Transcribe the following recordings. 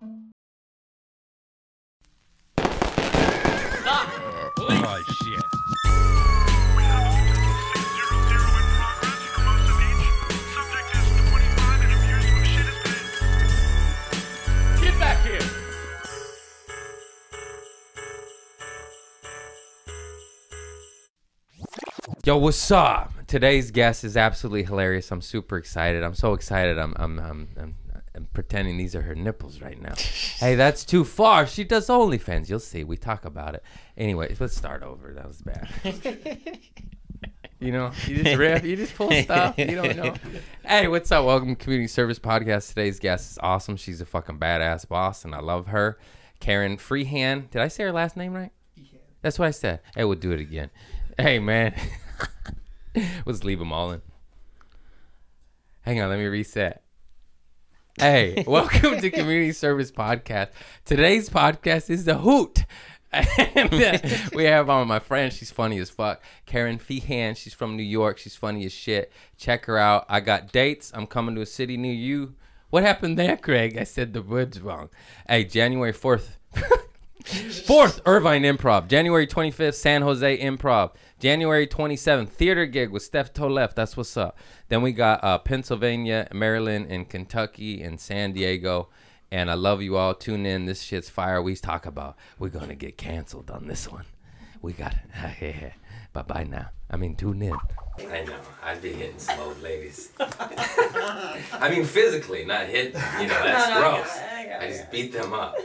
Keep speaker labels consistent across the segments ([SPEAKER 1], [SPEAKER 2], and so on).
[SPEAKER 1] Oh, Yo, what's up? Today's guest is absolutely hilarious. I'm super excited. I'm so excited. I'm I'm I'm, I'm, I'm pretending these are her nipples right now. hey, that's too far. She does OnlyFans. You'll see. We talk about it. Anyway, let's start over. That was bad. You know, you just riff, you just pull stuff. You don't know. Hey, what's up? Welcome to Community Service Podcast. Today's guest is awesome. She's a fucking badass boss, and I love her. Karen Freehand. Did I say her last name right? That's what I said. Hey, we'll do it again. Hey, man. Let's leave them all in. Hang on, let me reset. Hey, welcome to Community Service Podcast. Today's podcast is the hoot. And, uh, we have on my friend, she's funny as fuck. Karen Feehan, she's from New York. She's funny as shit. Check her out. I got dates. I'm coming to a city near you. What happened there, Craig? I said the words wrong. Hey, January 4th. Fourth, Irvine Improv. January 25th, San Jose Improv. January 27th, theater gig with Steph Tolef. That's what's up. Then we got uh, Pennsylvania, Maryland, and Kentucky, and San Diego. And I love you all. Tune in. This shit's fire. We talk about we're going to get canceled on this one. We got it. bye bye now. I mean, tune in. I know. I'd be hitting slow, ladies. I mean, physically, not hitting. You know, that's
[SPEAKER 2] No, no, I got
[SPEAKER 1] gross.
[SPEAKER 2] it, I got
[SPEAKER 1] I
[SPEAKER 2] it.
[SPEAKER 1] just beat them up.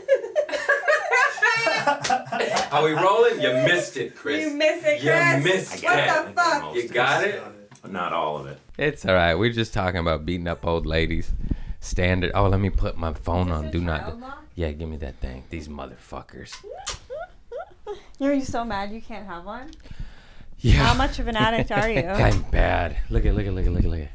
[SPEAKER 1] Are we rolling? You missed it, Chris.
[SPEAKER 2] You miss it,
[SPEAKER 1] You
[SPEAKER 2] Chris.
[SPEAKER 1] missed
[SPEAKER 2] what
[SPEAKER 1] it.
[SPEAKER 2] the fuck?
[SPEAKER 1] You got it?
[SPEAKER 3] Not all of it.
[SPEAKER 1] It's all right. We're just talking about beating up old ladies. Standard. Oh, let me put my phone on. Do not. Yeah, give me that thing. These motherfuckers.
[SPEAKER 2] You're you so mad you can't have one.
[SPEAKER 1] Yeah.
[SPEAKER 2] How much of an addict are you?
[SPEAKER 1] I'm bad. Look at, look at, look at, look at, look at.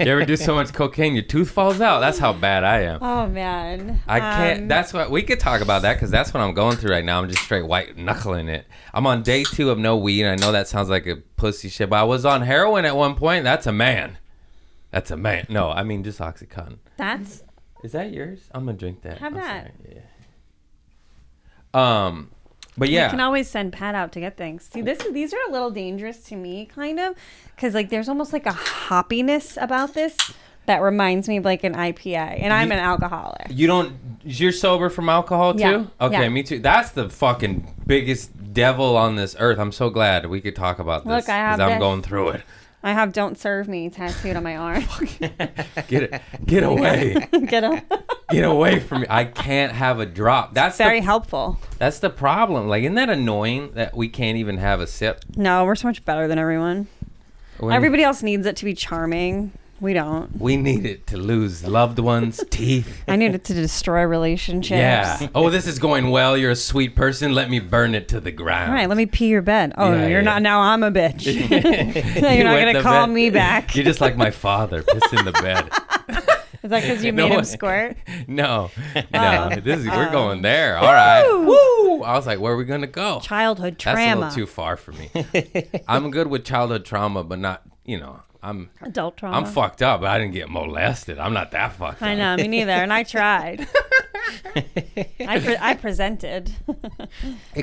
[SPEAKER 1] you ever do so much cocaine, your tooth falls out? That's how bad I am.
[SPEAKER 2] Oh man.
[SPEAKER 1] I can't.
[SPEAKER 2] Um,
[SPEAKER 1] that's what we could talk about that because that's what I'm going through right now. I'm just straight white knuckling it. I'm on day two of no weed. And I know that sounds like a pussy shit, but I was on heroin at one point. That's a man. That's a man. No, I mean just oxycontin.
[SPEAKER 2] that's
[SPEAKER 1] Is that yours? I'm gonna drink that.
[SPEAKER 2] Have
[SPEAKER 1] I'm
[SPEAKER 2] that.
[SPEAKER 1] sorry. Yeah. Um, but
[SPEAKER 2] You can
[SPEAKER 1] yeah,
[SPEAKER 2] always send Pat out to get things. See, this is these are a little dangerous to me, kind of, because like there's almost like a hoppiness about this that reminds me of like an IPA, and I'm
[SPEAKER 1] Ye-
[SPEAKER 2] an alcoholic.
[SPEAKER 1] you don't. You're sober from alcohol too.
[SPEAKER 2] Yeah,
[SPEAKER 1] Okay,
[SPEAKER 2] yeah.
[SPEAKER 1] me too. That's the fucking biggest devil on this earth. I'm so glad we could talk about this
[SPEAKER 2] Look, I have
[SPEAKER 1] I'm
[SPEAKER 2] this.
[SPEAKER 1] going through it.
[SPEAKER 2] I have "Don't Serve Me" tattooed on my arm.
[SPEAKER 1] Get it. Get away.
[SPEAKER 2] get him.
[SPEAKER 1] Get away from me. I can't have a drop. That's
[SPEAKER 2] Very
[SPEAKER 1] the,
[SPEAKER 2] helpful.
[SPEAKER 1] that's the problem. Like, isn't that annoying that we can't even have a sip?
[SPEAKER 2] No, we're so much better than everyone.
[SPEAKER 1] When
[SPEAKER 2] Everybody else needs it to be charming. We don't.
[SPEAKER 1] We need it to lose loved ones, teeth.
[SPEAKER 2] I needed to destroy relationships.
[SPEAKER 1] Yeah. Oh, this is going well. You're a sweet person. Let me burn it to the
[SPEAKER 2] All right,
[SPEAKER 1] ground.
[SPEAKER 2] let me pee your bed. Oh,
[SPEAKER 1] Yeah,
[SPEAKER 2] you're
[SPEAKER 1] yeah.
[SPEAKER 2] not. Now I'm a bitch.
[SPEAKER 1] You're
[SPEAKER 2] you're not gonna call me back.
[SPEAKER 1] You're just like my father, pissing the bed.
[SPEAKER 2] Is that because you
[SPEAKER 1] No
[SPEAKER 2] made him
[SPEAKER 1] way.
[SPEAKER 2] squirt?
[SPEAKER 1] No, no,
[SPEAKER 2] Oh.
[SPEAKER 1] this is we're
[SPEAKER 2] Oh.
[SPEAKER 1] going there. All right. Woo! I was like, where are we gonna go?
[SPEAKER 2] Childhood
[SPEAKER 1] That's a
[SPEAKER 2] trauma.
[SPEAKER 1] little too far for me. I'm good with childhood trauma, but not, you know, I'm
[SPEAKER 2] Adult trauma.
[SPEAKER 1] I'm fucked up. but I didn't get molested. I'm not that fucked
[SPEAKER 2] I
[SPEAKER 1] up.
[SPEAKER 2] know, me neither. And I tried. I, pre- I presented.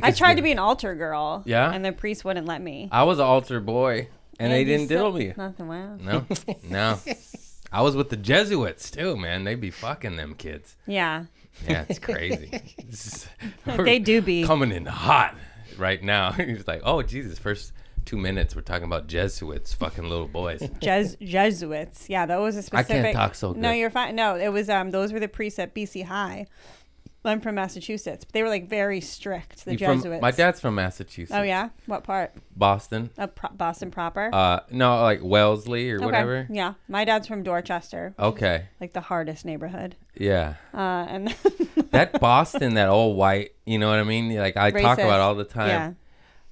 [SPEAKER 2] I tried to be an altar girl.
[SPEAKER 1] Yeah?
[SPEAKER 2] And the priest wouldn't let me.
[SPEAKER 1] I was an altar boy, and they
[SPEAKER 2] And you
[SPEAKER 1] didn't diddle
[SPEAKER 2] still-
[SPEAKER 1] me.
[SPEAKER 2] Nothing. Wow.
[SPEAKER 1] No, no. I was with the Jesuits too, man. They be fucking them kids.
[SPEAKER 2] Yeah.
[SPEAKER 1] Yeah, it's crazy. It's-
[SPEAKER 2] They do be.
[SPEAKER 1] coming in hot right now. He's like, oh Jesus, first two minutes we're talking about Jesuits, fucking little boys.
[SPEAKER 2] Jes- Jesuits. Yeah, that was a
[SPEAKER 1] can't
[SPEAKER 2] specific.
[SPEAKER 1] talk so
[SPEAKER 2] No,
[SPEAKER 1] good.
[SPEAKER 2] you're fine. No, it was um those were the priests at BC High. I'm from Massachusetts, but they were like very strict. The
[SPEAKER 1] You
[SPEAKER 2] Jesuits.
[SPEAKER 1] From, my dad's from Massachusetts.
[SPEAKER 2] Oh yeah, what part?
[SPEAKER 1] Boston.
[SPEAKER 2] Of pro- Boston proper.
[SPEAKER 1] Uh, no, like Wellesley or
[SPEAKER 2] Okay.
[SPEAKER 1] whatever. Oh.
[SPEAKER 2] Yeah, my dad's from Dorchester,
[SPEAKER 1] Okay,
[SPEAKER 2] like the hardest neighborhood.
[SPEAKER 1] yeah.
[SPEAKER 2] Uh, and
[SPEAKER 1] That Boston, that all white. You know what I mean? Like I talk
[SPEAKER 2] Racist.
[SPEAKER 1] about all the time.
[SPEAKER 2] yeah,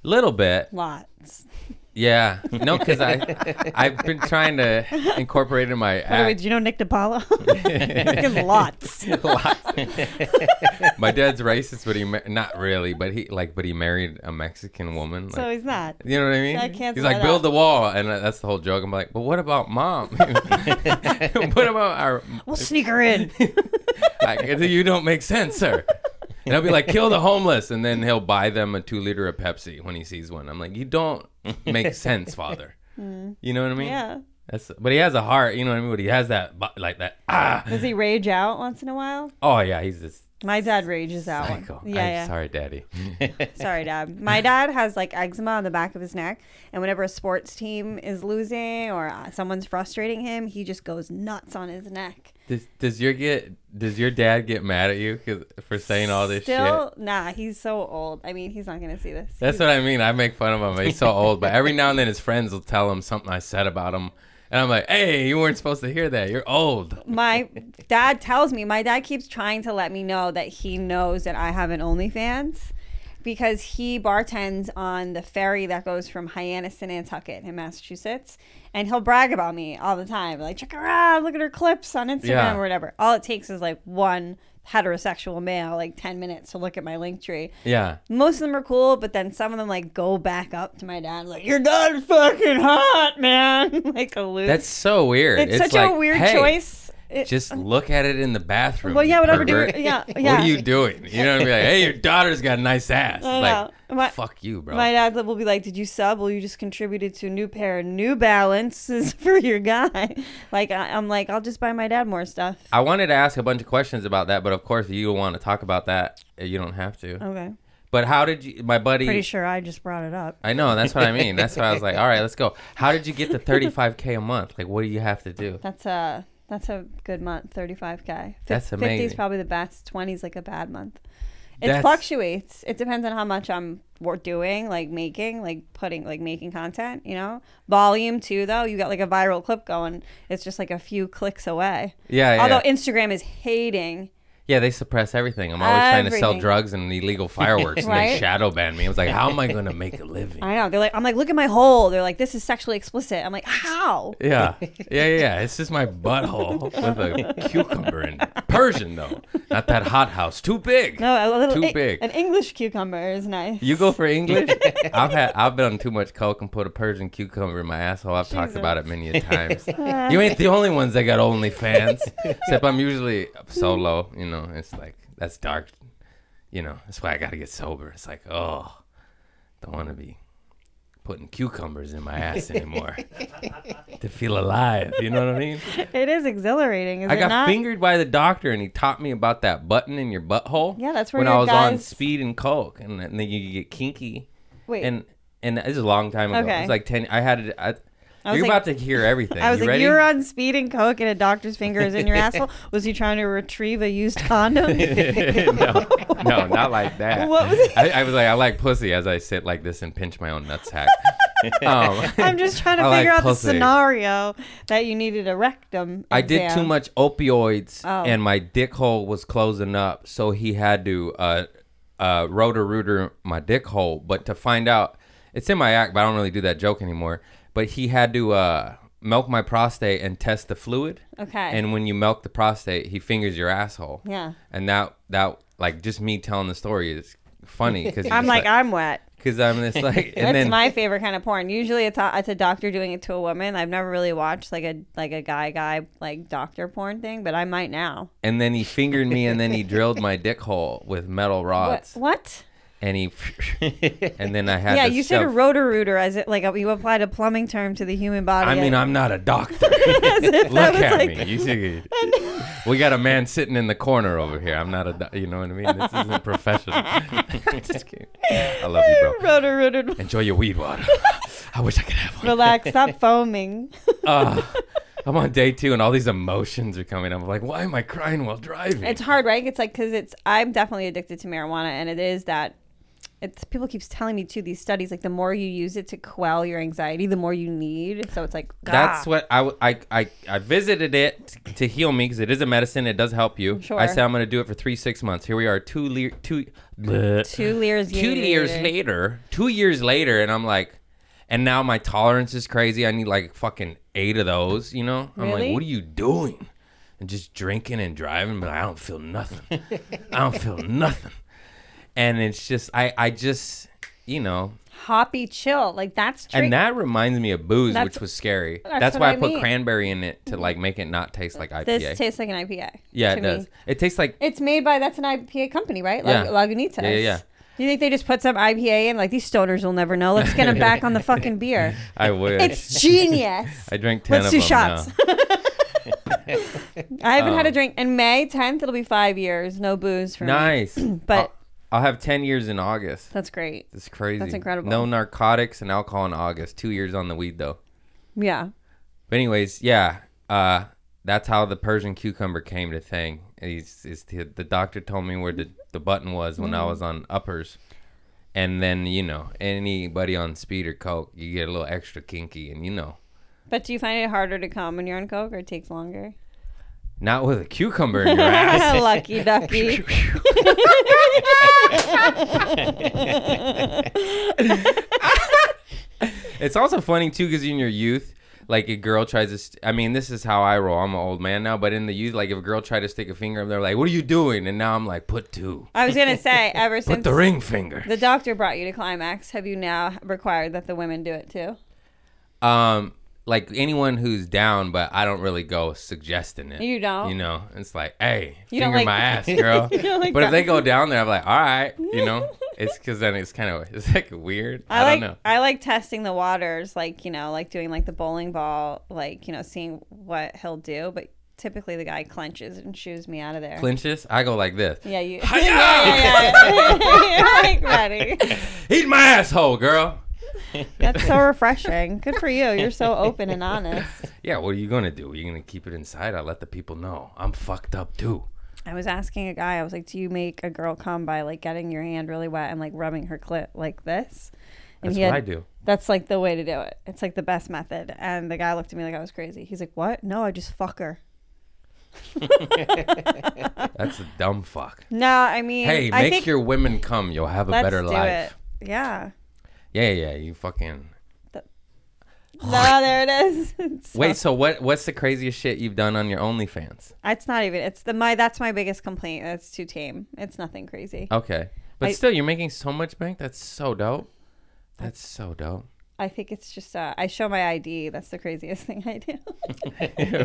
[SPEAKER 1] Little bit.
[SPEAKER 2] lots.
[SPEAKER 1] Yeah. No, because I I've been trying to incorporate in my
[SPEAKER 2] By the way,
[SPEAKER 1] act.
[SPEAKER 2] did you know Nick DiPaolo? Fucking lots.
[SPEAKER 1] my dad's racist, but he ma- not really, but he like, but he married a Mexican woman. Like,
[SPEAKER 2] So he's not.
[SPEAKER 1] you know what I mean?
[SPEAKER 2] I can't
[SPEAKER 1] He's
[SPEAKER 2] say
[SPEAKER 1] like,
[SPEAKER 2] that.
[SPEAKER 1] build the wall, and uh, that's the whole joke. I'm like, but what about mom? what about our?
[SPEAKER 2] We'll sneak her in.
[SPEAKER 1] Like, you don't make sense, sir. And I'll be like, kill the homeless, and then he'll buy them a two liter of Pepsi when he sees one. I'm like, you don't make sense, father. You know what I mean?
[SPEAKER 2] Mm. yeah.
[SPEAKER 1] That's, but he has a heart, you know what I mean? But he has that, bu- like that, ah.
[SPEAKER 2] Does he rage out once in a while?
[SPEAKER 1] Oh yeah, he's this
[SPEAKER 2] My dad rages out.
[SPEAKER 1] Psycho.
[SPEAKER 2] Yeah,
[SPEAKER 1] I'm
[SPEAKER 2] yeah.
[SPEAKER 1] sorry, Daddy.
[SPEAKER 2] Sorry, Dad. My dad has like eczema on the back of his neck, and whenever a sports team is losing or uh, someone's frustrating him, he just goes nuts on his neck.
[SPEAKER 1] Does, does your get does your dad get mad at you 'cause- for saying all this shit?
[SPEAKER 2] Still, nah, he's so old. I mean, he's not gonna see this.
[SPEAKER 1] That's
[SPEAKER 2] He's-
[SPEAKER 1] what I mean. I make fun of him. He's so old, but every now and then his friends will tell him something I said about him, and I'm like, "Hey, you weren't supposed to hear that. You're old."
[SPEAKER 2] my dad tells me. My dad keeps trying to let me know that he knows that I have an OnlyFans. Because he bartends on the ferry that goes from Hyannis to Nantucket in Massachusetts, and he'll brag about me all the time, like check her out, look at her clips on Instagram
[SPEAKER 1] Yeah.
[SPEAKER 2] or whatever. All it takes is like one heterosexual male, like ten minutes to look at my link tree.
[SPEAKER 1] Yeah.
[SPEAKER 2] Most of them are cool, but then some of them like go back up to my dad, like you're not fucking hot, man, like a loser.
[SPEAKER 1] That's so weird.
[SPEAKER 2] It's, such
[SPEAKER 1] like,
[SPEAKER 2] a weird
[SPEAKER 1] "Hey,
[SPEAKER 2] choice. It-
[SPEAKER 1] Just look at it in the bathroom.
[SPEAKER 2] well, yeah,
[SPEAKER 1] you
[SPEAKER 2] whatever. Do,
[SPEAKER 1] pervert.
[SPEAKER 2] yeah, yeah.
[SPEAKER 1] What are you doing? You know what I mean? Like, hey, your daughter's got a nice ass.
[SPEAKER 2] I
[SPEAKER 1] Like,
[SPEAKER 2] know. My-
[SPEAKER 1] fuck you, bro.
[SPEAKER 2] Oh, My dad will be like, "Did you sub? Well, you just contributed to a new pair of New Balances for your guy." Like, I, I'm like, I'll just buy my dad more stuff.
[SPEAKER 1] I wanted to ask a bunch of questions about that, but of course, if you don't want to talk about that. eh, You don't have to.
[SPEAKER 2] Okay,
[SPEAKER 1] But how did you, my buddy?
[SPEAKER 2] Oh. pretty sure I just brought it up.
[SPEAKER 1] I know. That's what I mean. That's why I was like, all right, let's go. How did you get to 35k a month? Like, what do you have to do?
[SPEAKER 2] That's a that's a good month, 35 k.
[SPEAKER 1] That's
[SPEAKER 2] Fifty is
[SPEAKER 1] amazing.
[SPEAKER 2] probably the best. 20 is like a bad month. It
[SPEAKER 1] That's-
[SPEAKER 2] fluctuates. It depends on how much I'm wor- doing, like making, like putting, like making content. You know, volume too. Though you got like a viral clip going, it's just like a few clicks away.
[SPEAKER 1] Yeah, yeah.
[SPEAKER 2] Although Instagram is hating.
[SPEAKER 1] yeah, they suppress everything. I'm always trying to sell
[SPEAKER 2] Everything.
[SPEAKER 1] drugs and illegal fireworks, and they
[SPEAKER 2] Right?
[SPEAKER 1] shadow ban me. I was like, how am I going to make a living?
[SPEAKER 2] I know. They're like, I'm like, look at my hole. They're like, this is sexually explicit. I'm like, how?
[SPEAKER 1] Yeah, yeah, yeah. yeah. It's just my butthole with a cucumber in it. Persian though, not that hot house. Too big.
[SPEAKER 2] No, a little
[SPEAKER 1] Too
[SPEAKER 2] Eng-
[SPEAKER 1] big.
[SPEAKER 2] An English cucumber is nice.
[SPEAKER 1] You go for English. I've had I've been on too much coke and put a Persian cucumber in my asshole. I've talked
[SPEAKER 2] Jesus. Uh.
[SPEAKER 1] about it many a times. you ain't the only ones that got OnlyFans. Except I'm usually solo. You know, it's like that's dark. You know, that's why I gotta get sober. It's like oh, don't want to be putting cucumbers in my ass anymore to feel alive. You know what I mean?
[SPEAKER 2] It is exhilarating, is
[SPEAKER 1] I
[SPEAKER 2] it
[SPEAKER 1] got
[SPEAKER 2] not?
[SPEAKER 1] fingered by the doctor, and he taught me about that button in your butthole.
[SPEAKER 2] Yeah, that's where
[SPEAKER 1] when
[SPEAKER 2] your
[SPEAKER 1] I was on
[SPEAKER 2] guys-
[SPEAKER 1] speed and coke, and, then- and then you get kinky.
[SPEAKER 2] Wait.
[SPEAKER 1] And and this is a long time ago. It
[SPEAKER 2] Okay.
[SPEAKER 1] was like ten. I had it. I,
[SPEAKER 2] I was
[SPEAKER 1] you're
[SPEAKER 2] like-
[SPEAKER 1] about to hear everything.
[SPEAKER 2] I was
[SPEAKER 1] you
[SPEAKER 2] like,
[SPEAKER 1] ready?
[SPEAKER 2] you were on speed and coke, and a doctor's finger is in your asshole. Was he trying to retrieve a used condom?
[SPEAKER 1] no, no, not like that.
[SPEAKER 2] What was it?
[SPEAKER 1] I, I was like, I like pussy as I sit like this and pinch my own nutsack. um,
[SPEAKER 2] I'm just trying to
[SPEAKER 1] I
[SPEAKER 2] figure
[SPEAKER 1] like
[SPEAKER 2] out
[SPEAKER 1] pussy.
[SPEAKER 2] the scenario that you needed a rectum.
[SPEAKER 1] I did too
[SPEAKER 2] exam.
[SPEAKER 1] much opioids,
[SPEAKER 2] Oh.
[SPEAKER 1] and my dick hole was closing up, so he had to uh, uh, rotor rooter my dick hole. But to find out, it's in my act, but I don't really do that joke anymore. But he had to uh, milk my prostate and test the fluid.
[SPEAKER 2] Okay.
[SPEAKER 1] And when you milk the prostate, he fingers your asshole.
[SPEAKER 2] Yeah.
[SPEAKER 1] And that that like just me telling the story is funny because
[SPEAKER 2] I'm like, I'm wet.
[SPEAKER 1] because I'm this like and
[SPEAKER 2] That's
[SPEAKER 1] then
[SPEAKER 2] my favorite kind of porn. Usually, it's a, it's a doctor doing it to a woman. I've never really watched like a like a guy guy like doctor porn thing, but I might now.
[SPEAKER 1] and then he fingered me and then he drilled my dick hole with metal
[SPEAKER 2] What?
[SPEAKER 1] rods.
[SPEAKER 2] what?
[SPEAKER 1] and he and then I had
[SPEAKER 2] Yeah,
[SPEAKER 1] to
[SPEAKER 2] you said a
[SPEAKER 1] shove-
[SPEAKER 2] rotor rooter as it like you applied a plumbing term to the human body.
[SPEAKER 1] I mean, I'm not a doctor. Look
[SPEAKER 2] that was
[SPEAKER 1] at
[SPEAKER 2] like-
[SPEAKER 1] me. You see, we got a man sitting in the corner over here. I'm not a, doc- you know what I mean. This isn't professional. Just kidding. I love you, bro.
[SPEAKER 2] rotor rooter.
[SPEAKER 1] Enjoy your weed water. I wish I could have one.
[SPEAKER 2] Relax. Stop foaming.
[SPEAKER 1] Uh, I'm on day two, and all these emotions are coming. I'm like, why am I crying while driving?
[SPEAKER 2] It's hard, right? It's like because it's I'm definitely addicted to marijuana, and it is that. It's people keeps telling me too. These studies, like the more you use it to quell your anxiety, the more you need. So it's like
[SPEAKER 1] That's
[SPEAKER 2] ah.
[SPEAKER 1] what I, w- I, I, I visited it t- to heal me because it is a medicine. It does help you.
[SPEAKER 2] Sure.
[SPEAKER 1] I said I'm going to do it for three, six months. Here we are, two, le- two, bleh.
[SPEAKER 2] two years.
[SPEAKER 1] two years later, two years later, and I'm like, and now my tolerance is crazy. I need like fucking eight of those, you know? I'm like,
[SPEAKER 2] Really?
[SPEAKER 1] what are you doing? And just drinking and driving, but I don't feel nothing. I don't feel nothing. And it's just, I, I just, you know,
[SPEAKER 2] Hoppy chill, like that's true.
[SPEAKER 1] and that reminds me of booze,
[SPEAKER 2] That's-
[SPEAKER 1] which was scary. That's,
[SPEAKER 2] that's what
[SPEAKER 1] why I,
[SPEAKER 2] I
[SPEAKER 1] put
[SPEAKER 2] mean.
[SPEAKER 1] cranberry in it to like make it not taste like IPA.
[SPEAKER 2] This tastes like an IPA.
[SPEAKER 1] yeah,
[SPEAKER 2] to
[SPEAKER 1] it does.
[SPEAKER 2] me.
[SPEAKER 1] It tastes like
[SPEAKER 2] It's made by that's an IPA company, right? Lag-
[SPEAKER 1] Yeah.
[SPEAKER 2] Lagunitas.
[SPEAKER 1] Yeah, yeah, yeah.
[SPEAKER 2] You think they just put some IPA in? Like these stoners will never know. Let's get them back on the fucking beer.
[SPEAKER 1] I would.
[SPEAKER 2] It's genius.
[SPEAKER 1] I drank ten
[SPEAKER 2] Let's
[SPEAKER 1] of
[SPEAKER 2] do
[SPEAKER 1] them
[SPEAKER 2] shots.
[SPEAKER 1] now.
[SPEAKER 2] I haven't
[SPEAKER 1] Oh.
[SPEAKER 2] had a drink. In May 10th, it'll be five years. No booze for me.
[SPEAKER 1] Nice.
[SPEAKER 2] But
[SPEAKER 1] I'll, I'll have 10 years in August.
[SPEAKER 2] that's great.
[SPEAKER 1] That's crazy.
[SPEAKER 2] incredible.
[SPEAKER 1] No narcotics and alcohol in August. Two years on the weed, though.
[SPEAKER 2] Yeah.
[SPEAKER 1] But anyways, yeah, uh, that's how the Persian cucumber came to thing. He's, is the, the doctor told me where the, the button was when I was on uppers, and then you know anybody on speed or coke, you get a little extra kinky, and you know,
[SPEAKER 2] But do you find it harder to come when you're on Coke or it takes longer?
[SPEAKER 1] not with a cucumber in your ass.
[SPEAKER 2] Lucky ducky.
[SPEAKER 1] It's also funny too because in your youth, like a girl tries to. St- I mean, this is how I roll. I'm an old man now, but in the youth, like if a girl tried to stick a finger up, they're like, "What are you doing?" And now I'm like, "Put two,
[SPEAKER 2] I was going to say, ever
[SPEAKER 1] put
[SPEAKER 2] since
[SPEAKER 1] the ring finger."
[SPEAKER 2] the doctor brought you to Climax, have you now required that the women do it too?
[SPEAKER 1] um like anyone who's down but i don't really go suggesting it
[SPEAKER 2] You don't?
[SPEAKER 1] you know it's like hey
[SPEAKER 2] You don't
[SPEAKER 1] finger
[SPEAKER 2] like-
[SPEAKER 1] my ass girl
[SPEAKER 2] You don't like
[SPEAKER 1] but if
[SPEAKER 2] that.
[SPEAKER 1] they go down there i'm like all right you know it's because then it's kind of it's like weird i,
[SPEAKER 2] I, like
[SPEAKER 1] don't know
[SPEAKER 2] I like testing the waters, like you know, like doing like the bowling ball, like you know, seeing what he'll do. But typically, the guy clenches and shoos me out of there.
[SPEAKER 1] clinches i go like this
[SPEAKER 2] yeah, you.
[SPEAKER 1] Hi-ya!
[SPEAKER 2] yeah, yeah, yeah. You're like ready.
[SPEAKER 1] eat my asshole girl
[SPEAKER 2] That's so refreshing. Good for you. You're so open and honest.
[SPEAKER 1] yeah what are you gonna do you're gonna keep it inside i let the people know i'm fucked up too
[SPEAKER 2] I was asking a guy. I was like, "Do you make a girl come by like getting your hand really wet and like rubbing her clit like this?" And
[SPEAKER 1] that's
[SPEAKER 2] he
[SPEAKER 1] what
[SPEAKER 2] had-
[SPEAKER 1] i do
[SPEAKER 2] That's like the way to do it. It's like the best method. And the guy looked at me like I was crazy. He's like, "What? No, I just fuck her."
[SPEAKER 1] that's a dumb fuck
[SPEAKER 2] No, I mean,
[SPEAKER 1] hey
[SPEAKER 2] I
[SPEAKER 1] make
[SPEAKER 2] think
[SPEAKER 1] your women come you'll have a
[SPEAKER 2] let's
[SPEAKER 1] better
[SPEAKER 2] do
[SPEAKER 1] life
[SPEAKER 2] it. Yeah.
[SPEAKER 1] yeah yeah you fucking
[SPEAKER 2] No, there it is. It's,
[SPEAKER 1] wait so what what's the craziest shit you've done on your onlyfans
[SPEAKER 2] it's not even. It's the my. That's my biggest complaint. That's too tame. It's nothing crazy.
[SPEAKER 1] Okay. But
[SPEAKER 2] I-
[SPEAKER 1] still, you're making so much bank. That's so dope. That's so dope.
[SPEAKER 2] I think it's just. Uh, I show my ID. That's the craziest thing I do.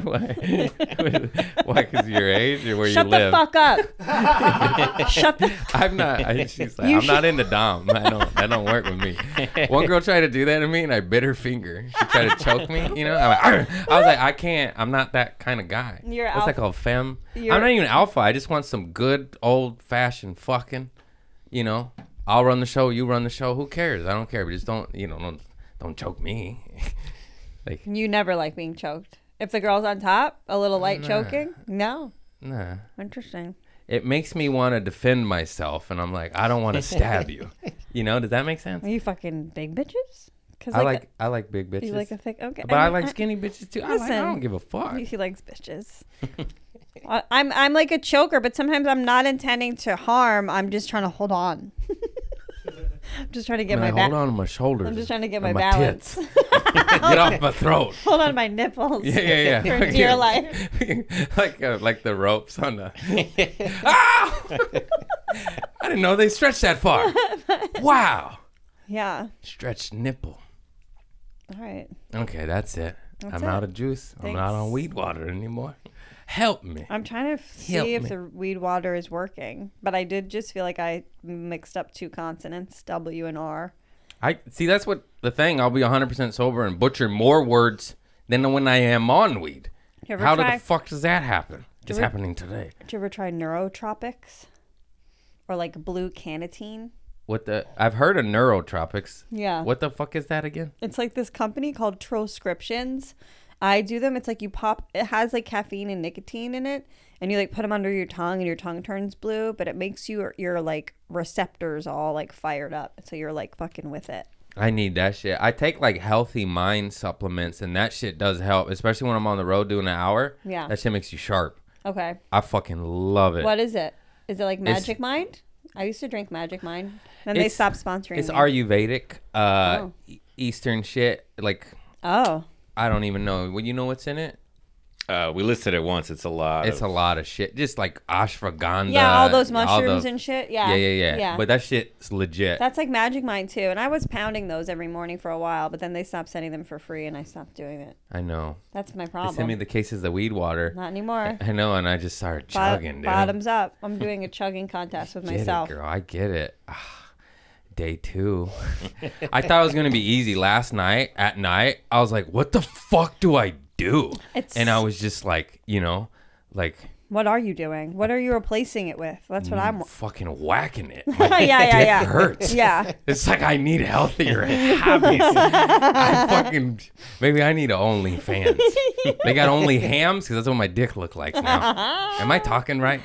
[SPEAKER 1] Why? Because your age or where
[SPEAKER 2] Shut
[SPEAKER 1] you
[SPEAKER 2] the
[SPEAKER 1] live?
[SPEAKER 2] fuck up. Shut the.
[SPEAKER 1] I'm not. I, she's like,
[SPEAKER 2] You
[SPEAKER 1] I'm
[SPEAKER 2] should-
[SPEAKER 1] not into dom. I don't. That don't work with me. One girl tried to do that to me, and I bit her finger. She tried to choke me. You know. I'm like, "Argh." I was like, I can't. I'm not that kind of guy.
[SPEAKER 2] You're
[SPEAKER 1] What's that
[SPEAKER 2] alpha-
[SPEAKER 1] called? Femme.
[SPEAKER 2] You're-
[SPEAKER 1] I'm not even alpha. I just want some good old fashioned fucking. You know. I'll run the show. You run the show. Who cares? I don't care. But just don't. You know. Don't don't choke me. like
[SPEAKER 2] You never like being choked. If the girl's on top, a little light choking. No.
[SPEAKER 1] nah.
[SPEAKER 2] Interesting.
[SPEAKER 1] it makes me want to defend myself and i'm like i don't want to stab you you know does that make sense
[SPEAKER 2] Are you fucking big bitches? Because
[SPEAKER 1] i like i like big bitches
[SPEAKER 2] you like a thick. Okay.
[SPEAKER 1] but i,
[SPEAKER 2] mean,
[SPEAKER 1] like skinny bitches too I, like, I
[SPEAKER 2] Listen.
[SPEAKER 1] don't give a fuck
[SPEAKER 2] He likes bitches. I- I'm I'm like a choker, but sometimes I'm not intending to harm. I'm just trying to hold on. I'm just trying to get
[SPEAKER 1] I mean, I
[SPEAKER 2] my back.
[SPEAKER 1] hold on to my shoulders
[SPEAKER 2] I'm just trying to get
[SPEAKER 1] and
[SPEAKER 2] my, balance.
[SPEAKER 1] tits. get off my throat
[SPEAKER 2] hold on to my nipples.
[SPEAKER 1] yeah yeah yeah
[SPEAKER 2] For dear life.
[SPEAKER 1] like uh, like the ropes on the ah! i didn't know they stretched that far wow
[SPEAKER 2] Yeah.
[SPEAKER 1] stretched nipple
[SPEAKER 2] All right.
[SPEAKER 1] okay that's it i'm
[SPEAKER 2] it.
[SPEAKER 1] out of juice i'm not on
[SPEAKER 2] Thanks.
[SPEAKER 1] weed water anymore help me
[SPEAKER 2] I'm trying to f- see
[SPEAKER 1] Help
[SPEAKER 2] if
[SPEAKER 1] me.
[SPEAKER 2] the weed water is working, but I did just feel like I mixed up two consonants, W and R.
[SPEAKER 1] I see. That's what the thing. I'll be 100 percent sober and butcher more words than when I am on weed.
[SPEAKER 2] You ever
[SPEAKER 1] How did
[SPEAKER 2] try?
[SPEAKER 1] the fuck does that happen? It's
[SPEAKER 2] Ever-
[SPEAKER 1] happening today.
[SPEAKER 2] Did you ever try neurotropics? Or like blue canatine?
[SPEAKER 1] What the? I've heard of neurotropics.
[SPEAKER 2] Yeah.
[SPEAKER 1] What the fuck is that again?
[SPEAKER 2] It's like this company called Troscriptions. I do them. It's like you pop. It has like caffeine and nicotine in it, and you like put them under your tongue, and your tongue turns blue. But it makes you your like receptors all like fired up, so you're like fucking with it.
[SPEAKER 1] I need that shit. I take like healthy mind supplements, and that shit does help, especially when I'm on the road doing an hour.
[SPEAKER 2] Yeah.
[SPEAKER 1] That shit makes you sharp.
[SPEAKER 2] Okay,
[SPEAKER 1] I fucking love it.
[SPEAKER 2] what is it? Is it like
[SPEAKER 1] It's-
[SPEAKER 2] Magic Mind? I used to drink Magic Mind, then they
[SPEAKER 1] It's-
[SPEAKER 2] stopped sponsoring.
[SPEAKER 1] It's
[SPEAKER 2] me.
[SPEAKER 1] Ayurvedic, uh,
[SPEAKER 2] Oh.
[SPEAKER 1] e- Eastern shit. Like
[SPEAKER 2] oh,
[SPEAKER 1] I don't even know. Well, you know what's in it?
[SPEAKER 3] Uh, we listed it once. It's a lot.
[SPEAKER 1] It's
[SPEAKER 3] of-
[SPEAKER 1] a lot of shit. Just like ashwagandha.
[SPEAKER 2] yeah, all those
[SPEAKER 1] the-
[SPEAKER 2] mushrooms and shit. Yeah,
[SPEAKER 1] Yeah, yeah, yeah. But that shit's legit.
[SPEAKER 2] that's like Magic Mind too. And I was pounding those every morning for a while, but then they stopped sending them for free, and I stopped doing it.
[SPEAKER 1] I know.
[SPEAKER 2] That's my
[SPEAKER 1] They
[SPEAKER 2] problem.
[SPEAKER 1] sent me the cases of weed water.
[SPEAKER 2] Not anymore.
[SPEAKER 1] I know, and I just started
[SPEAKER 2] Bo-
[SPEAKER 1] chugging, dude.
[SPEAKER 2] Bottoms up. I'm doing a chugging contest with
[SPEAKER 1] Get it,
[SPEAKER 2] myself.
[SPEAKER 1] girl. I get it. Ah, Day two. I thought it was gonna be easy last night. At night, I was like, "What the fuck do I do?
[SPEAKER 2] It's-
[SPEAKER 1] and I was just like, you know, like
[SPEAKER 2] What are you doing? What are you replacing it with? That's what I'm.
[SPEAKER 1] fucking whacking it.
[SPEAKER 2] yeah,
[SPEAKER 1] Mm. My
[SPEAKER 2] yeah,
[SPEAKER 1] dick
[SPEAKER 2] yeah.
[SPEAKER 1] hurts.
[SPEAKER 2] Yeah.
[SPEAKER 1] It's like I need healthier habits. I fucking maybe I need a OnlyFans. they got only hams because that's what my dick look like now. Am I talking right?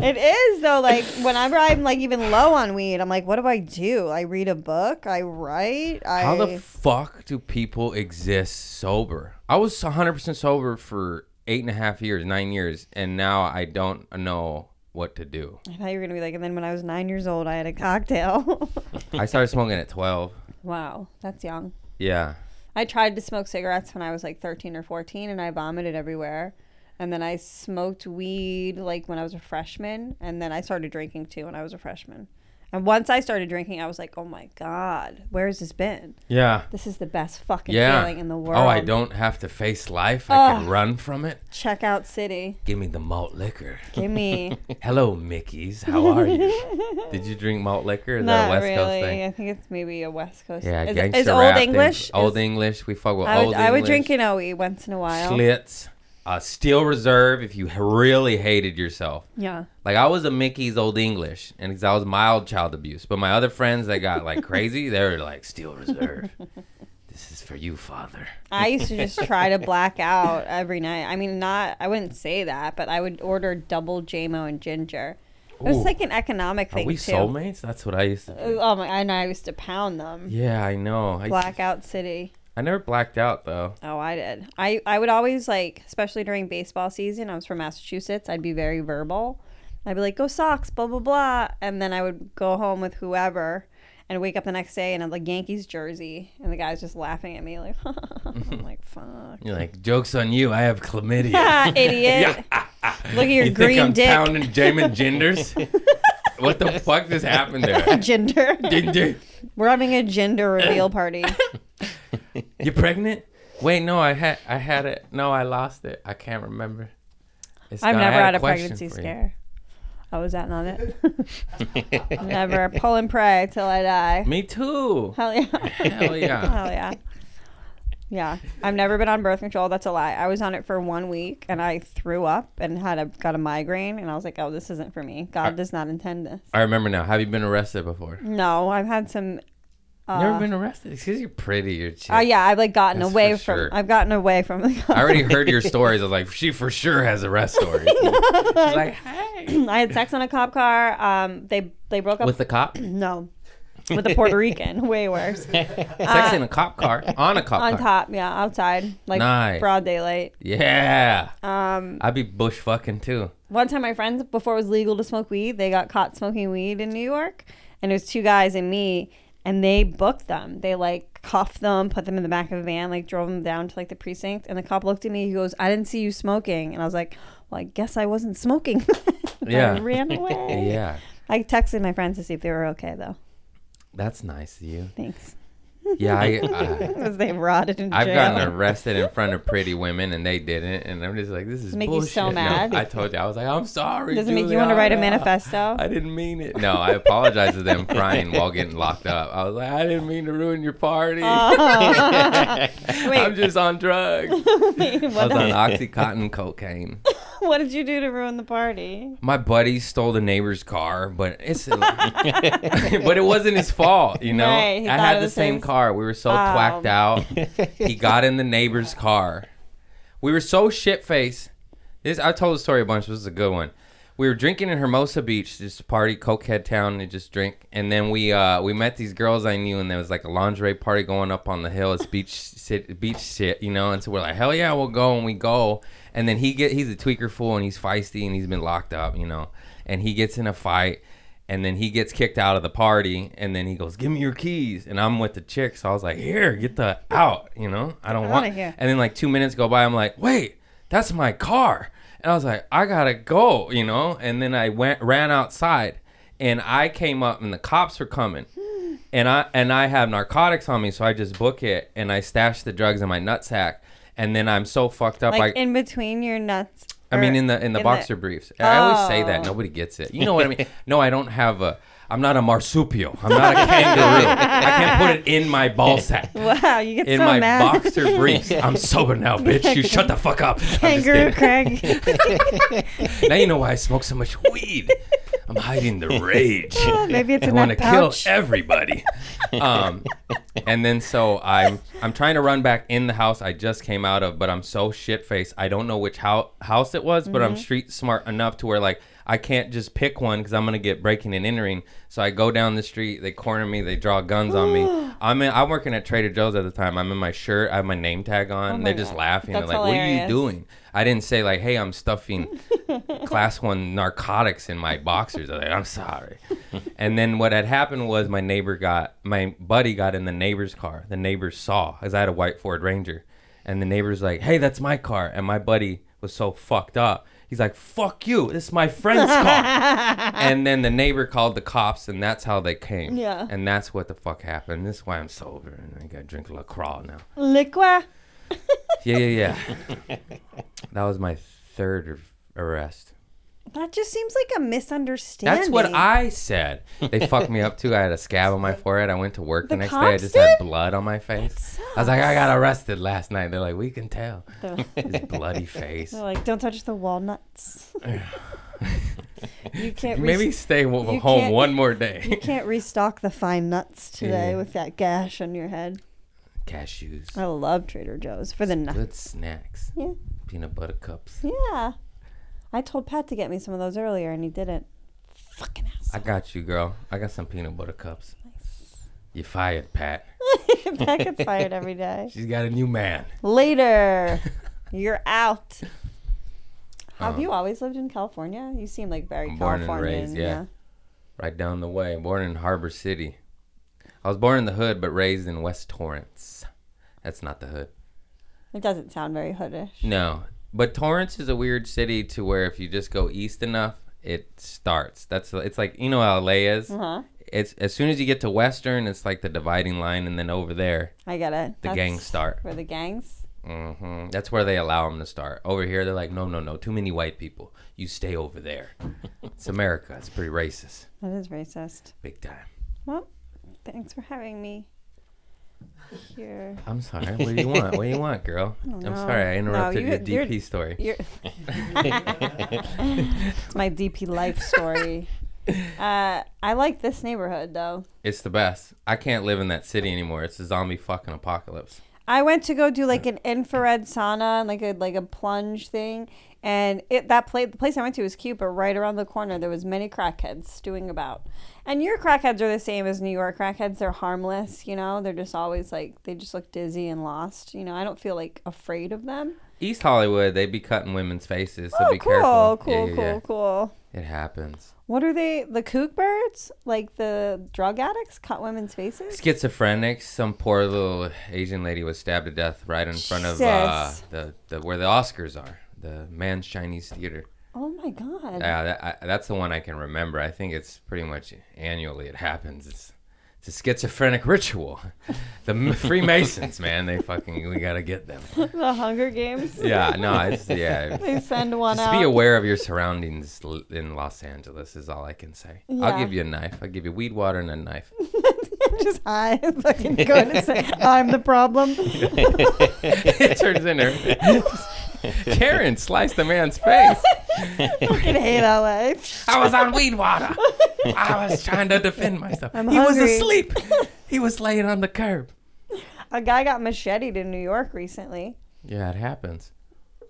[SPEAKER 2] It is though. Like whenever I'm like even low on weed, I'm like, what do I do? I read a book. I write. I
[SPEAKER 1] How the fuck do people exist sober? I was 100% sober for eight and a half years, nine years, and now I don't know what to do.
[SPEAKER 2] I thought you were gonna be like, and then when I was nine years old, I had a cocktail.
[SPEAKER 1] I started smoking at 12.
[SPEAKER 2] wow, that's young.
[SPEAKER 1] Yeah.
[SPEAKER 2] I tried to smoke cigarettes when I was like 13 or 14 and I vomited everywhere. And then I smoked weed like when I was a freshman. And then I started drinking too when I was a freshman. And once I started drinking, I was like, oh my God, where has this been?
[SPEAKER 1] Yeah.
[SPEAKER 2] This is the best fucking
[SPEAKER 1] Yeah.
[SPEAKER 2] feeling in the world.
[SPEAKER 1] Oh, I don't have to face life. I can run from it.
[SPEAKER 2] Checkout City.
[SPEAKER 1] Give me the malt liquor.
[SPEAKER 2] Give me.
[SPEAKER 1] Hello, Mickey's. How are you? Did you drink malt liquor? Is that
[SPEAKER 2] Not
[SPEAKER 1] a West
[SPEAKER 2] really.
[SPEAKER 1] Coast thing?
[SPEAKER 2] I think it's maybe a West Coast
[SPEAKER 1] Yeah,
[SPEAKER 2] Is,
[SPEAKER 1] gangster
[SPEAKER 2] is
[SPEAKER 1] rap
[SPEAKER 2] Old
[SPEAKER 1] things.
[SPEAKER 2] English?
[SPEAKER 1] Old
[SPEAKER 2] is-
[SPEAKER 1] English. We fuck with
[SPEAKER 2] I
[SPEAKER 1] old
[SPEAKER 2] would,
[SPEAKER 1] English.
[SPEAKER 2] I would drink an OE once in a while.
[SPEAKER 1] Schlitz. Uh, Steel Reserve. If you really hated yourself.
[SPEAKER 2] Yeah.
[SPEAKER 1] Like I was a Mickey's Old English, and 'cause I was mild child abuse. But my other friends that got like crazy, they were like Steel Reserve. this is for you, father.
[SPEAKER 2] I used to just try to black out every night. I mean, not I wouldn't say that, but I would order double JMO and ginger. It was
[SPEAKER 1] Ooh.
[SPEAKER 2] like an economic
[SPEAKER 1] Are
[SPEAKER 2] thing
[SPEAKER 1] we
[SPEAKER 2] too.
[SPEAKER 1] soulmates? That's what I used to. do.
[SPEAKER 2] Oh my! And I used to pound them.
[SPEAKER 1] Yeah, I know. I,
[SPEAKER 2] Blackout City.
[SPEAKER 1] I never blacked out though.
[SPEAKER 2] Oh, I did. I I would always like, especially during baseball season. I was from Massachusetts. I'd be very verbal. I'd be like, "Go Sox," blah blah blah, and then I would go home with whoever. And wake up the next day in a like Yankees jersey, and the guy's just laughing at me like, I'm like, fuck,
[SPEAKER 1] You're like, jokes on you. I have chlamydia.
[SPEAKER 2] idiot! Look at your
[SPEAKER 1] you
[SPEAKER 2] green
[SPEAKER 1] think I'm
[SPEAKER 2] dick.
[SPEAKER 1] pounding Jamin Genders? what the fuck just happened there?
[SPEAKER 2] gender.
[SPEAKER 1] Ginger,
[SPEAKER 2] We're having a gender reveal party.
[SPEAKER 1] you pregnant? Wait, no, I had, I had it. No, I lost it. I can't remember. It's
[SPEAKER 2] I've
[SPEAKER 1] gone. I
[SPEAKER 2] never had a
[SPEAKER 1] question
[SPEAKER 2] pregnancy
[SPEAKER 1] for you.
[SPEAKER 2] scare. Oh, I was out on it. never pull and pray till I die.
[SPEAKER 1] Me too.
[SPEAKER 2] Hell yeah.
[SPEAKER 1] Hell yeah.
[SPEAKER 2] Hell yeah. Yeah. I've never been on birth control. That's a lie. I was on it for one week and I threw up and had a got a migraine and I was like, oh, this isn't for me. God
[SPEAKER 1] Uh,
[SPEAKER 2] does not intend this.
[SPEAKER 1] I remember now. Have you been arrested before?
[SPEAKER 2] No, I've had some. Uh,
[SPEAKER 1] Never been arrested. Because you're pretty. You're chill.
[SPEAKER 2] Oh yeah, I've like gotten
[SPEAKER 1] That's
[SPEAKER 2] away
[SPEAKER 1] for
[SPEAKER 2] from.
[SPEAKER 1] sure.
[SPEAKER 2] I've gotten away from. The
[SPEAKER 1] I already heard your stories. I was like, she for sure has a rest story. like,
[SPEAKER 2] I had sex on a cop car. Um, they they broke up
[SPEAKER 1] with the cop,
[SPEAKER 2] No. With a Puerto Rican, way worse.
[SPEAKER 1] sex in a cop car, on a cop
[SPEAKER 2] On
[SPEAKER 1] car.
[SPEAKER 2] top, yeah, outside, like
[SPEAKER 1] Nice.
[SPEAKER 2] broad daylight.
[SPEAKER 1] Yeah,
[SPEAKER 2] Um,
[SPEAKER 1] I'd be bush fucking too.
[SPEAKER 2] one time, my friends, before it was legal to smoke weed, they got caught smoking weed in New York, and it was two guys and me, and they booked them. They like cuffed them, put them in the back of a van, like drove them down to like the precinct, and the cop looked at me. He goes, "I didn't see you smoking," and I was like, "Well, I guess I wasn't smoking." And I
[SPEAKER 1] Yeah.
[SPEAKER 2] ran away.
[SPEAKER 1] Yeah,
[SPEAKER 2] I texted my friends to see if they were okay though.
[SPEAKER 1] that's nice of you.
[SPEAKER 2] Thanks,
[SPEAKER 1] Yeah, I, uh,
[SPEAKER 2] because they rotted in jail.
[SPEAKER 1] I've gotten arrested in front of pretty women and they didn't, and I'm just like, this is
[SPEAKER 2] Make you
[SPEAKER 1] bullshit.
[SPEAKER 2] so
[SPEAKER 1] No,
[SPEAKER 2] mad.
[SPEAKER 1] I told you, I was like, I'm sorry.
[SPEAKER 2] Does it make you want to write a
[SPEAKER 1] Juliana.
[SPEAKER 2] manifesto?
[SPEAKER 1] I didn't mean it. No, I apologized to them crying while getting locked up. I was like, I didn't mean to ruin your party. I'm
[SPEAKER 2] Oh, Wait,
[SPEAKER 1] just on drugs. I
[SPEAKER 2] what,
[SPEAKER 1] was on Oxycontin cocaine.
[SPEAKER 2] what did you do to ruin the party?
[SPEAKER 1] My buddy stole the neighbor's car, but it's but it wasn't his fault, you know.
[SPEAKER 2] Right, he
[SPEAKER 1] I
[SPEAKER 2] thought
[SPEAKER 1] had
[SPEAKER 2] it
[SPEAKER 1] the
[SPEAKER 2] was
[SPEAKER 1] same
[SPEAKER 2] his.
[SPEAKER 1] car. We were so twacked out. he got in the neighbor's car. We were so shit faced. This I told the story a bunch. This is a good one. We were drinking in Hermosa Beach, just party, cokehead town, and just drink. And then we uh, we met these girls I knew, and there was like a lingerie party going up on the hill. It's beach sit, beach shit, you know. And so we're like, hell yeah, we'll go, and we go. And then he get he's a tweaker fool, and he's feisty, and he's been locked up, you know. And he gets in a fight, and then he gets kicked out of the party, and then he goes, "Give me your keys." And I'm with the chick, so I was like, "Here, get the out," you know. I don't
[SPEAKER 2] Outta
[SPEAKER 1] want.
[SPEAKER 2] here.
[SPEAKER 1] And then like two minutes go by, I'm like, "Wait, that's my car," and I was like, "I gotta go," you know. And then I went ran outside, and I came up, and the cops were coming,
[SPEAKER 2] Hmm.
[SPEAKER 1] and I and I have narcotics on me, so I just book it, and I stash the drugs in my nutsack, and then I'm so fucked up,
[SPEAKER 2] Like
[SPEAKER 1] I.
[SPEAKER 2] in between your nuts.
[SPEAKER 1] I mean,
[SPEAKER 2] or
[SPEAKER 1] in the in the boxer briefs. I always say that
[SPEAKER 2] Oh.
[SPEAKER 1] nobody gets it. You know what I mean? No, I don't have a. I'm not a marsupial. I'm not a kangaroo. I can't put it in my ball sack.
[SPEAKER 2] Wow, you get
[SPEAKER 1] In
[SPEAKER 2] so
[SPEAKER 1] my
[SPEAKER 2] mad.
[SPEAKER 1] boxer briefs. I'm sober now, bitch. You shut the fuck up. I'm just
[SPEAKER 2] Kangaroo
[SPEAKER 1] kidding.
[SPEAKER 2] Craig.
[SPEAKER 1] now you know why I smoke so much weed. I'm hiding the rage.
[SPEAKER 2] Maybe it's
[SPEAKER 1] I
[SPEAKER 2] in
[SPEAKER 1] want to
[SPEAKER 2] that
[SPEAKER 1] kill
[SPEAKER 2] pouch.
[SPEAKER 1] everybody. um, and then so I'm I'm trying to run back in the house I just came out of, but I'm so shit faced. I don't know which hou- house it was, but I'm
[SPEAKER 2] Mm-hmm.
[SPEAKER 1] street smart enough to where like I can't just pick one because I'm gonna get breaking and entering. So I go down the street. They corner me. They draw guns on me. I'm in, I'm working at Trader Joe's at the time. I'm in my shirt. I have my name tag on. and
[SPEAKER 2] Oh my
[SPEAKER 1] they're just
[SPEAKER 2] God.
[SPEAKER 1] laughing.
[SPEAKER 2] That's
[SPEAKER 1] they're like, "What are you
[SPEAKER 2] hilarious.
[SPEAKER 1] doing?" I didn't say like, "Hey, I'm stuffing." class one narcotics in my boxers. I was like, I'm sorry. and then what had happened was my neighbor got my buddy got in the neighbor's car. The neighbor saw because I had a white Ford Ranger, and the neighbor's like, "Hey, that's my car." And my buddy was so fucked up. He's like, "Fuck you! This is my friend's car." and then the neighbor called the cops, and that's how they came.
[SPEAKER 2] Yeah.
[SPEAKER 1] And that's what the fuck happened. This is why I'm sober, and I gotta drink La Croix now.
[SPEAKER 2] Liqua.
[SPEAKER 1] Yeah, yeah, yeah. that was my third arrest.
[SPEAKER 2] That just seems like a misunderstanding.
[SPEAKER 1] That's what I said. They fucked me up too. I had a scab on my forehead. I went to work the,
[SPEAKER 2] The
[SPEAKER 1] next day. I
[SPEAKER 2] cops
[SPEAKER 1] just had
[SPEAKER 2] did?
[SPEAKER 1] blood on my face. I was like, I got arrested last night. They're like, we can tell.
[SPEAKER 2] They're
[SPEAKER 1] His bloody face.
[SPEAKER 2] like, don't touch the walnuts. you can't. Maybe
[SPEAKER 1] Maybe stay w-
[SPEAKER 2] you
[SPEAKER 1] home
[SPEAKER 2] can't-
[SPEAKER 1] one more
[SPEAKER 2] you
[SPEAKER 1] day.
[SPEAKER 2] can't restock the fine nuts today
[SPEAKER 1] Yeah.
[SPEAKER 2] with that gash on your head.
[SPEAKER 1] Cashews.
[SPEAKER 2] I love Trader Joe's for the nuts.
[SPEAKER 1] Good snacks.
[SPEAKER 2] Yeah.
[SPEAKER 1] Peanut butter cups.
[SPEAKER 2] Yeah. I told Pat to get me some of those earlier and he didn't. Fucking
[SPEAKER 1] I
[SPEAKER 2] ass.
[SPEAKER 1] got you, girl. I got some peanut butter cups. You fired, Pat.
[SPEAKER 2] Pat gets fired every day.
[SPEAKER 1] She's got a new man.
[SPEAKER 2] Later. You're out. Have you always lived in California? You seem like very
[SPEAKER 1] Um, I'm born and
[SPEAKER 2] Californian.
[SPEAKER 1] raised, yeah. Right down the way. Born in Harbor City. I was born in the hood, but raised in West Torrance. That's not the hood.
[SPEAKER 2] It doesn't sound very hoodish.
[SPEAKER 1] No, but Torrance is a weird city to where if you just go east enough, it starts. That's it's like you know how LA is.
[SPEAKER 2] Uh-huh.
[SPEAKER 1] It's as soon as you get to Western, it's like the dividing line, and then over there,
[SPEAKER 2] I get it.
[SPEAKER 1] the gangs start.
[SPEAKER 2] For the gangs?
[SPEAKER 1] hmm That's where they allow them to start. Over here, they're like, no, no, no, too many white people. You stay over there. it's America. It's pretty racist,
[SPEAKER 2] That is racist.
[SPEAKER 1] big time.
[SPEAKER 2] Well, thanks for having me here.
[SPEAKER 1] I'm sorry. What do you want? What do you want, girl? I'm
[SPEAKER 2] know.
[SPEAKER 1] sorry. I
[SPEAKER 2] No,
[SPEAKER 1] interrupted
[SPEAKER 2] you-
[SPEAKER 1] your
[SPEAKER 2] you're-
[SPEAKER 1] DP story.
[SPEAKER 2] You're it's my DP life story. Uh, I like this neighborhood though.
[SPEAKER 1] It's the best. I can't live in that city anymore. It's a zombie fucking apocalypse.
[SPEAKER 2] I went to go do like an infrared sauna and like a like a plunge thing, and it that place the place I went to was cute, but right around the corner there was many crackheads stewing about. And your crackheads are the same as New York crackheads. They're harmless, you know. They're just always like they just look dizzy and lost. You know, I don't feel like afraid of them.
[SPEAKER 1] East Hollywood, they be cutting women's faces, so
[SPEAKER 2] oh,
[SPEAKER 1] be
[SPEAKER 2] cool,
[SPEAKER 1] careful.
[SPEAKER 2] cool,
[SPEAKER 1] Yeah, yeah,
[SPEAKER 2] cool,
[SPEAKER 1] yeah.
[SPEAKER 2] cool.
[SPEAKER 1] It happens.
[SPEAKER 2] What are they? The kook birds? Like the drug addicts cut women's faces?
[SPEAKER 1] Schizophrenics. Some poor little Asian lady was stabbed to death right in front of uh,
[SPEAKER 2] Jesus.
[SPEAKER 1] the, the where the Oscars are, the Man's Chinese Theater.
[SPEAKER 2] Oh my god.
[SPEAKER 1] Yeah, that, I, that's the one I can remember. I think it's pretty much annually it happens. It's it's a schizophrenic ritual. The M- Freemasons, man, they fucking we gotta get them.
[SPEAKER 2] the Hunger Games.
[SPEAKER 1] Yeah, no, it's yeah.
[SPEAKER 2] They send one
[SPEAKER 1] Just
[SPEAKER 2] out.
[SPEAKER 1] be aware of your surroundings l- in Los Angeles is all I can say. I'll
[SPEAKER 2] Yeah.
[SPEAKER 1] give you a knife. I'll give you weed water and a knife.
[SPEAKER 2] just high and fucking go to say I'm the problem.
[SPEAKER 1] it turns into Karen sliced the man's face.
[SPEAKER 2] fucking hate LA.
[SPEAKER 1] I was on weed water. I was trying to defend myself.
[SPEAKER 2] I'm
[SPEAKER 1] he was
[SPEAKER 2] hungry.
[SPEAKER 1] asleep. He was laying on the curb.
[SPEAKER 2] A guy got macheted in New York recently.
[SPEAKER 1] Yeah, it happens.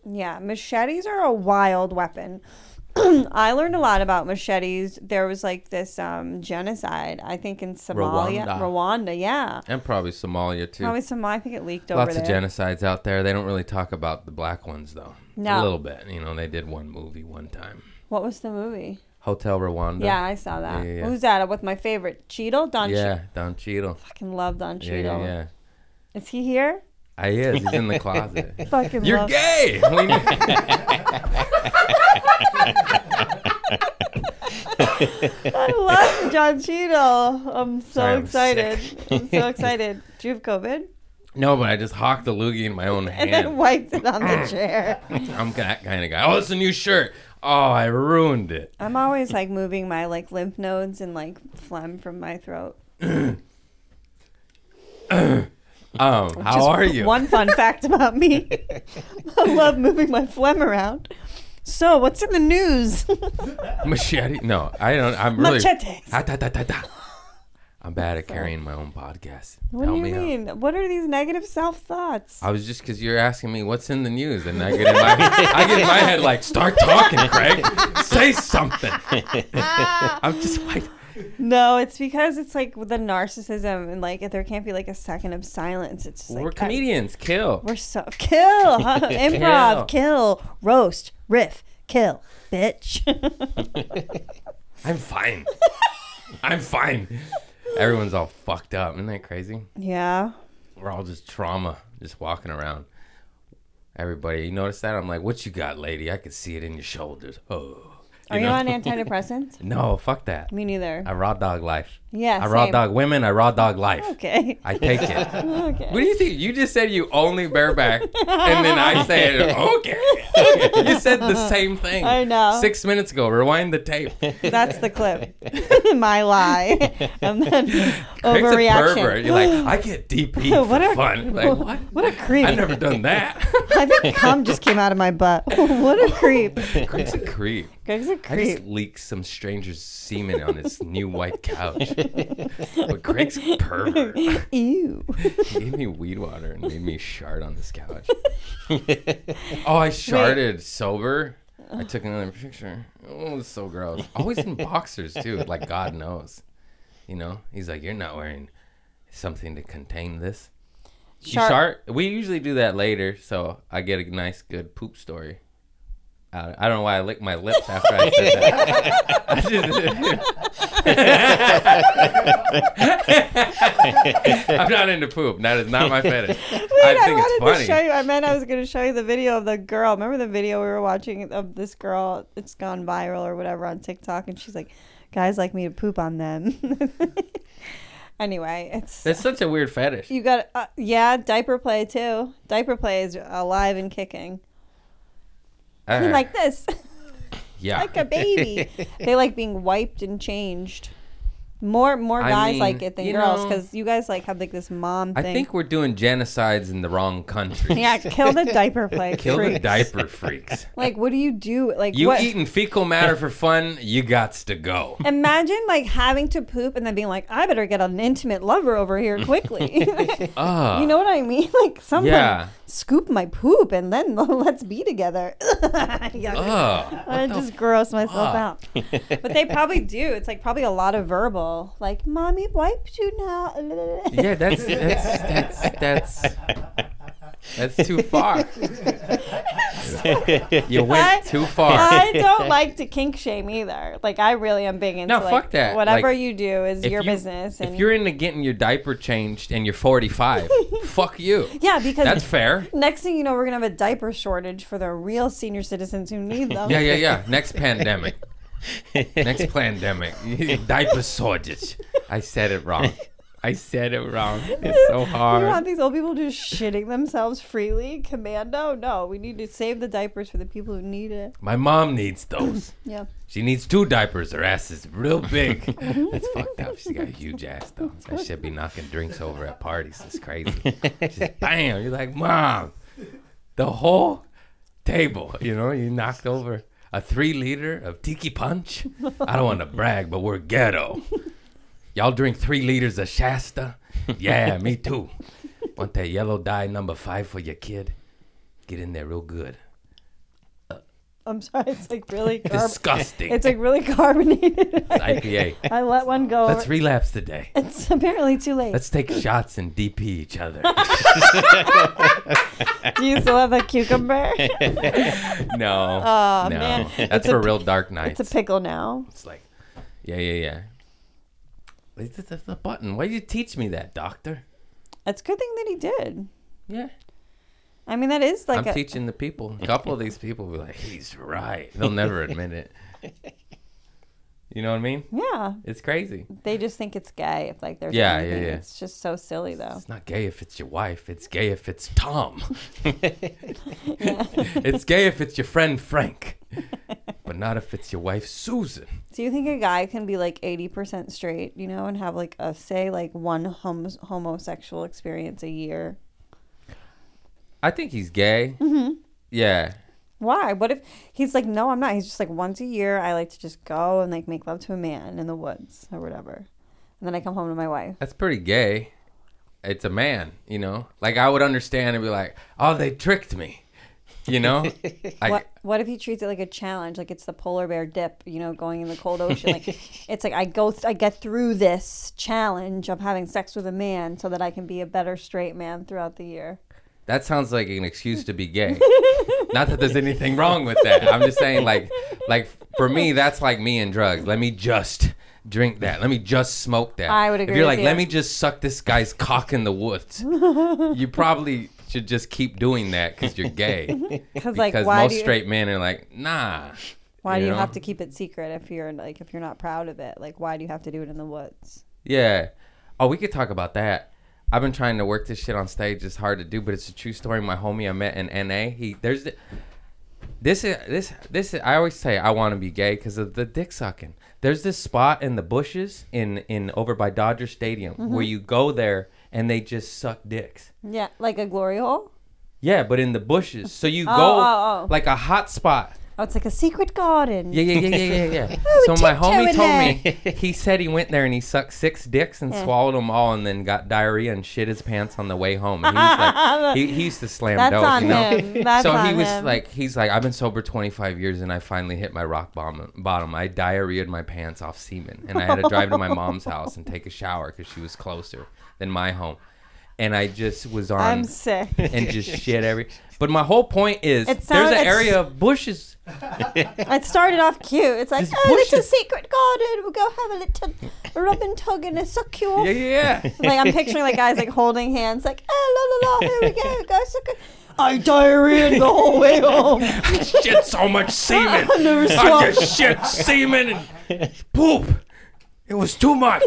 [SPEAKER 2] Yeah, machetes are a wild weapon. I learned a lot about machetes. There was like this um, genocide, I think in Somalia,
[SPEAKER 1] Rwanda.
[SPEAKER 2] Rwanda. yeah.
[SPEAKER 1] And probably Somalia too.
[SPEAKER 2] Probably Somalia. I think it leaked over
[SPEAKER 1] Lots
[SPEAKER 2] there.
[SPEAKER 1] of genocides out there. They don't really talk about the black ones though. A
[SPEAKER 2] No.
[SPEAKER 1] little bit. You know, they did one movie one time.
[SPEAKER 2] what was the movie?
[SPEAKER 1] Hotel Rwanda.
[SPEAKER 2] Yeah, I saw that.
[SPEAKER 1] Yeah, yeah, yeah.
[SPEAKER 2] Who's that? With my favorite Cheeto, Don. Yeah.
[SPEAKER 1] Yeah, Don Cheadle.
[SPEAKER 2] fucking love Don
[SPEAKER 1] Yeah,
[SPEAKER 2] Cheeto.
[SPEAKER 1] yeah, yeah.
[SPEAKER 2] Is he here?
[SPEAKER 1] I is. He's in the closet.
[SPEAKER 2] Fucking
[SPEAKER 1] You're
[SPEAKER 2] love.
[SPEAKER 1] gay. We knew-
[SPEAKER 2] I love Don Cheeto. I'm so
[SPEAKER 1] Sorry, I'm
[SPEAKER 2] excited. I'm so excited. Do you have COVID?
[SPEAKER 1] No, but I just hawked the loogie in my own
[SPEAKER 2] and then
[SPEAKER 1] hand.
[SPEAKER 2] wiped it on the chair.
[SPEAKER 1] I'm that kind of guy. Oh, it's a new shirt. Oh, I ruined it.
[SPEAKER 2] I'm always like moving my like lymph nodes and like phlegm from my throat.
[SPEAKER 1] Um, how
[SPEAKER 2] Just
[SPEAKER 1] are you?
[SPEAKER 2] One fun fact about me. I love moving my phlegm around. So, what's in the news?
[SPEAKER 1] Machete? No, I don't. I'm really.
[SPEAKER 2] Machetes.
[SPEAKER 1] Ah, da, da, da, da. I'm bad at carrying my own podcast.
[SPEAKER 2] What
[SPEAKER 1] Help
[SPEAKER 2] do
[SPEAKER 1] me
[SPEAKER 2] you
[SPEAKER 1] out.
[SPEAKER 2] mean? What are these negative self thoughts?
[SPEAKER 1] I was just because you're asking me what's in the news, and I get in my I get in my head like, start talking, Craig. Say something. I'm just like,
[SPEAKER 2] No, it's because it's like the narcissism and like if there can't be like a second of silence. It's just like
[SPEAKER 1] we're
[SPEAKER 2] I-
[SPEAKER 1] comedians. Kill.
[SPEAKER 2] We're so kill, huh? improv, kill, roast, riff, kill, bitch.
[SPEAKER 1] I'm fine. I'm fine. Everyone's all fucked up. Isn't that crazy?
[SPEAKER 2] yeah.
[SPEAKER 1] We're all just trauma, just walking around. Everybody, you notice that? I'm like, what you got, lady? I can see it in your shoulders. Oh,
[SPEAKER 2] Are you on antidepressants?
[SPEAKER 1] no, fuck that.
[SPEAKER 2] Me neither.
[SPEAKER 1] I raw dog life.
[SPEAKER 2] Yeah,
[SPEAKER 1] I raw
[SPEAKER 2] same.
[SPEAKER 1] dog women. I raw dog life.
[SPEAKER 2] Okay.
[SPEAKER 1] I take it.
[SPEAKER 2] Okay.
[SPEAKER 1] What do you think? You just said you only bareback, and then I said, okay. you said the same thing.
[SPEAKER 2] I know.
[SPEAKER 1] Six minutes ago, rewind the tape.
[SPEAKER 2] That's the clip. My lie. And then
[SPEAKER 1] Craig's a
[SPEAKER 2] overreaction.
[SPEAKER 1] pervert. You're like, I get DP for
[SPEAKER 2] What a-
[SPEAKER 1] fun. Like, what?
[SPEAKER 2] what a creep.
[SPEAKER 1] I've never done that. Oh.
[SPEAKER 2] I think cum just came out of my butt. what a creep.
[SPEAKER 1] Craig's a creep.
[SPEAKER 2] Greg's a
[SPEAKER 1] I just
[SPEAKER 2] creep.
[SPEAKER 1] leaked some stranger's semen on his new white couch. but Craig's a pervert. He
[SPEAKER 2] Ew.
[SPEAKER 1] gave me weed water and made me shart on this couch. Oh, I sharted sober. I took another picture. Oh, it's so gross. Always in boxers too. Like God knows, you know. He's like, you're not wearing something to contain this. You
[SPEAKER 2] Shart-
[SPEAKER 1] shart. We usually do that later, so I get a nice, good poop story. I, I don't know why I licked my lips after I said that. I just- I'm not into poop. That is not my fetish. I think
[SPEAKER 2] wanted
[SPEAKER 1] it's funny.
[SPEAKER 2] to show you. I meant I was going to show you the video of the girl. Remember the video we were watching of this girl? It's gone viral or whatever on TikTok, and she's like, "Guys like me to poop on them." anyway, it's
[SPEAKER 1] That's such a weird fetish.
[SPEAKER 2] you got uh, yeah diaper play too. Diaper play is alive and kicking. I mean,
[SPEAKER 1] Uh,
[SPEAKER 2] like this,
[SPEAKER 1] yeah.
[SPEAKER 2] like a baby. they like being wiped and changed. More more
[SPEAKER 1] I
[SPEAKER 2] guys
[SPEAKER 1] mean,
[SPEAKER 2] like it than
[SPEAKER 1] you
[SPEAKER 2] girls
[SPEAKER 1] know-
[SPEAKER 2] because you guys like have like this mom
[SPEAKER 1] I
[SPEAKER 2] thing.
[SPEAKER 1] think we're doing genocides in the wrong country.
[SPEAKER 2] yeah, kill the diaper play.
[SPEAKER 1] Kill the
[SPEAKER 2] freaks.
[SPEAKER 1] diaper freaks.
[SPEAKER 2] Like, what do you do? Like,
[SPEAKER 1] You
[SPEAKER 2] what?
[SPEAKER 1] eating fecal matter for fun, you gots to go.
[SPEAKER 2] Imagine like having to poop and then being like, I better get an intimate lover over here quickly.
[SPEAKER 1] Ah,
[SPEAKER 2] you know what I mean? Like, someone
[SPEAKER 1] Yeah.
[SPEAKER 2] scoop my poop and then let's be together. Yuck.
[SPEAKER 1] ah.
[SPEAKER 2] I just gross myself out. but they probably do. It's like probably a lot of verbal, like, mommy wiped you now.
[SPEAKER 1] Yeah, that's that's that's that's that's too far. you
[SPEAKER 2] I-
[SPEAKER 1] went too far.
[SPEAKER 2] I don't like to kink shame either. Like I really am big into
[SPEAKER 1] No,
[SPEAKER 2] like,
[SPEAKER 1] fuck that.
[SPEAKER 2] whatever
[SPEAKER 1] Like,
[SPEAKER 2] you do is
[SPEAKER 1] If
[SPEAKER 2] your
[SPEAKER 1] you-
[SPEAKER 2] business. And
[SPEAKER 1] If you're into getting your diaper changed and you're 45, fuck you.
[SPEAKER 2] yeah, because
[SPEAKER 1] That's fair.
[SPEAKER 2] Next thing you know, we're gonna have a diaper shortage for the real senior citizens who need them.
[SPEAKER 1] Yeah, yeah, yeah. Next pandemic. Next pandemic. Diaper shortage. I said it wrong. I said it wrong. It's so
[SPEAKER 2] We want
[SPEAKER 1] hard.
[SPEAKER 2] these old people just shitting themselves freely. Commando? No, we need to save the diapers for the people who need it.
[SPEAKER 1] My mom needs those.
[SPEAKER 2] Yeah.
[SPEAKER 1] She needs two diapers. Her ass is real big. That's fucked up. She's got a huge ass though. That should be knocking drinks over at parties. It's crazy. She's bam. You're like, mom, the whole table. You know, you knocked over a three liter of tiki punch. I don't want to brag, but we're ghetto. Y'all drink three liters of Shasta? Yeah, me too. Want that yellow dye number five for your kid? Get in there real good.
[SPEAKER 2] I'm sorry. It's like really carb-
[SPEAKER 1] Disgusting.
[SPEAKER 2] It's like really carbonated.
[SPEAKER 1] IPA.
[SPEAKER 2] I let one go.
[SPEAKER 1] Let's relapse today.
[SPEAKER 2] it's apparently too late.
[SPEAKER 1] Let's take shots and DP each other.
[SPEAKER 2] Do you still have a cucumber?
[SPEAKER 1] no.
[SPEAKER 2] Oh,
[SPEAKER 1] no.
[SPEAKER 2] man.
[SPEAKER 1] That's for real dark nights.
[SPEAKER 2] it's a
[SPEAKER 1] It's,
[SPEAKER 2] pickle now.
[SPEAKER 1] like, yeah, yeah, yeah. Wait, that's- that's the button. Why did you teach me that, doctor?
[SPEAKER 2] It's a good thing that he did.
[SPEAKER 1] Yeah.
[SPEAKER 2] I mean, that is like
[SPEAKER 1] I'm
[SPEAKER 2] a.
[SPEAKER 1] teaching the people. A couple of these people will be like, he's right. They'll never admit it. you know what I mean?
[SPEAKER 2] Yeah,
[SPEAKER 1] It's crazy.
[SPEAKER 2] they just think it's gay if like there's
[SPEAKER 1] Yeah,
[SPEAKER 2] anything.
[SPEAKER 1] yeah, yeah.
[SPEAKER 2] It's just so silly though.
[SPEAKER 1] It's not gay if it's your wife. It's gay if it's Tom. it's gay if it's your friend Frank, but not if it's your wife Susan.
[SPEAKER 2] Do you think a guy can be like 80% straight, you know, and have like a say like one hom- homosexual experience a year?
[SPEAKER 1] I think he's gay.
[SPEAKER 2] Mm-hmm.
[SPEAKER 1] Yeah.
[SPEAKER 2] Why? What if he's like, no, I'm not. He's just like once a year, I like to just go and like make love to a man in the woods or whatever, and then I come home to my wife.
[SPEAKER 1] That's pretty gay. It's a man, you know? Like, I would understand and be like, oh, they tricked me, you know? like,
[SPEAKER 2] What What if he treats it like a challenge, like it's the polar bear dip, you know, going in the cold ocean? Like it's like I go, th- I get through this challenge of having sex with a man so that I can be a better straight man throughout the year.
[SPEAKER 1] that sounds like an excuse to be gay. Not that there's anything wrong with that. I'm just saying, like, like for me, that's like me and drugs. Let me just drink that. Let me just smoke that.
[SPEAKER 2] I would
[SPEAKER 1] If
[SPEAKER 2] agree
[SPEAKER 1] you're
[SPEAKER 2] with
[SPEAKER 1] like, let
[SPEAKER 2] you.
[SPEAKER 1] me just suck this guy's cock in the woods, you probably should just keep doing that because you're gay.
[SPEAKER 2] Because like,
[SPEAKER 1] because
[SPEAKER 2] why do
[SPEAKER 1] most
[SPEAKER 2] you,
[SPEAKER 1] straight men are like, nah.
[SPEAKER 2] why do you
[SPEAKER 1] know?
[SPEAKER 2] have to keep it secret if you're like if you're not proud of it? Like why do you have to do it in the woods?
[SPEAKER 1] Yeah. Oh, we could talk about that. I've been trying to work this shit on stage. It's hard to do, but it's a true story. My homie I met in NA. He there's the, this is this this is, I always say I want to be gay because of the dick sucking. There's this spot in the bushes in in over by Dodger Stadium
[SPEAKER 2] Mm-hmm.
[SPEAKER 1] where you go there and they just suck dicks.
[SPEAKER 2] Yeah, like a glory hole.
[SPEAKER 1] Yeah, but in the bushes. So you go
[SPEAKER 2] oh, oh.
[SPEAKER 1] like a hot spot.
[SPEAKER 2] Oh, it's like a secret garden.
[SPEAKER 1] Yeah, yeah, yeah, yeah, yeah, yeah. so
[SPEAKER 2] we're
[SPEAKER 1] my homie
[SPEAKER 2] tiptoeing
[SPEAKER 1] told me he said he went there and he sucked six dicks and
[SPEAKER 2] Yeah.
[SPEAKER 1] swallowed them all, and then got diarrhea and shit his pants on the way home. And he, was like, he, he used to slam
[SPEAKER 2] That's
[SPEAKER 1] dope,
[SPEAKER 2] on
[SPEAKER 1] you know.
[SPEAKER 2] him. That's
[SPEAKER 1] so he
[SPEAKER 2] on
[SPEAKER 1] was
[SPEAKER 2] him.
[SPEAKER 1] like, he's like, I've been sober 25 years and I finally hit my rock bottom. bottom. I diarrheaed my pants off semen, and I had to drive to my mom's house and take a shower because she was closer than my home. And I just was on
[SPEAKER 2] I'm sick.
[SPEAKER 1] and just shit every. But my whole point is,
[SPEAKER 2] It
[SPEAKER 1] there's
[SPEAKER 2] sounds-
[SPEAKER 1] an
[SPEAKER 2] it's-
[SPEAKER 1] area of bushes.
[SPEAKER 2] It started off cute. It's like,
[SPEAKER 1] Just
[SPEAKER 2] oh, it's a
[SPEAKER 1] bushes.
[SPEAKER 2] secret garden. We'll go have a little rub and tug and a suck you off.
[SPEAKER 1] Yeah, yeah, yeah.
[SPEAKER 2] Like I'm picturing like guys like holding hands, like, oh la la la, here we go, go suck. it." I diarrhea the Oh, whole way home.
[SPEAKER 1] shit so much semen.
[SPEAKER 2] I've never
[SPEAKER 1] I
[SPEAKER 2] swallowed.
[SPEAKER 1] just shit semen and poop. It was too much.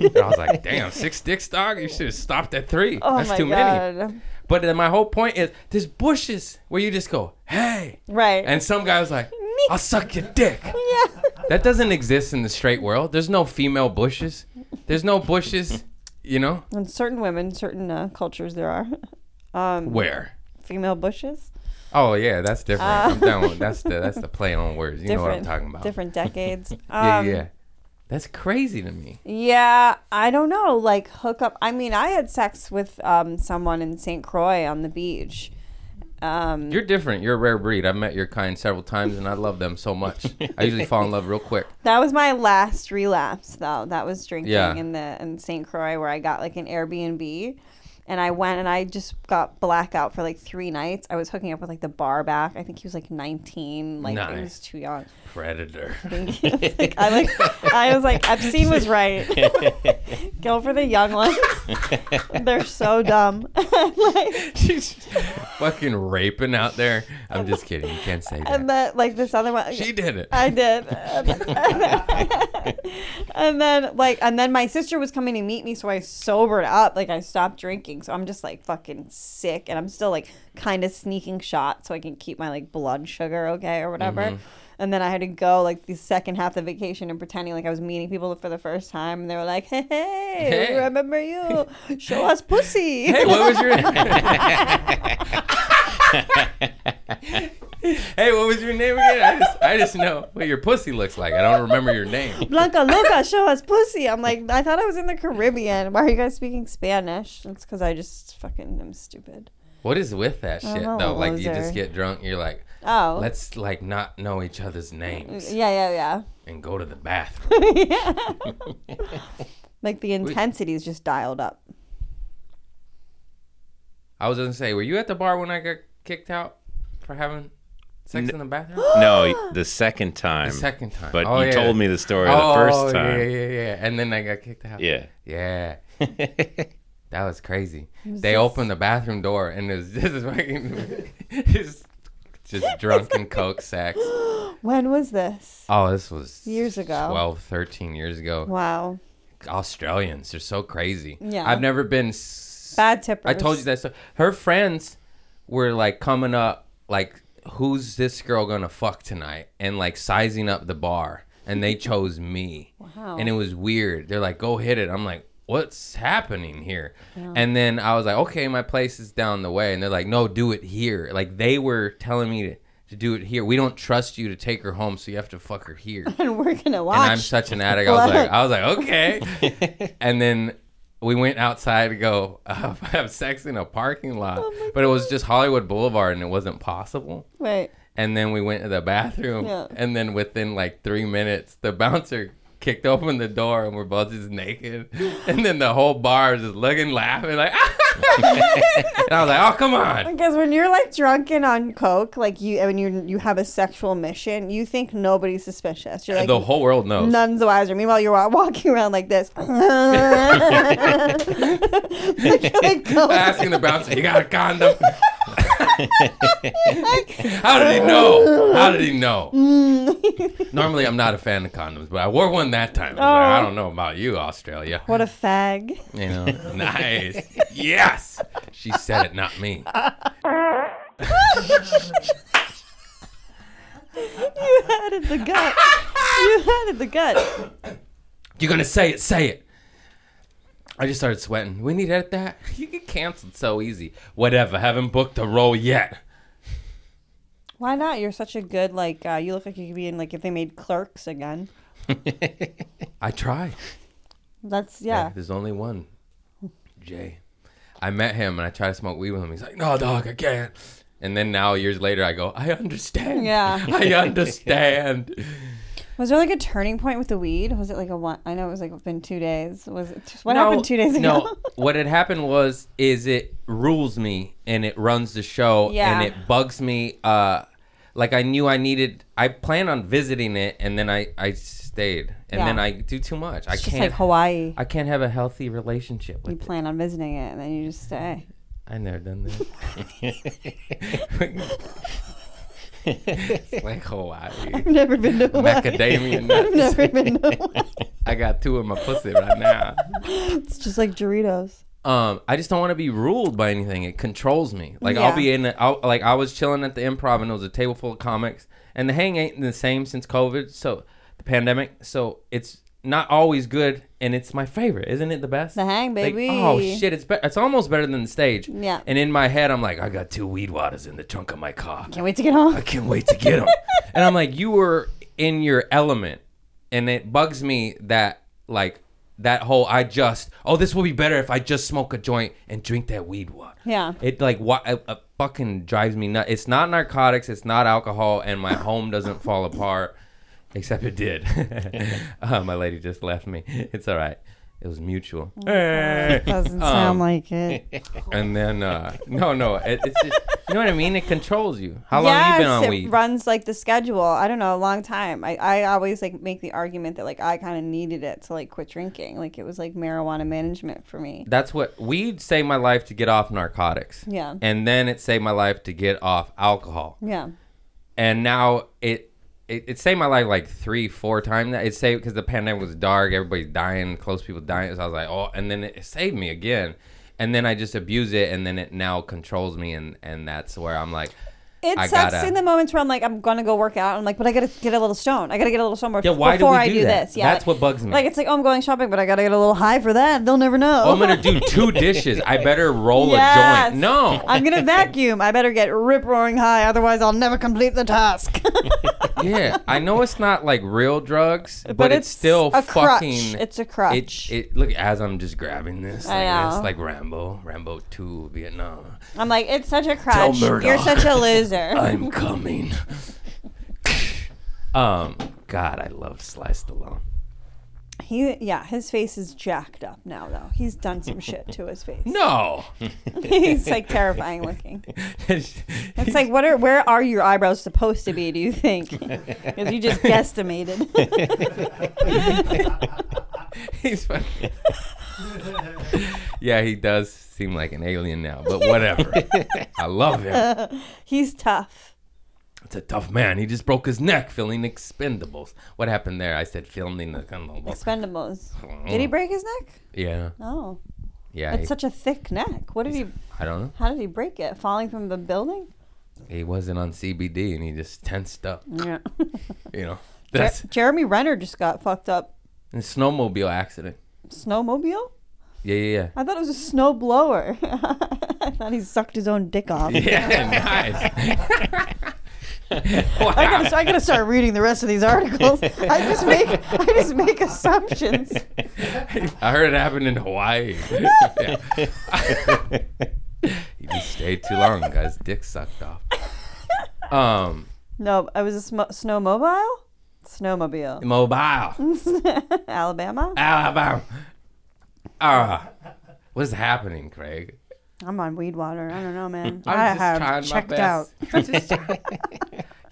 [SPEAKER 1] and I was like, damn, six dicks, dog? You should have stopped at three.
[SPEAKER 2] Oh
[SPEAKER 1] That's
[SPEAKER 2] my
[SPEAKER 1] too
[SPEAKER 2] god.
[SPEAKER 1] many. But then my whole point is there's bushes where you just go, hey.
[SPEAKER 2] Right.
[SPEAKER 1] And some guy was like, I'll suck your dick.
[SPEAKER 2] yeah.
[SPEAKER 1] That doesn't exist in the straight world. There's no female bushes. There's no bushes, you know?
[SPEAKER 2] In certain women, certain uh, cultures, there are um,
[SPEAKER 1] Where?
[SPEAKER 2] female bushes.
[SPEAKER 1] Oh yeah, that's different. I'm down with that's the that's the play on words. You know what I'm
[SPEAKER 2] Uh. Different-
[SPEAKER 1] talking about.
[SPEAKER 2] Different decades. Um,
[SPEAKER 1] Yeah, yeah. That's crazy to me.
[SPEAKER 2] Yeah, I don't know. Like hookup. I mean, I had sex with um, someone in St. Croix on the beach. Um,
[SPEAKER 1] You're different. You're a rare breed. I've met your kind several times, and I love them so much. I usually fall in love real quick.
[SPEAKER 2] that was my last relapse, though. That was drinking
[SPEAKER 1] Yeah.
[SPEAKER 2] in the in St. Croix, where I got like an Airbnb, and I went and I just got blackout for like three nights. I was hooking up with like the bar back. I think he was like 19. Like I
[SPEAKER 1] Nice.
[SPEAKER 2] was too young.
[SPEAKER 1] Predator.
[SPEAKER 2] like, I like I was like Epstein was right. Go for the young ones. They're so dumb. like,
[SPEAKER 1] She's fucking raping out there. I'm just kidding. You can't say that.
[SPEAKER 2] and then like this other one.
[SPEAKER 1] She did it.
[SPEAKER 2] I did. and then like and then my sister was coming to meet me so I sobered up like I stopped drinking so I'm just like fucking sick and I'm still like kind of sneaking shots so I can keep my like blood sugar okay or whatever.
[SPEAKER 1] Mm-hmm.
[SPEAKER 2] And then I had to go like the second half of the vacation and pretending like I was meeting people for the first time and they were like, "Hey, hey,
[SPEAKER 1] Hey.
[SPEAKER 2] we remember you. Show us pussy."
[SPEAKER 1] Hey, what was your? hey, what was your name again? I just, I just know what your pussy looks like. I don't remember your name.
[SPEAKER 2] Blanca Loca, show us pussy. I'm like, I thought I was in the Caribbean. Why are you guys speaking Spanish? It's because I just fucking am stupid.
[SPEAKER 1] What is with that shit
[SPEAKER 2] a
[SPEAKER 1] though? Like you
[SPEAKER 2] loser.
[SPEAKER 1] just get drunk. You're like,
[SPEAKER 2] Oh.
[SPEAKER 1] let's like not know each other's names
[SPEAKER 2] yeah, yeah,
[SPEAKER 1] and go to the bathroom.
[SPEAKER 2] yeah. yeah. like the intensity is just dialed up.
[SPEAKER 1] I was gonna say, were you at the bar when I got kicked out for having sex in the bathroom?
[SPEAKER 3] no, the second time.
[SPEAKER 1] the second time.
[SPEAKER 3] But
[SPEAKER 1] Oh,
[SPEAKER 3] you
[SPEAKER 1] yeah.
[SPEAKER 3] told me the story
[SPEAKER 1] oh,
[SPEAKER 3] the first
[SPEAKER 1] Yeah,
[SPEAKER 3] time.
[SPEAKER 1] yeah, yeah. And then I got kicked out.
[SPEAKER 3] Yeah.
[SPEAKER 1] Yeah. That was crazy. They opened the bathroom door and it was just fucking just just drunken coke sex.
[SPEAKER 2] When was this?
[SPEAKER 1] Oh, this was
[SPEAKER 2] Years ago.
[SPEAKER 1] 12, 13 years ago.
[SPEAKER 2] Wow.
[SPEAKER 1] Australians, they're so crazy.
[SPEAKER 2] Yeah.
[SPEAKER 1] I've never been. s-
[SPEAKER 2] Bad tippers.
[SPEAKER 1] I told you that. So her friends were like coming up, like, who's this girl gonna fuck tonight? And like sizing up the bar. And they chose me.
[SPEAKER 2] Wow.
[SPEAKER 1] And it was weird. They're like, go hit it. I'm like, what's happening here? And then I was like, okay, my place is down the way. And they're like, no, do it here. Like, they were telling me to, to do it here. We don't trust you to take her home, so you have to fuck her here
[SPEAKER 2] And we're gonna watch.
[SPEAKER 1] and I'm such an addict. I was like, I was like, okay. and then we went outside to go uh, have sex in a parking lot,
[SPEAKER 2] Oh
[SPEAKER 1] but it was just Hollywood Boulevard, and it wasn't possible.
[SPEAKER 2] Wait.
[SPEAKER 1] And then we went to the bathroom,
[SPEAKER 2] Yeah.
[SPEAKER 1] and then within like three minutes, the bouncer kicked open the door, and we're both just naked. and then the whole bar is just looking, laughing, like. and I was like, oh come on.
[SPEAKER 2] Because when you're like drunken on coke, like you, when you you have a sexual mission, you think nobody's suspicious. You're like
[SPEAKER 1] the whole world knows.
[SPEAKER 2] none's the wiser. Meanwhile, you're wa- walking around like this. like, you're, like, going-
[SPEAKER 1] Asking the bouncer, you got a condom? How did he know? How did he know? Normally, I'm not a fan of condoms, but I wore one that time. I, was like, I
[SPEAKER 2] Mm. Oh.
[SPEAKER 1] don't know about you, Australia.
[SPEAKER 2] what a fag.
[SPEAKER 1] You know, nice. Yes, she said it, not me.
[SPEAKER 2] You had it the gut. You had it the gut.
[SPEAKER 1] You're gonna say it. Say it. I just started sweating. We need to edit that. You get canceled so easy. Whatever. Haven't booked a role yet.
[SPEAKER 2] Why not? You're such a good like. Uh, you look like you could be in like if they made clerks again.
[SPEAKER 1] I try.
[SPEAKER 2] That's
[SPEAKER 1] Yeah,
[SPEAKER 2] yeah.
[SPEAKER 1] there's only one. Jay. I met him and I tried to smoke weed with him. He's like, no, dog, I can't. And then now, years later, I go, I understand.
[SPEAKER 2] Yeah.
[SPEAKER 1] I understand.
[SPEAKER 2] Was there like a turning point with the weed? Was it like a one? I know it was like within two days. Was it just, what
[SPEAKER 1] No,
[SPEAKER 2] happened two days ago?
[SPEAKER 1] No, what had happened was, is it rules me and it runs the show
[SPEAKER 2] Yeah.
[SPEAKER 1] and it bugs me. Uh, like I knew I needed, I planned on visiting it and then I, I stayed. And
[SPEAKER 2] Yeah.
[SPEAKER 1] then I do too much. I
[SPEAKER 2] it's just
[SPEAKER 1] can't.
[SPEAKER 2] like Hawaii.
[SPEAKER 1] I can't have a healthy relationship with
[SPEAKER 2] You plan on visiting it and then you just stay.
[SPEAKER 1] I never done that. It's like oh, Hawaii.
[SPEAKER 2] I've never been to Hawaii.
[SPEAKER 1] Macadamia
[SPEAKER 2] I've
[SPEAKER 1] nuts.
[SPEAKER 2] never been to Hawaii.
[SPEAKER 1] I got two in my pussy right now.
[SPEAKER 2] It's just like Doritos.
[SPEAKER 1] Um, I just don't want to be ruled by anything. It controls me. Like
[SPEAKER 2] Yeah.
[SPEAKER 1] I'll be in. A, I'll, like I was chilling at the improv, and it was a table full of comics. And the hang ain't the same since COVID, so the pandemic. So it's not always good, and it's my favorite. Isn't it the best?
[SPEAKER 2] The hang,
[SPEAKER 1] Like,
[SPEAKER 2] baby.
[SPEAKER 1] oh shit, it's be- it's almost better than the stage.
[SPEAKER 2] Yeah.
[SPEAKER 1] And in my head, I'm like, I got two weed waters in the trunk of my car.
[SPEAKER 2] Can't wait to get home.
[SPEAKER 1] I can't wait to get them. and I'm like, you were in your element, and it bugs me that like that whole I just oh this will be better if I just smoke a joint and drink that weed water.
[SPEAKER 2] Yeah.
[SPEAKER 1] It like what it, it fucking drives me nuts. It's not narcotics. It's not alcohol, and my home doesn't fall apart. Except it did. uh, my lady just left me. It's all right. It was mutual.
[SPEAKER 2] Oh, Doesn't
[SPEAKER 1] Um,
[SPEAKER 2] sound like it.
[SPEAKER 1] And then uh, no, no, it, it's just, you know what I mean. It controls you. How long
[SPEAKER 2] yes,
[SPEAKER 1] you been on
[SPEAKER 2] it
[SPEAKER 1] weed?
[SPEAKER 2] runs like the schedule. I don't know, a long time. I, I always like make the argument that like I kind of needed it to like quit drinking. Like it was like marijuana management for me.
[SPEAKER 1] That's what weed saved my life to get off narcotics.
[SPEAKER 2] Yeah.
[SPEAKER 1] And then it saved my life to get off alcohol.
[SPEAKER 2] Yeah.
[SPEAKER 1] And now it it, it saved my life like three, four times. It saved because the pandemic was dark, everybody's dying, close people dying. So I was like, oh, and then it saved me again. And then I just abuse it, and then it now controls me, and and that's where I'm like,
[SPEAKER 2] It
[SPEAKER 1] I
[SPEAKER 2] sucks
[SPEAKER 1] gotta-
[SPEAKER 2] in the moments where I'm like, I'm gonna go work out. I'm like, but I gotta get a little stone. I gotta get a little stone before,
[SPEAKER 1] Yeah, why do
[SPEAKER 2] before
[SPEAKER 1] we
[SPEAKER 2] I
[SPEAKER 1] do
[SPEAKER 2] do
[SPEAKER 1] that?
[SPEAKER 2] this. Yeah,
[SPEAKER 1] That's what bugs me.
[SPEAKER 2] Like it's like, oh, I'm going shopping, but I gotta get a little high for that. They'll never know.
[SPEAKER 1] oh, I'm gonna do two dishes. I better roll a
[SPEAKER 2] Yes.
[SPEAKER 1] joint. No,
[SPEAKER 2] I'm gonna vacuum. I better get rip roaring high, otherwise I'll never complete the task.
[SPEAKER 1] yeah, I know it's not like real drugs, but, it's,
[SPEAKER 2] it's
[SPEAKER 1] still
[SPEAKER 2] a crutch.
[SPEAKER 1] fucking.
[SPEAKER 2] It's a crutch.
[SPEAKER 1] It, it look as I'm just grabbing this.
[SPEAKER 2] I
[SPEAKER 1] like,
[SPEAKER 2] know.
[SPEAKER 1] It's like Rambo, Rambo Two, Vietnam.
[SPEAKER 2] I'm like, it's such a crutch. You're
[SPEAKER 1] Murdoch.
[SPEAKER 2] such a loser.
[SPEAKER 1] I'm coming. um, God, I love Sliced Alone.
[SPEAKER 2] he, yeah, his face is jacked up now though. He's done some shit to his face.
[SPEAKER 1] No,
[SPEAKER 2] He's like terrifying looking.
[SPEAKER 1] it's
[SPEAKER 2] It's like, what are where are your eyebrows supposed to be? Do you think? Because you just guesstimated.
[SPEAKER 1] he's funny. yeah, he does seem like an alien now, but whatever. I love him.
[SPEAKER 2] He's tough.
[SPEAKER 1] It's a tough man. He just broke his neck filming Expendables. What happened there? I said filming Expendables.
[SPEAKER 2] Expendables. Did
[SPEAKER 1] Mm.
[SPEAKER 2] he break his neck?
[SPEAKER 1] Yeah,
[SPEAKER 2] Oh,
[SPEAKER 1] yeah.
[SPEAKER 2] it's
[SPEAKER 1] He,
[SPEAKER 2] such a thick neck. What did he?
[SPEAKER 1] I don't know.
[SPEAKER 2] How did he break it? Falling from the building?
[SPEAKER 1] He wasn't on CBD and he just tensed up.
[SPEAKER 2] Yeah.
[SPEAKER 1] You know, that's
[SPEAKER 2] Jeremy Renner just got fucked up.
[SPEAKER 1] a snowmobile accident.
[SPEAKER 2] Snowmobile?
[SPEAKER 1] Yeah, yeah,
[SPEAKER 2] I thought it was a snow blower. I thought he sucked his own dick off.
[SPEAKER 1] yeah. Yeah, nice.
[SPEAKER 2] I gotta, I gotta start reading the rest of these articles. I just make, I just make assumptions.
[SPEAKER 1] I heard it happened in Hawaii. Yeah. he just stayed too long, guys. Dick sucked off. Um,
[SPEAKER 2] No, I was a sm- snowmobile, snowmobile,
[SPEAKER 1] mobile,
[SPEAKER 2] Alabama.
[SPEAKER 1] Alabama. Ah, what's happening, Craig?
[SPEAKER 2] I'm on weed water. I don't know, man.
[SPEAKER 1] I'm
[SPEAKER 2] I
[SPEAKER 1] just
[SPEAKER 2] have
[SPEAKER 1] trying
[SPEAKER 2] checked
[SPEAKER 1] my
[SPEAKER 2] out.
[SPEAKER 1] best. I just-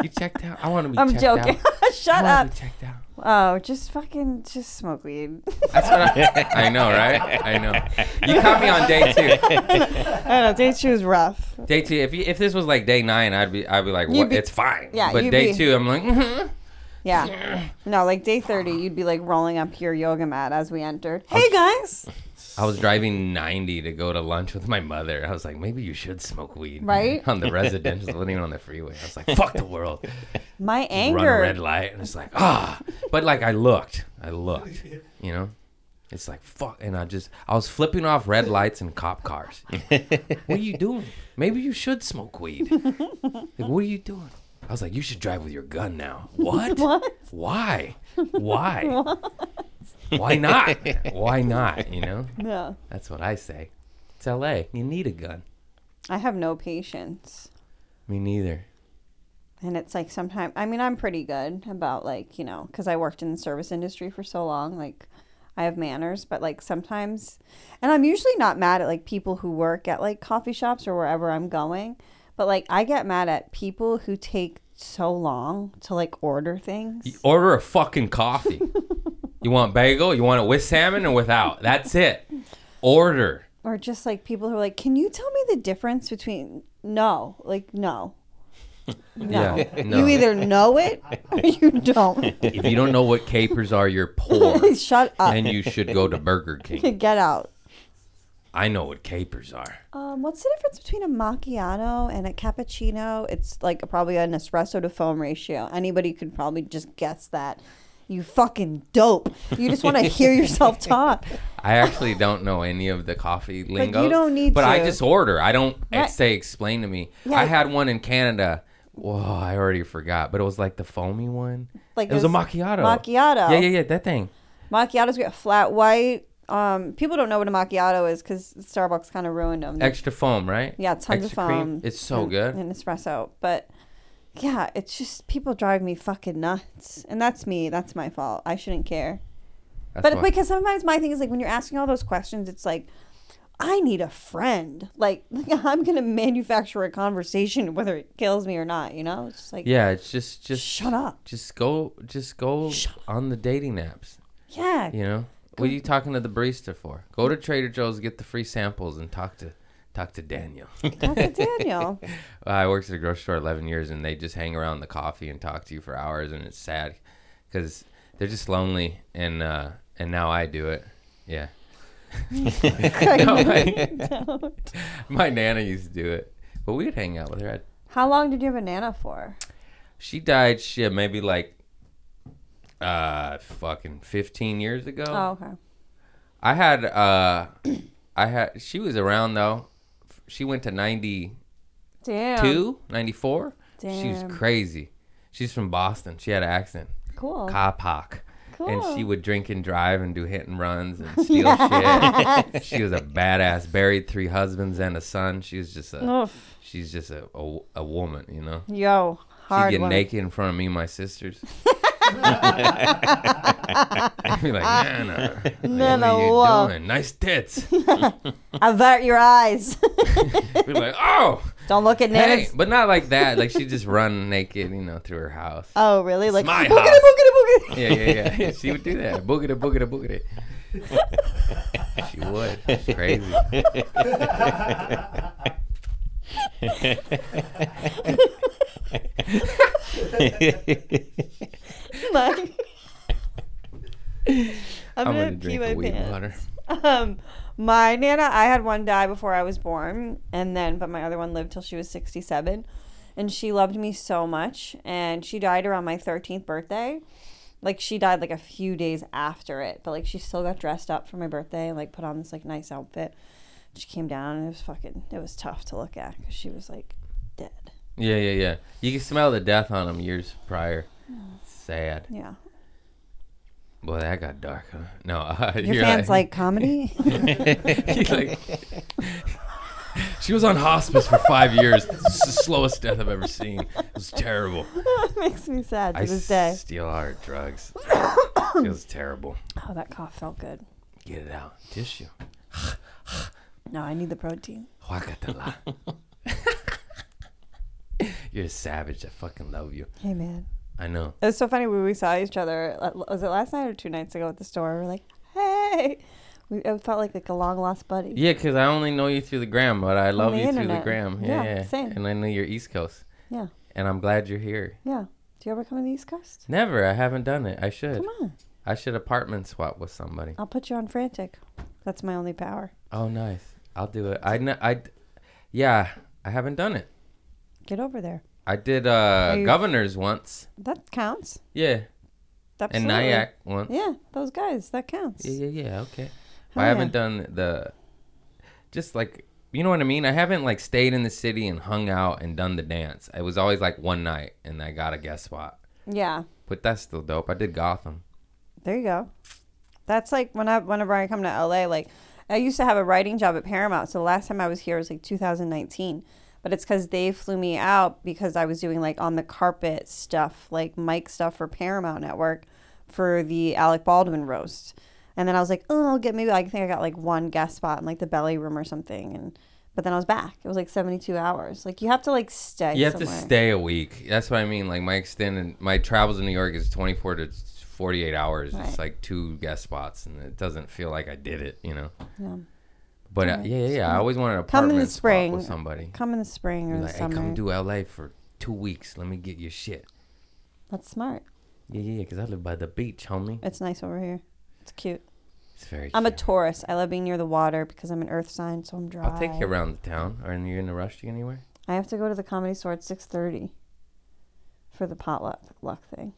[SPEAKER 1] you checked out. I want to be.
[SPEAKER 2] I'm
[SPEAKER 1] checked
[SPEAKER 2] joking.
[SPEAKER 1] Out.
[SPEAKER 2] Shut
[SPEAKER 1] I
[SPEAKER 2] up.
[SPEAKER 1] wanna be checked out.
[SPEAKER 2] Oh, just fucking, just smoke weed.
[SPEAKER 1] That's what I, I know, right? I know. You caught me on day two.
[SPEAKER 2] I don't know. Day two was rough.
[SPEAKER 1] Day two. If you, if this was like day nine, I'd be I'd be like,
[SPEAKER 2] You'd
[SPEAKER 1] what?
[SPEAKER 2] be-
[SPEAKER 1] it's fine.
[SPEAKER 2] yeah,
[SPEAKER 1] But
[SPEAKER 2] you'd
[SPEAKER 1] day
[SPEAKER 2] be-
[SPEAKER 1] two, I'm like, mhm.
[SPEAKER 2] Yeah. No, like day 30, you'd be like rolling up your yoga mat as we entered. Hey, guys.
[SPEAKER 1] I was driving 90 to go to lunch with my mother. I was like, maybe you should smoke weed.
[SPEAKER 2] Right?
[SPEAKER 1] On the residential, it wasn't even on the freeway. I was like, fuck the world.
[SPEAKER 2] My
[SPEAKER 1] Run a red
[SPEAKER 2] anger.
[SPEAKER 1] light. And it's like, ah. But like, I looked. I looked. You know? It's like, fuck. And I just, I was flipping off red lights and cop cars. what are you doing? Maybe you should smoke weed. like, what are you doing? I was like, you should drive with your gun now. What?
[SPEAKER 2] What?
[SPEAKER 1] Why? Why? Why not? Why not? You know?
[SPEAKER 2] No.
[SPEAKER 1] That's what I say. It's LA. You need a gun.
[SPEAKER 2] I have no patience.
[SPEAKER 1] Me neither.
[SPEAKER 2] And it's like sometimes, I mean, I'm pretty good about like, you know, because I worked in the service industry for so long. Like, I have manners, but like sometimes, and I'm usually not mad at like people who work at like coffee shops or wherever I'm going, but like I get mad at people who take so long to like order things.
[SPEAKER 1] You order a fucking coffee. you want bagel? You want it with salmon or without? That's it. Order.
[SPEAKER 2] or just like people who are like, "Can you tell me the difference between no, like no, no?
[SPEAKER 1] Yeah, no.
[SPEAKER 2] You either know it or you don't.
[SPEAKER 1] If you don't know what capers are, you're poor.
[SPEAKER 2] Shut up.
[SPEAKER 1] and you should go to Burger King.
[SPEAKER 2] Get out."
[SPEAKER 1] I know what capers are.
[SPEAKER 2] Um, what's the difference between a macchiato and a cappuccino? It's like probably an espresso to foam ratio. Anybody could probably just guess that. You fucking dope. You just want to hear yourself talk.
[SPEAKER 1] I actually don't know any of the coffee lingo.
[SPEAKER 2] don't need
[SPEAKER 1] But I
[SPEAKER 2] to.
[SPEAKER 1] just order. I don't
[SPEAKER 2] Right.
[SPEAKER 1] say explain to me.
[SPEAKER 2] Yeah.
[SPEAKER 1] I had one in Canada. Whoa, I already forgot. But it was like the foamy one.
[SPEAKER 2] Like
[SPEAKER 1] it was a
[SPEAKER 2] this
[SPEAKER 1] macchiato.
[SPEAKER 2] macchiato.
[SPEAKER 1] Yeah, yeah, yeah. That thing.
[SPEAKER 2] Macchiatos get flat white. Um, people don't know what a macchiato is because Starbucks kind of ruined them.
[SPEAKER 1] extra foam, right?
[SPEAKER 2] Yeah, tons
[SPEAKER 1] extra
[SPEAKER 2] of
[SPEAKER 1] cream.
[SPEAKER 2] foam.
[SPEAKER 1] It's so
[SPEAKER 2] and-
[SPEAKER 1] good.
[SPEAKER 2] And espresso. But yeah, it's just people drive me fucking nuts. And that's me. That's my fault. I shouldn't care.
[SPEAKER 1] That's
[SPEAKER 2] But
[SPEAKER 1] why-
[SPEAKER 2] because sometimes my thing is like when you're asking all those questions, it's like, I need a friend. Like, I'm going to manufacture a conversation whether it kills me or not, you know? It's just like,
[SPEAKER 1] yeah, it's just just
[SPEAKER 2] shut up.
[SPEAKER 1] Just go, just go
[SPEAKER 2] Shut
[SPEAKER 1] on the dating apps.
[SPEAKER 2] Yeah.
[SPEAKER 1] You know, what are you talking to the barista for? Go to Trader Joe's, get the free samples, and talk to talk to Daniel.
[SPEAKER 2] Talk to Daniel.
[SPEAKER 1] I worked at a grocery store 11 years, and they just hang around the coffee and talk to you for hours, and it's sad because they're just lonely, and uh, and now I do it. Yeah. No, my, my nana used to do it, but we would hang out with her. I'd
[SPEAKER 2] How long did you have a nana for?
[SPEAKER 1] She died shit maybe like uh fucking 15 years ago.
[SPEAKER 2] Oh, okay.
[SPEAKER 1] I had uh I had she was around though. She went to 92,
[SPEAKER 2] Damn.
[SPEAKER 1] 94. She was
[SPEAKER 2] Oh. Damn.
[SPEAKER 1] crazy. She's from Boston. She had an accent.
[SPEAKER 2] Cool.
[SPEAKER 1] Kapak.
[SPEAKER 2] Oh. cool.
[SPEAKER 1] And she would drink and drive and do hit and runs and steal shit. She was a badass. Buried three husbands and a son. She was just a
[SPEAKER 2] Oof.
[SPEAKER 1] she's just a a, a woman, you know.
[SPEAKER 2] Yo,
[SPEAKER 1] She'd
[SPEAKER 2] hard
[SPEAKER 1] get
[SPEAKER 2] one.
[SPEAKER 1] naked in front of me and my sisters. I'd be like, Nana, like, what
[SPEAKER 2] Nana,
[SPEAKER 1] are you
[SPEAKER 2] whoa."
[SPEAKER 1] doing? Nice tits.
[SPEAKER 2] Avert your eyes.
[SPEAKER 1] Be like, oh,
[SPEAKER 2] Don't look at
[SPEAKER 1] hey.
[SPEAKER 2] Nana's.
[SPEAKER 1] But not like that. Like, she'd just run naked, you know, through her house.
[SPEAKER 2] Oh, really? Like
[SPEAKER 1] my
[SPEAKER 2] boogity,
[SPEAKER 1] house.
[SPEAKER 2] boogity, boogity.
[SPEAKER 1] Yeah, yeah, yeah. she would do that. Boogity, boogity, boogity. She would. It's crazy.
[SPEAKER 2] Like, I'm,
[SPEAKER 1] I'm
[SPEAKER 2] gonna,
[SPEAKER 1] gonna
[SPEAKER 2] pee
[SPEAKER 1] drink
[SPEAKER 2] my
[SPEAKER 1] the weed
[SPEAKER 2] pants.
[SPEAKER 1] water.
[SPEAKER 2] Um, my nana, I had one die before I was born, and then but my other one lived till she was 67, and she loved me so much, and she died around my 13th birthday. Like she died like a few days after it, but like she still got dressed up for my birthday and like put on this like nice outfit. She came down and it was fucking it was tough to look at because she was like dead.
[SPEAKER 1] Yeah, yeah, yeah. You can smell the death on him years prior. Sad.
[SPEAKER 2] Yeah,
[SPEAKER 1] Boy, that got dark, huh? No, uh,
[SPEAKER 2] your
[SPEAKER 1] you're
[SPEAKER 2] fans like comedy.
[SPEAKER 1] He's like, she was on hospice for five years. It's the slowest death I've ever seen. It was terrible.
[SPEAKER 2] makes me sad to
[SPEAKER 1] I
[SPEAKER 2] this day.
[SPEAKER 1] steal our drugs. Feels terrible.
[SPEAKER 2] Oh, that cough felt good.
[SPEAKER 1] Get it out. Tissue.
[SPEAKER 2] No, I need the protein.
[SPEAKER 1] Huacatala. You're a savage. I fucking love you.
[SPEAKER 2] Hey, man.
[SPEAKER 1] I know.
[SPEAKER 2] It was so funny when we saw each other. uh, Was it last night or two nights ago at the store? We were like, hey. We, it felt like, like a long lost buddy.
[SPEAKER 1] Yeah, 'cause I only know you through the gram, but I love
[SPEAKER 2] the
[SPEAKER 1] you through the
[SPEAKER 2] internet.
[SPEAKER 1] gram.
[SPEAKER 2] Yeah,
[SPEAKER 1] Yeah, yeah.
[SPEAKER 2] same.
[SPEAKER 1] And I know you're East Coast.
[SPEAKER 2] Yeah.
[SPEAKER 1] And I'm glad you're here.
[SPEAKER 2] Yeah. Do you ever come to the East Coast?
[SPEAKER 1] Never. I haven't done it. I should.
[SPEAKER 2] Come on.
[SPEAKER 1] I should apartment swap with somebody.
[SPEAKER 2] I'll put you on frantic. That's my only power.
[SPEAKER 1] Oh, nice. I'll do it. I, kn- I, d- yeah, I haven't done it.
[SPEAKER 2] Get over there.
[SPEAKER 1] I did uh
[SPEAKER 2] Are you-
[SPEAKER 1] governors once.
[SPEAKER 2] That counts.
[SPEAKER 1] Yeah, and
[SPEAKER 2] Absolutely.
[SPEAKER 1] Nyack once. Yeah,
[SPEAKER 2] Yeah, those guys. That counts.
[SPEAKER 1] yeah, yeah. okay. I
[SPEAKER 2] Hell yeah.
[SPEAKER 1] haven't done the, just like you know what I mean. I haven't like stayed in the city and hung out and done the dance. It was always like one night, and I got a guest spot.
[SPEAKER 2] Yeah.
[SPEAKER 1] But that's still dope. I did Gotham.
[SPEAKER 2] There you go. That's like when I whenever I come to LA, like I used to have a writing job at Paramount. So the last time I was here was like 2019. But it's because they flew me out because I was doing like on the carpet stuff, like mic stuff for Paramount Network for the Alec Baldwin roast. And then I was like, oh, I'll get maybe I think I got like one guest spot in like the belly room or something. And but then I was back. It was like 72 hours. Like you have to like stay.
[SPEAKER 1] You have
[SPEAKER 2] somewhere.
[SPEAKER 1] to stay a week. That's what I mean. Like my extended my travels in New York is 24 to 48 hours.
[SPEAKER 2] Right.
[SPEAKER 1] It's like two guest spots, and it doesn't feel like I did it. You know.
[SPEAKER 2] Yeah.
[SPEAKER 1] But uh, yeah, yeah, yeah. I always wanted an
[SPEAKER 2] Come in
[SPEAKER 1] apartment
[SPEAKER 2] the
[SPEAKER 1] spot with
[SPEAKER 2] spring.
[SPEAKER 1] somebody.
[SPEAKER 2] Come in the spring or
[SPEAKER 1] Be
[SPEAKER 2] the
[SPEAKER 1] like, hey,
[SPEAKER 2] summer.
[SPEAKER 1] come to LA for two weeks. Let me get your shit.
[SPEAKER 2] That's smart.
[SPEAKER 1] Yeah, yeah, yeah. Cause I live by the beach, homie.
[SPEAKER 2] It's nice over here. It's cute.
[SPEAKER 1] It's very.
[SPEAKER 2] I'm a
[SPEAKER 1] cute.
[SPEAKER 2] Taurus. I love being near the water because I'm an Earth sign, so I'm dry.
[SPEAKER 1] I'll take you around the town. Are you in a rush to get anywhere?
[SPEAKER 2] I have to go to the comedy store at six thirty for the potluck luck thing.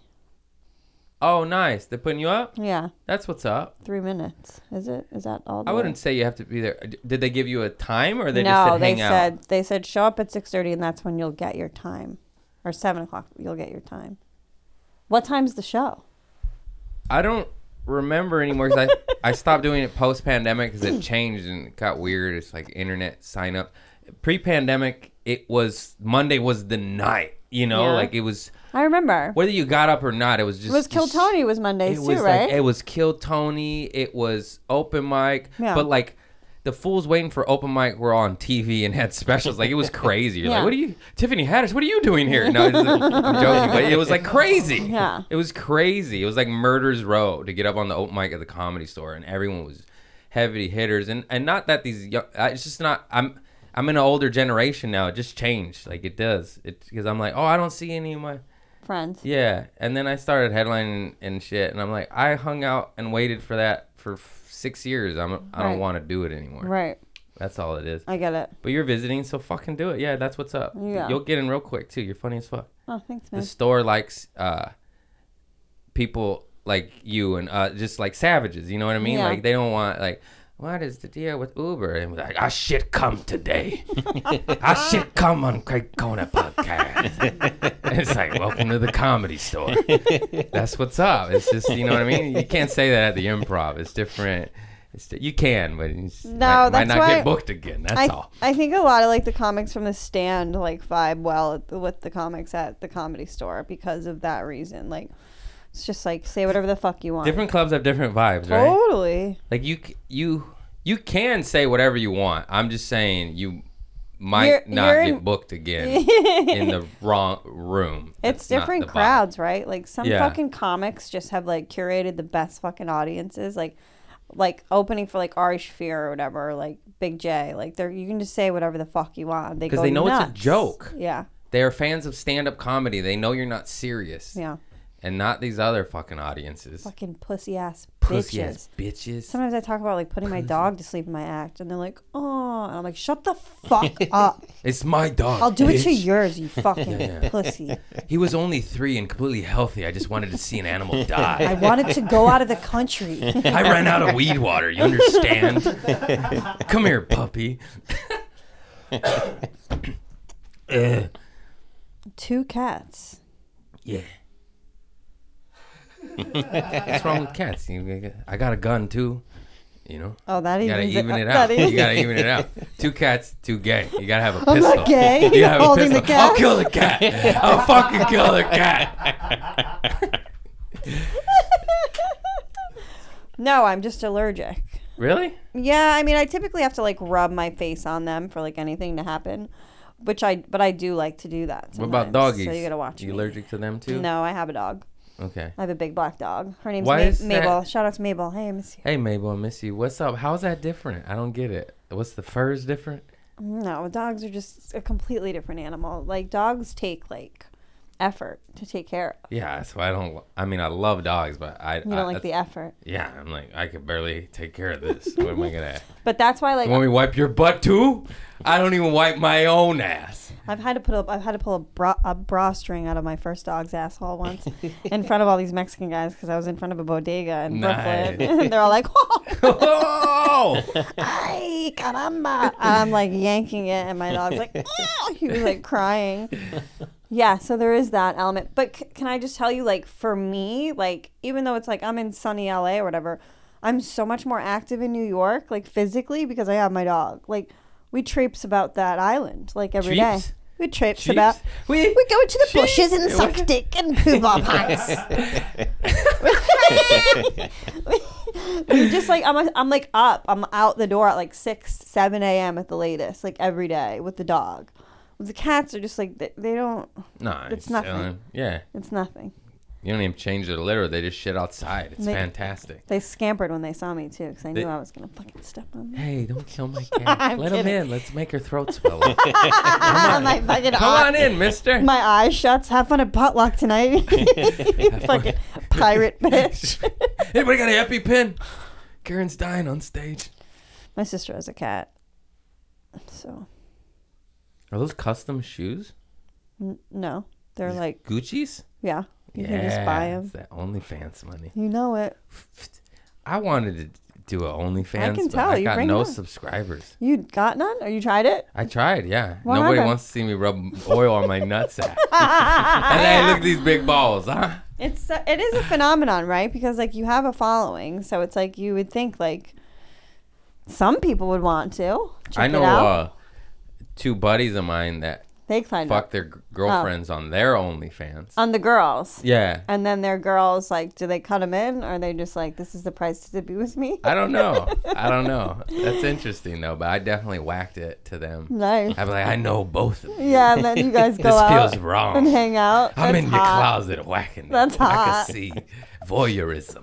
[SPEAKER 1] Oh, nice. They're putting you up.
[SPEAKER 2] Yeah,
[SPEAKER 1] That's what's up.
[SPEAKER 2] three minutes. Is it? Is that all? The
[SPEAKER 1] I
[SPEAKER 2] way?
[SPEAKER 1] wouldn't say you have to be there. Uh, D- Did they give you a time, or they
[SPEAKER 2] no,
[SPEAKER 1] just said
[SPEAKER 2] they
[SPEAKER 1] hang out?
[SPEAKER 2] said they said show up at six thirty, and that's when you'll get your time, or seven o'clock you'll get your time. What time's the show?
[SPEAKER 1] I don't remember anymore because I, I stopped doing it post pandemic because it changed and it got weird. It's like internet sign up. Pre pandemic, it was Monday was the night. You know,
[SPEAKER 2] Yeah.
[SPEAKER 1] like it was
[SPEAKER 2] I remember.
[SPEAKER 1] whether you got up or not. It was just
[SPEAKER 2] it was Kill
[SPEAKER 1] just-
[SPEAKER 2] Tony was Mondays
[SPEAKER 1] It
[SPEAKER 2] too,
[SPEAKER 1] was
[SPEAKER 2] right?
[SPEAKER 1] like it was Kill Tony. It was open mic,
[SPEAKER 2] Yeah.
[SPEAKER 1] but like. The fools waiting for open mic were on TV and had specials. Like it was crazy. You're
[SPEAKER 2] Yeah.
[SPEAKER 1] like, what are you, Tiffany Haddish? What are you doing here? No, it's- I'm joking, but it was like crazy.
[SPEAKER 2] Yeah.
[SPEAKER 1] It was crazy. It was like Murder's Row to get up on the open mic at the comedy store, and everyone was heavy hitters. And and not that these young, I- it's just not. I'm I'm in an older generation now. It just changed. Like it does. It because I'm like, oh, I don't see any of my
[SPEAKER 2] Friends.
[SPEAKER 1] yeah. And then I started headlining and shit, and I'm like, I hung out and waited for that for f- six years. I'm I don't
[SPEAKER 2] Right.
[SPEAKER 1] want to do it anymore.
[SPEAKER 2] Right.
[SPEAKER 1] That's all it is.
[SPEAKER 2] I get it.
[SPEAKER 1] But you're visiting, so fucking do it. Yeah, that's what's up.
[SPEAKER 2] Yeah.
[SPEAKER 1] You'll get in real quick too. You're funny as fuck
[SPEAKER 2] Oh, thanks,
[SPEAKER 1] the
[SPEAKER 2] man.
[SPEAKER 1] store likes uh people like you and uh just like savages you know what i mean
[SPEAKER 2] Yeah.
[SPEAKER 1] like they don't want like what is the deal with uber and we're like i should come today i should come on craig Kona podcast it's like welcome to the comedy store that's what's up it's just you know what i mean you can't say that at the improv it's different it's di- you can but it's,
[SPEAKER 2] No,
[SPEAKER 1] might, might
[SPEAKER 2] that's
[SPEAKER 1] not
[SPEAKER 2] why-
[SPEAKER 1] get booked again that's
[SPEAKER 2] I,
[SPEAKER 1] all
[SPEAKER 2] I think a lot of like the comics from the stand like vibe well at the- with the comics at the comedy store because of that reason. Like, it's just like say whatever the fuck you want.
[SPEAKER 1] different clubs have different vibes
[SPEAKER 2] Oh,
[SPEAKER 1] right
[SPEAKER 2] Totally.
[SPEAKER 1] Like you, c- you, you can say whatever you want. I'm just saying you might
[SPEAKER 2] You're-
[SPEAKER 1] not
[SPEAKER 2] you're
[SPEAKER 1] get
[SPEAKER 2] in-
[SPEAKER 1] booked again in
[SPEAKER 2] it's
[SPEAKER 1] the wrong room. That's not
[SPEAKER 2] different
[SPEAKER 1] the vibe.
[SPEAKER 2] crowds, right? Like some
[SPEAKER 1] Yeah.
[SPEAKER 2] fucking comics just have like curated the best fucking audiences. Like, like opening for like Ari Shafir or whatever, or, like Big J. Like, they're you can just say whatever the fuck you want. They
[SPEAKER 1] 'Cause
[SPEAKER 2] go
[SPEAKER 1] they know it's a
[SPEAKER 2] nuts.
[SPEAKER 1] joke.
[SPEAKER 2] Yeah.
[SPEAKER 1] They are fans of stand-up comedy. They know you're not serious.
[SPEAKER 2] Yeah.
[SPEAKER 1] And not these other fucking audiences.
[SPEAKER 2] Fucking pussy ass
[SPEAKER 1] Pussy
[SPEAKER 2] bitches.
[SPEAKER 1] ass bitches.
[SPEAKER 2] Sometimes I talk about like putting my dog to sleep in my act, and they're like, "Oh," and I'm like, "Shut the fuck up!
[SPEAKER 1] It's my dog.
[SPEAKER 2] I'll do it to
[SPEAKER 1] bitch.
[SPEAKER 2] yours, you fucking pussy."
[SPEAKER 1] He was only three and completely healthy. I just wanted to see an animal die.
[SPEAKER 2] I wanted to go out of the country.
[SPEAKER 1] I ran out of weed water. You understand? Come here, puppy. Ugh.
[SPEAKER 2] Two cats.
[SPEAKER 1] yeah. What's wrong with cats? You- I got a gun too. You know,
[SPEAKER 2] Oh, that
[SPEAKER 1] you
[SPEAKER 2] evens
[SPEAKER 1] gotta even
[SPEAKER 2] up.
[SPEAKER 1] it
[SPEAKER 2] That
[SPEAKER 1] out.
[SPEAKER 2] is-
[SPEAKER 1] You gotta even it out. Two cats, two gay. You gotta have a pistol.
[SPEAKER 2] I'm not gay.
[SPEAKER 1] You gotta have a
[SPEAKER 2] holding
[SPEAKER 1] pistol.
[SPEAKER 2] the cat.
[SPEAKER 1] I'll kill the cat. I'll fucking kill the cat.
[SPEAKER 2] no, I'm just allergic.
[SPEAKER 1] Really?
[SPEAKER 2] Yeah, I mean, I typically have to like rub my face on them for like anything to happen, which I but I do like to do that.
[SPEAKER 1] What
[SPEAKER 2] sometimes,
[SPEAKER 1] about doggies?
[SPEAKER 2] So you gotta watch.
[SPEAKER 1] You
[SPEAKER 2] me.
[SPEAKER 1] allergic to them too?
[SPEAKER 2] No, I have a dog.
[SPEAKER 1] Okay.
[SPEAKER 2] I have a big black dog. Her name's
[SPEAKER 1] Why
[SPEAKER 2] Ma-
[SPEAKER 1] is that-
[SPEAKER 2] Mabel. Shout out to Mabel. Hey, I miss you.
[SPEAKER 1] Hey Mabel, I miss you. What's up? How's that different? I don't get it. What's the furs different?
[SPEAKER 2] No, dogs are just a completely different animal. Like dogs take like effort to take care of.
[SPEAKER 1] Yeah, so I don't. I mean, I love dogs, but I.
[SPEAKER 2] You don't like the effort,
[SPEAKER 1] Yeah, I'm like I could barely take care of this. What am I gonna?
[SPEAKER 2] but that's why like
[SPEAKER 1] You want me to wipe your butt too? I don't even wipe my own ass.
[SPEAKER 2] I've had to put a, I've had to pull a bra, a bra string out of my first dog's asshole once in front of all these Mexican guys because I was in front of a bodega in Brooklyn. and they're all like, oh,
[SPEAKER 1] Oh!
[SPEAKER 2] ay, caramba. I'm like yanking it, and my dog's like, oh, he was like crying. Yeah, so there is that element. But c- can I just tell you, like, for me, like, even though it's like I'm in sunny LA or whatever, I'm so much more active in New York, like physically, because I have my dog. Like, we traipse about that island, like, every day.
[SPEAKER 1] Traipse?
[SPEAKER 2] We traipse
[SPEAKER 1] Jeeps.
[SPEAKER 2] about.
[SPEAKER 1] We,
[SPEAKER 2] We go into the
[SPEAKER 1] Jeez.
[SPEAKER 2] bushes and
[SPEAKER 1] Yeah,
[SPEAKER 2] suck
[SPEAKER 1] we-
[SPEAKER 2] dick and poo our pants. we just like I'm, I'm like up. I'm out the door at like six, seven a.m. at the latest, like every day with the dog. The cats are just like they, they don't.
[SPEAKER 1] no,
[SPEAKER 2] It's nothing.
[SPEAKER 1] um, yeah,
[SPEAKER 2] It's nothing.
[SPEAKER 1] you don't even change the litter. They just shit outside. It's
[SPEAKER 2] They-
[SPEAKER 1] fantastic.
[SPEAKER 2] They scampered when they saw me too, because I knew
[SPEAKER 1] They-
[SPEAKER 2] I was gonna fucking step on them.
[SPEAKER 1] Hey, don't kill my cat.
[SPEAKER 2] I'm
[SPEAKER 1] Let him
[SPEAKER 2] kidding.
[SPEAKER 1] in. Let's make her throat swell. up.
[SPEAKER 2] Ah, my fucking
[SPEAKER 1] Come
[SPEAKER 2] eye-
[SPEAKER 1] on in, Mister.
[SPEAKER 2] My eyes shuts. Have fun at potluck tonight. You fucking pirate bitch.
[SPEAKER 1] Anybody got an EpiPen? Karen's dying on stage.
[SPEAKER 2] my sister has a cat, so
[SPEAKER 1] Are those custom shoes?
[SPEAKER 2] n- no, they're like
[SPEAKER 1] Gucci's?
[SPEAKER 2] Yeah. You can just buy them.
[SPEAKER 1] It's that OnlyFans money.
[SPEAKER 2] You know it.
[SPEAKER 1] I wanted to do a OnlyFans,
[SPEAKER 2] can
[SPEAKER 1] but
[SPEAKER 2] tell,
[SPEAKER 1] I
[SPEAKER 2] you
[SPEAKER 1] got
[SPEAKER 2] bring
[SPEAKER 1] no
[SPEAKER 2] it up.
[SPEAKER 1] subscribers.
[SPEAKER 2] You got none? Or you tried it?
[SPEAKER 1] I tried, yeah.
[SPEAKER 2] What
[SPEAKER 1] Nobody
[SPEAKER 2] happened?
[SPEAKER 1] wants to see me rub oil on my nutsack. and hey, look at these big balls, huh?
[SPEAKER 2] It's uh, it is a phenomenon, right? Because like you have a following, so it's like you would think like some people would want to. Check
[SPEAKER 1] I
[SPEAKER 2] it
[SPEAKER 1] know
[SPEAKER 2] out.
[SPEAKER 1] uh, two buddies of mine that
[SPEAKER 2] they signed
[SPEAKER 1] fuck
[SPEAKER 2] up
[SPEAKER 1] their g- girlfriends
[SPEAKER 2] oh.
[SPEAKER 1] on their OnlyFans.
[SPEAKER 2] on the girls.
[SPEAKER 1] yeah.
[SPEAKER 2] And then their girls like, do they cut them in, or are they just like, this is the price to be with me?
[SPEAKER 1] I don't know. I don't know. That's interesting though, but I definitely whacked it to them.
[SPEAKER 2] nice.
[SPEAKER 1] I'm like, I know both of you.
[SPEAKER 2] Yeah, and then you guys go
[SPEAKER 1] This
[SPEAKER 2] out
[SPEAKER 1] feels
[SPEAKER 2] and
[SPEAKER 1] wrong.
[SPEAKER 2] hang out.
[SPEAKER 1] I'm
[SPEAKER 2] That's
[SPEAKER 1] in
[SPEAKER 2] hot.
[SPEAKER 1] your closet whacking. it.
[SPEAKER 2] That's
[SPEAKER 1] I
[SPEAKER 2] hot.
[SPEAKER 1] can see voyeurism.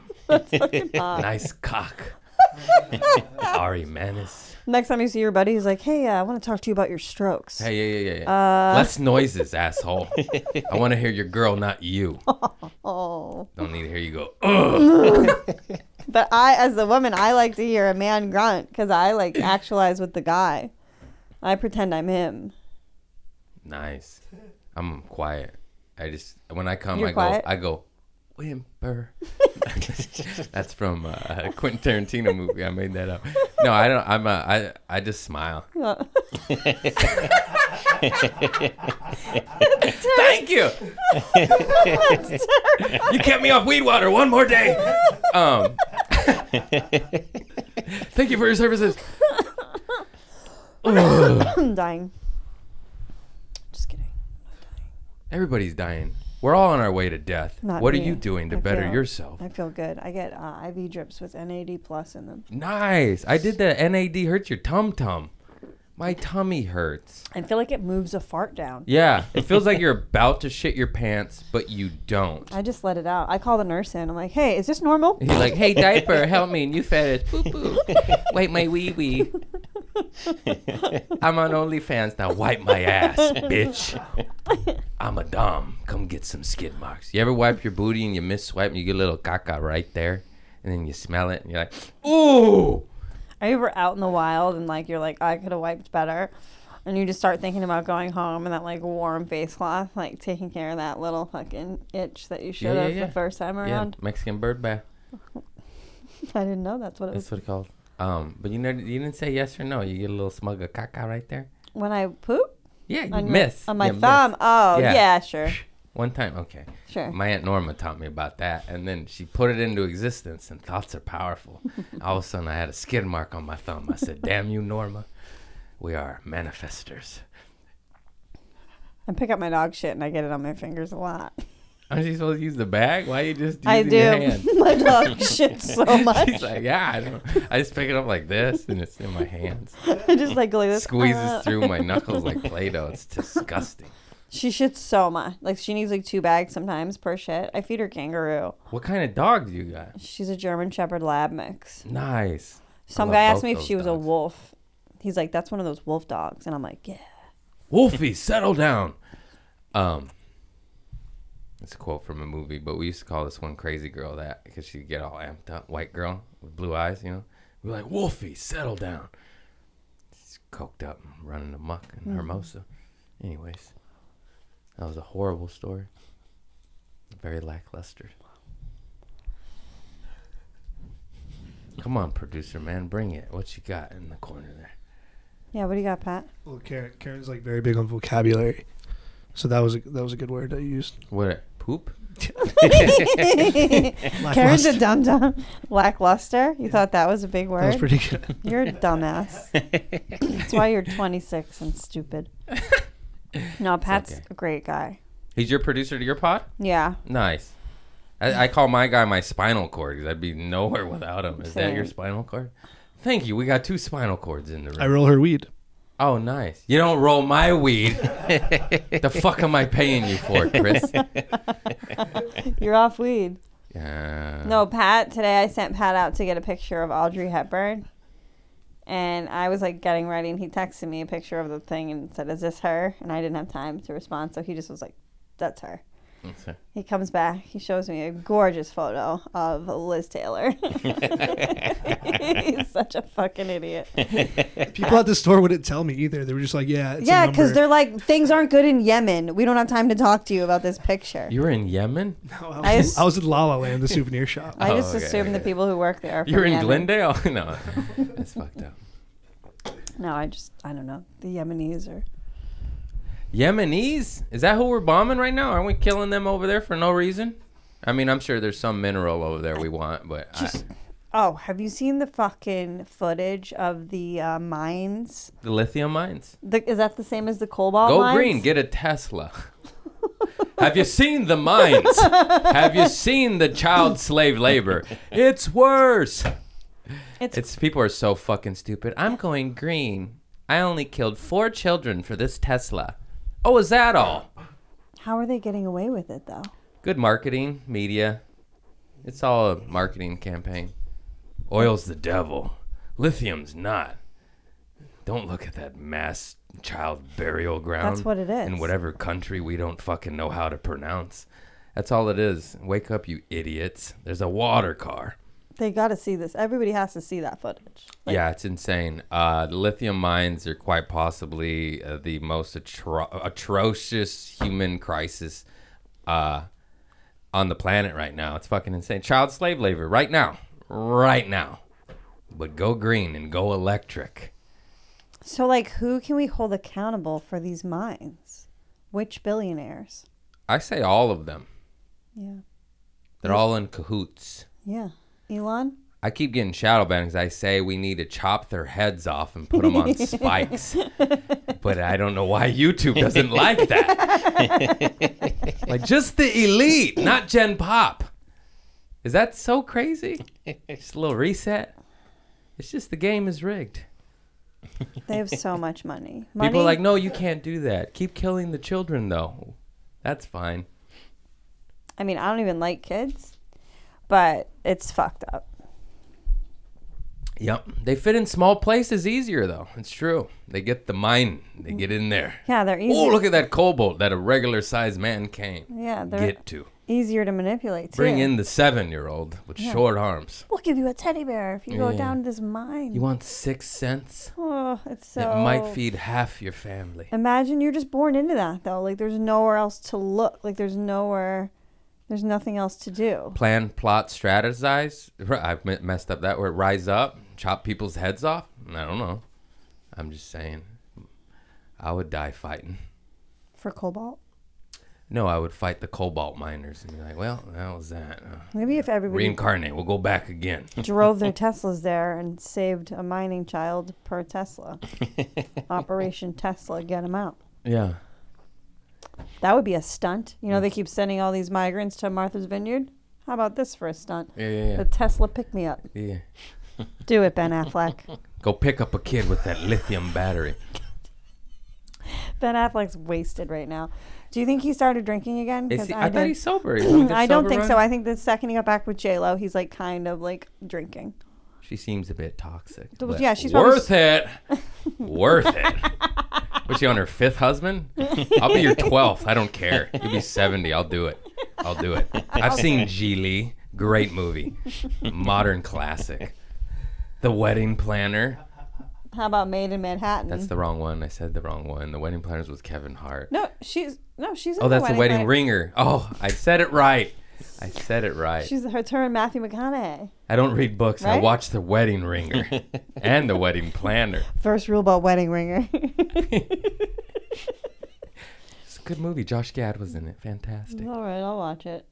[SPEAKER 1] nice cock. Ari Manis.
[SPEAKER 2] Next time you see your buddy, he's like, hey, uh, I want to talk to you about your strokes.
[SPEAKER 1] Hey, yeah, yeah, yeah.
[SPEAKER 2] Uh,
[SPEAKER 1] yeah. Less noises, asshole. I want to hear your girl, not you.
[SPEAKER 2] Oh.
[SPEAKER 1] Don't need to hear you go. Ugh.
[SPEAKER 2] But I, as a woman, I like to hear a man grunt because I like actualize with the guy. I pretend I'm him.
[SPEAKER 1] Nice. I'm quiet. I just when I come,
[SPEAKER 2] You're
[SPEAKER 1] I
[SPEAKER 2] quiet?
[SPEAKER 1] go. I go. Whimper. That's from uh, a Quentin Tarantino movie. I made that up. No, I don't. I'm. A, I. I just smile. Thank you. you kept me off weed water one more day. Um, thank you for your services.
[SPEAKER 2] I'm dying. Just kidding.
[SPEAKER 1] Everybody's dying. We're all on our way to death.
[SPEAKER 2] Not
[SPEAKER 1] what
[SPEAKER 2] me.
[SPEAKER 1] are you doing to
[SPEAKER 2] I
[SPEAKER 1] better
[SPEAKER 2] feel-
[SPEAKER 1] yourself?
[SPEAKER 2] I feel good. I get uh, IV drips with NAD plus in them.
[SPEAKER 1] Nice. I did the NAD hurts your tum tum. My tummy hurts.
[SPEAKER 2] I feel like it moves a fart down.
[SPEAKER 1] Yeah, it feels like you're about to shit your pants, but you don't.
[SPEAKER 2] I just let it out. I call the nurse in. I'm like, hey, is this normal?
[SPEAKER 1] He's like, hey, diaper, help me. And you fed it. Poo poo. Wait, my wee wee. I'm on OnlyFans now. Wipe my ass, bitch. I'm a dom. Come get some skid marks. You ever wipe your booty and you miss swipe and you get a little caca right there, and then you smell it and you're like, ooh.
[SPEAKER 2] Are you ever out in the wild and like you're like "Oh, I could have wiped better, and you just start thinking about going home and that like warm face cloth, like taking care of that little fucking itch that you should
[SPEAKER 1] yeah,
[SPEAKER 2] have
[SPEAKER 1] yeah.
[SPEAKER 2] the first time
[SPEAKER 1] Yeah,
[SPEAKER 2] around.
[SPEAKER 1] Mexican bird bath.
[SPEAKER 2] I didn't know that's what it was.
[SPEAKER 1] That's what it's called. Um, but you know, you didn't say yes or no. You get a little smug of caca right there.
[SPEAKER 2] When I poop
[SPEAKER 1] Yeah, you
[SPEAKER 2] on my-
[SPEAKER 1] miss
[SPEAKER 2] on my
[SPEAKER 1] You miss.
[SPEAKER 2] thumb. Oh
[SPEAKER 1] Yeah.
[SPEAKER 2] yeah. sure,
[SPEAKER 1] One time, okay.
[SPEAKER 2] sure.
[SPEAKER 1] My aunt Norma taught me about that, and then she put it into existence. And thoughts are powerful. All of a sudden, I had a skid mark on my thumb. I said, "Damn you, Norma, we are manifestors."
[SPEAKER 2] I pick up my dog shit and I get it on my fingers a lot.
[SPEAKER 1] Aren't you supposed to use the bag? Why you just using
[SPEAKER 2] I
[SPEAKER 1] your hand?
[SPEAKER 2] do. my dog shit so much.
[SPEAKER 1] She's like, "Yeah, I, don't. I just pick it up like this, and it's in my hands.
[SPEAKER 2] I just like go like this.
[SPEAKER 1] Squeezes
[SPEAKER 2] uh,
[SPEAKER 1] through my knuckles like Play-Doh. It's disgusting."
[SPEAKER 2] She shits so much. Like she needs like two bags sometimes per shit. I feed her kangaroo.
[SPEAKER 1] What kind of dog do you got?
[SPEAKER 2] She's a German Shepherd Lab mix.
[SPEAKER 1] Nice.
[SPEAKER 2] Some
[SPEAKER 1] love
[SPEAKER 2] guy asked
[SPEAKER 1] both
[SPEAKER 2] me if
[SPEAKER 1] those
[SPEAKER 2] she was a
[SPEAKER 1] dogs.
[SPEAKER 2] wolf. He's like, that's one of those wolf dogs, and I'm like, yeah.
[SPEAKER 1] Wolfie, settle down. Um, it's a quote from a movie, but we used to call this one crazy girl that because she'd get all amped up, white girl with blue eyes, you know. We're like, Wolfie, settle down. She's coked up and running amok in
[SPEAKER 2] Mm-hmm.
[SPEAKER 1] Hermosa. Anyways, that was a horrible story. Very lackluster. Come on, producer man, bring it. What you got in the corner there?
[SPEAKER 2] Yeah, what do you got, Pat?
[SPEAKER 4] Well, Karen, Karen's like very big on vocabulary, so that was a, that was a good word that you used.
[SPEAKER 1] What? Poop?
[SPEAKER 2] Karen's a dum dum. Lackluster. You thought that was a big
[SPEAKER 4] That was
[SPEAKER 2] word?
[SPEAKER 4] pretty good.
[SPEAKER 2] you're a dumbass. That's why you're 26 and stupid. No, Pat's
[SPEAKER 1] okay.
[SPEAKER 2] a great guy.
[SPEAKER 1] He's your producer to your pod?
[SPEAKER 2] Yeah.
[SPEAKER 1] Nice. I, I call my guy my spinal cord because I'd be nowhere without him. Is that your
[SPEAKER 2] Same.
[SPEAKER 1] spinal cord? Thank you. We got two spinal cords in the room.
[SPEAKER 4] I roll her weed.
[SPEAKER 1] oh, nice. You don't roll my weed. the fuck am I paying you for, Chris?
[SPEAKER 2] You're off weed.
[SPEAKER 1] Yeah.
[SPEAKER 2] No, Pat, today I sent Pat out to get a picture of Audrey Hepburn. And I was like getting ready, and he texted me a picture of the thing and said, Is this her? And I didn't have time to respond. So he just was like, That's her.
[SPEAKER 1] That's her.
[SPEAKER 2] He comes back, he shows me a gorgeous photo of Liz Taylor. He's such a fucking idiot.
[SPEAKER 4] People at the store wouldn't tell me either. They were just like, "Yeah, it's
[SPEAKER 2] yeah,
[SPEAKER 4] a number."
[SPEAKER 2] because they're like, Things aren't good in Yemen. We don't have time to talk to you about this picture.
[SPEAKER 1] You were in Yemen?
[SPEAKER 4] No, I,
[SPEAKER 2] I
[SPEAKER 4] was,
[SPEAKER 2] just-
[SPEAKER 4] I was in La La Land, the souvenir shop.
[SPEAKER 2] I
[SPEAKER 1] Oh,
[SPEAKER 2] just
[SPEAKER 1] okay,
[SPEAKER 2] assume the
[SPEAKER 1] okay.
[SPEAKER 2] people who work there are
[SPEAKER 1] You were
[SPEAKER 2] from
[SPEAKER 1] in
[SPEAKER 2] Yemen.
[SPEAKER 1] Glendale? no. That's fucked up.
[SPEAKER 2] No, I just, I don't know. The Yemenis are.
[SPEAKER 1] Yemenis? Is that who we're bombing right now? Aren't we killing them over there for no reason? I mean, I'm sure there's some mineral over there we want, but uh, I,
[SPEAKER 2] Oh, have you seen the fucking footage of the uh, mines?
[SPEAKER 1] the lithium mines.
[SPEAKER 2] The, is that the same as the cobalt
[SPEAKER 1] Go
[SPEAKER 2] mines?
[SPEAKER 1] green, get a Tesla. Have you seen the mines? Have you seen the child slave labor? It's worse.
[SPEAKER 2] It's-
[SPEAKER 1] It's, people are so fucking stupid. I'm going green. I only killed four children for this Tesla. Oh, is that all?
[SPEAKER 2] How are they getting away with it
[SPEAKER 1] Um,
[SPEAKER 2] though?
[SPEAKER 1] Good marketing, media. It's all a marketing campaign. Oil's the devil. Lithium's not. Don't look at that mass child burial ground.
[SPEAKER 2] That's what it is.
[SPEAKER 1] In whatever country we don't fucking know how to pronounce. That's all it is. Wake up, you idiots. There's a water car.
[SPEAKER 2] They got to see this. Everybody has to see that footage. Like,
[SPEAKER 1] yeah, it's insane. Uh, the lithium mines are quite possibly uh, the most atro- atrocious human crisis uh, on the planet right now. It's fucking insane. Child slave labor right now. Right now. But go green and go electric.
[SPEAKER 2] So like, who can we hold accountable for these mines? Which billionaires?
[SPEAKER 1] I say all of them.
[SPEAKER 2] Yeah.
[SPEAKER 1] They're all in cahoots.
[SPEAKER 2] Yeah. Elon.
[SPEAKER 1] I keep getting shadow banned 'cause I say we need to chop their heads off and put them on spikes. But I don't know why YouTube doesn't like that. like just the elite, not Gen Pop. Is that so crazy? Just a little reset. It's just the game is rigged.
[SPEAKER 2] They have so much money. Money.
[SPEAKER 1] People are like, no, you can't do that. Keep killing the children though. That's fine.
[SPEAKER 2] I mean, I don't even like kids, but it's fucked up.
[SPEAKER 1] Yep. They fit in small places easier, though. It's true. They get the mind, they get in there.
[SPEAKER 2] Yeah, they're easy.
[SPEAKER 1] Oh, look at that cobalt that a regular sized man can
[SPEAKER 2] Yeah, they're
[SPEAKER 1] get to.
[SPEAKER 2] easier to manipulate too.
[SPEAKER 1] Bring in the seven year old with short arms.
[SPEAKER 2] We'll give you a teddy bear if you go
[SPEAKER 1] Yeah.
[SPEAKER 2] down this mine.
[SPEAKER 1] You want six cents?
[SPEAKER 2] oh, it's so.
[SPEAKER 1] That might feed half your family.
[SPEAKER 2] Imagine you're just born into that though. Like there's nowhere else to look. Like there's nowhere. There's nothing else to do.
[SPEAKER 1] Plan, plot, strategize. I me- messed up that word. Rise up, chop people's heads off. I don't know. I'm just saying. I would die fighting.
[SPEAKER 2] For cobalt,
[SPEAKER 1] No, I would fight the cobalt miners and be like, well, that was that. Uh,
[SPEAKER 2] maybe if everybody
[SPEAKER 1] Reincarnate. We'll go back again.
[SPEAKER 2] drove their Teslas there and saved a mining child per Tesla. Operation Tesla, get him out.
[SPEAKER 1] Yeah.
[SPEAKER 2] That would be a stunt. You know,
[SPEAKER 1] Mm.
[SPEAKER 2] they keep sending all these migrants to Martha's Vineyard. How about this for a stunt?
[SPEAKER 1] Yeah, yeah,
[SPEAKER 2] The Tesla pick me up.
[SPEAKER 1] yeah. yeah.
[SPEAKER 2] Do it, Ben Affleck.
[SPEAKER 1] Go pick up a kid with that lithium battery.
[SPEAKER 2] ben Affleck's wasted right now. Do you think he started drinking again?
[SPEAKER 1] Is
[SPEAKER 2] 'Cause
[SPEAKER 1] he, I,
[SPEAKER 2] did.
[SPEAKER 1] thought he's sober. He's on the
[SPEAKER 2] I don't
[SPEAKER 1] sober
[SPEAKER 2] think so.
[SPEAKER 1] run?
[SPEAKER 2] I think the second he got back with J Lo, he's like kind of like drinking.
[SPEAKER 1] She seems a bit toxic.
[SPEAKER 2] Th-
[SPEAKER 1] but
[SPEAKER 2] yeah, she's probably
[SPEAKER 1] worth it. worth it. Was she on her fifth husband? I'll be your twelfth. I don't care. You'll be seventy. I'll do it. I'll do it. I've seen Geely. Great movie. Modern classic. The Wedding Planner.
[SPEAKER 2] How about Made in Manhattan?
[SPEAKER 1] That's the wrong one. I said the wrong one. The Wedding Planners was Kevin Hart.
[SPEAKER 2] no, she's no, she's. in
[SPEAKER 1] Oh, that's the wedding
[SPEAKER 2] Plan-
[SPEAKER 1] ringer. Oh, I said it right. I said it right.
[SPEAKER 2] She's her turn, Matthew McConaughey.
[SPEAKER 1] I don't read books. I
[SPEAKER 2] Right?
[SPEAKER 1] watch The Wedding Ringer and The Wedding Planner.
[SPEAKER 2] First rule about wedding ringer.
[SPEAKER 1] It's a good movie. Josh Gad was in it. Fantastic.
[SPEAKER 2] All right, I'll watch it.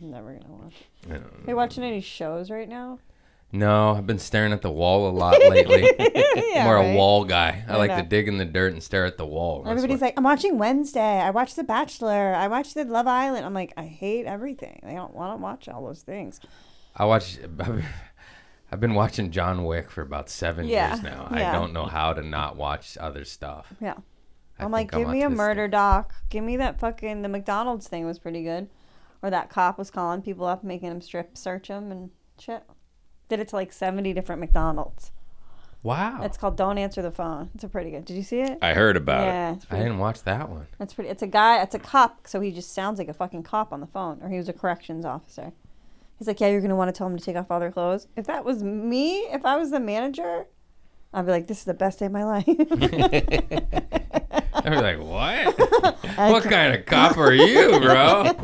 [SPEAKER 2] I'm never gonna watch it.
[SPEAKER 1] I don't
[SPEAKER 2] Are you watching any shows right now?
[SPEAKER 1] No, I've been staring at the wall a lot lately.
[SPEAKER 2] yeah,
[SPEAKER 1] I'm more
[SPEAKER 2] right.
[SPEAKER 1] a wall guy. I
[SPEAKER 2] Fair
[SPEAKER 1] like to
[SPEAKER 2] enough.
[SPEAKER 1] dig in the dirt and stare at the wall. That's
[SPEAKER 2] Everybody's
[SPEAKER 1] what-
[SPEAKER 2] like, I'm watching Wednesday. I watched The Bachelor. I watched The Love Island. I'm like, I hate everything. I don't want to watch all those things.
[SPEAKER 1] I watch. I've been watching John Wick for about seven
[SPEAKER 2] Yeah,
[SPEAKER 1] years now.
[SPEAKER 2] yeah.
[SPEAKER 1] I don't know how to not watch other stuff.
[SPEAKER 2] Yeah.
[SPEAKER 1] I
[SPEAKER 2] I'm like,
[SPEAKER 1] think
[SPEAKER 2] give me a
[SPEAKER 1] autistic."
[SPEAKER 2] murder doc. Give me that fucking the McDonald's thing was pretty good, or that cop was calling people up, making them strip search them and shit. Did it to like 70 different McDonald's.
[SPEAKER 1] Wow.
[SPEAKER 2] It's called Don't Answer the Phone. It's a pretty good. Did you see it?
[SPEAKER 3] I heard about it.
[SPEAKER 2] yeah, it's
[SPEAKER 1] I
[SPEAKER 2] pretty,
[SPEAKER 1] didn't watch that one.
[SPEAKER 2] it's pretty. It's a guy. It's a cop. So he just sounds like a fucking cop on the phone, or he was a corrections officer. He's like, yeah, you're gonna want to tell them to take off all their clothes. If that was me, if I was the manager, I'd be like, this is the best day of my life.
[SPEAKER 1] I was like, what? what kind of cop are you, bro?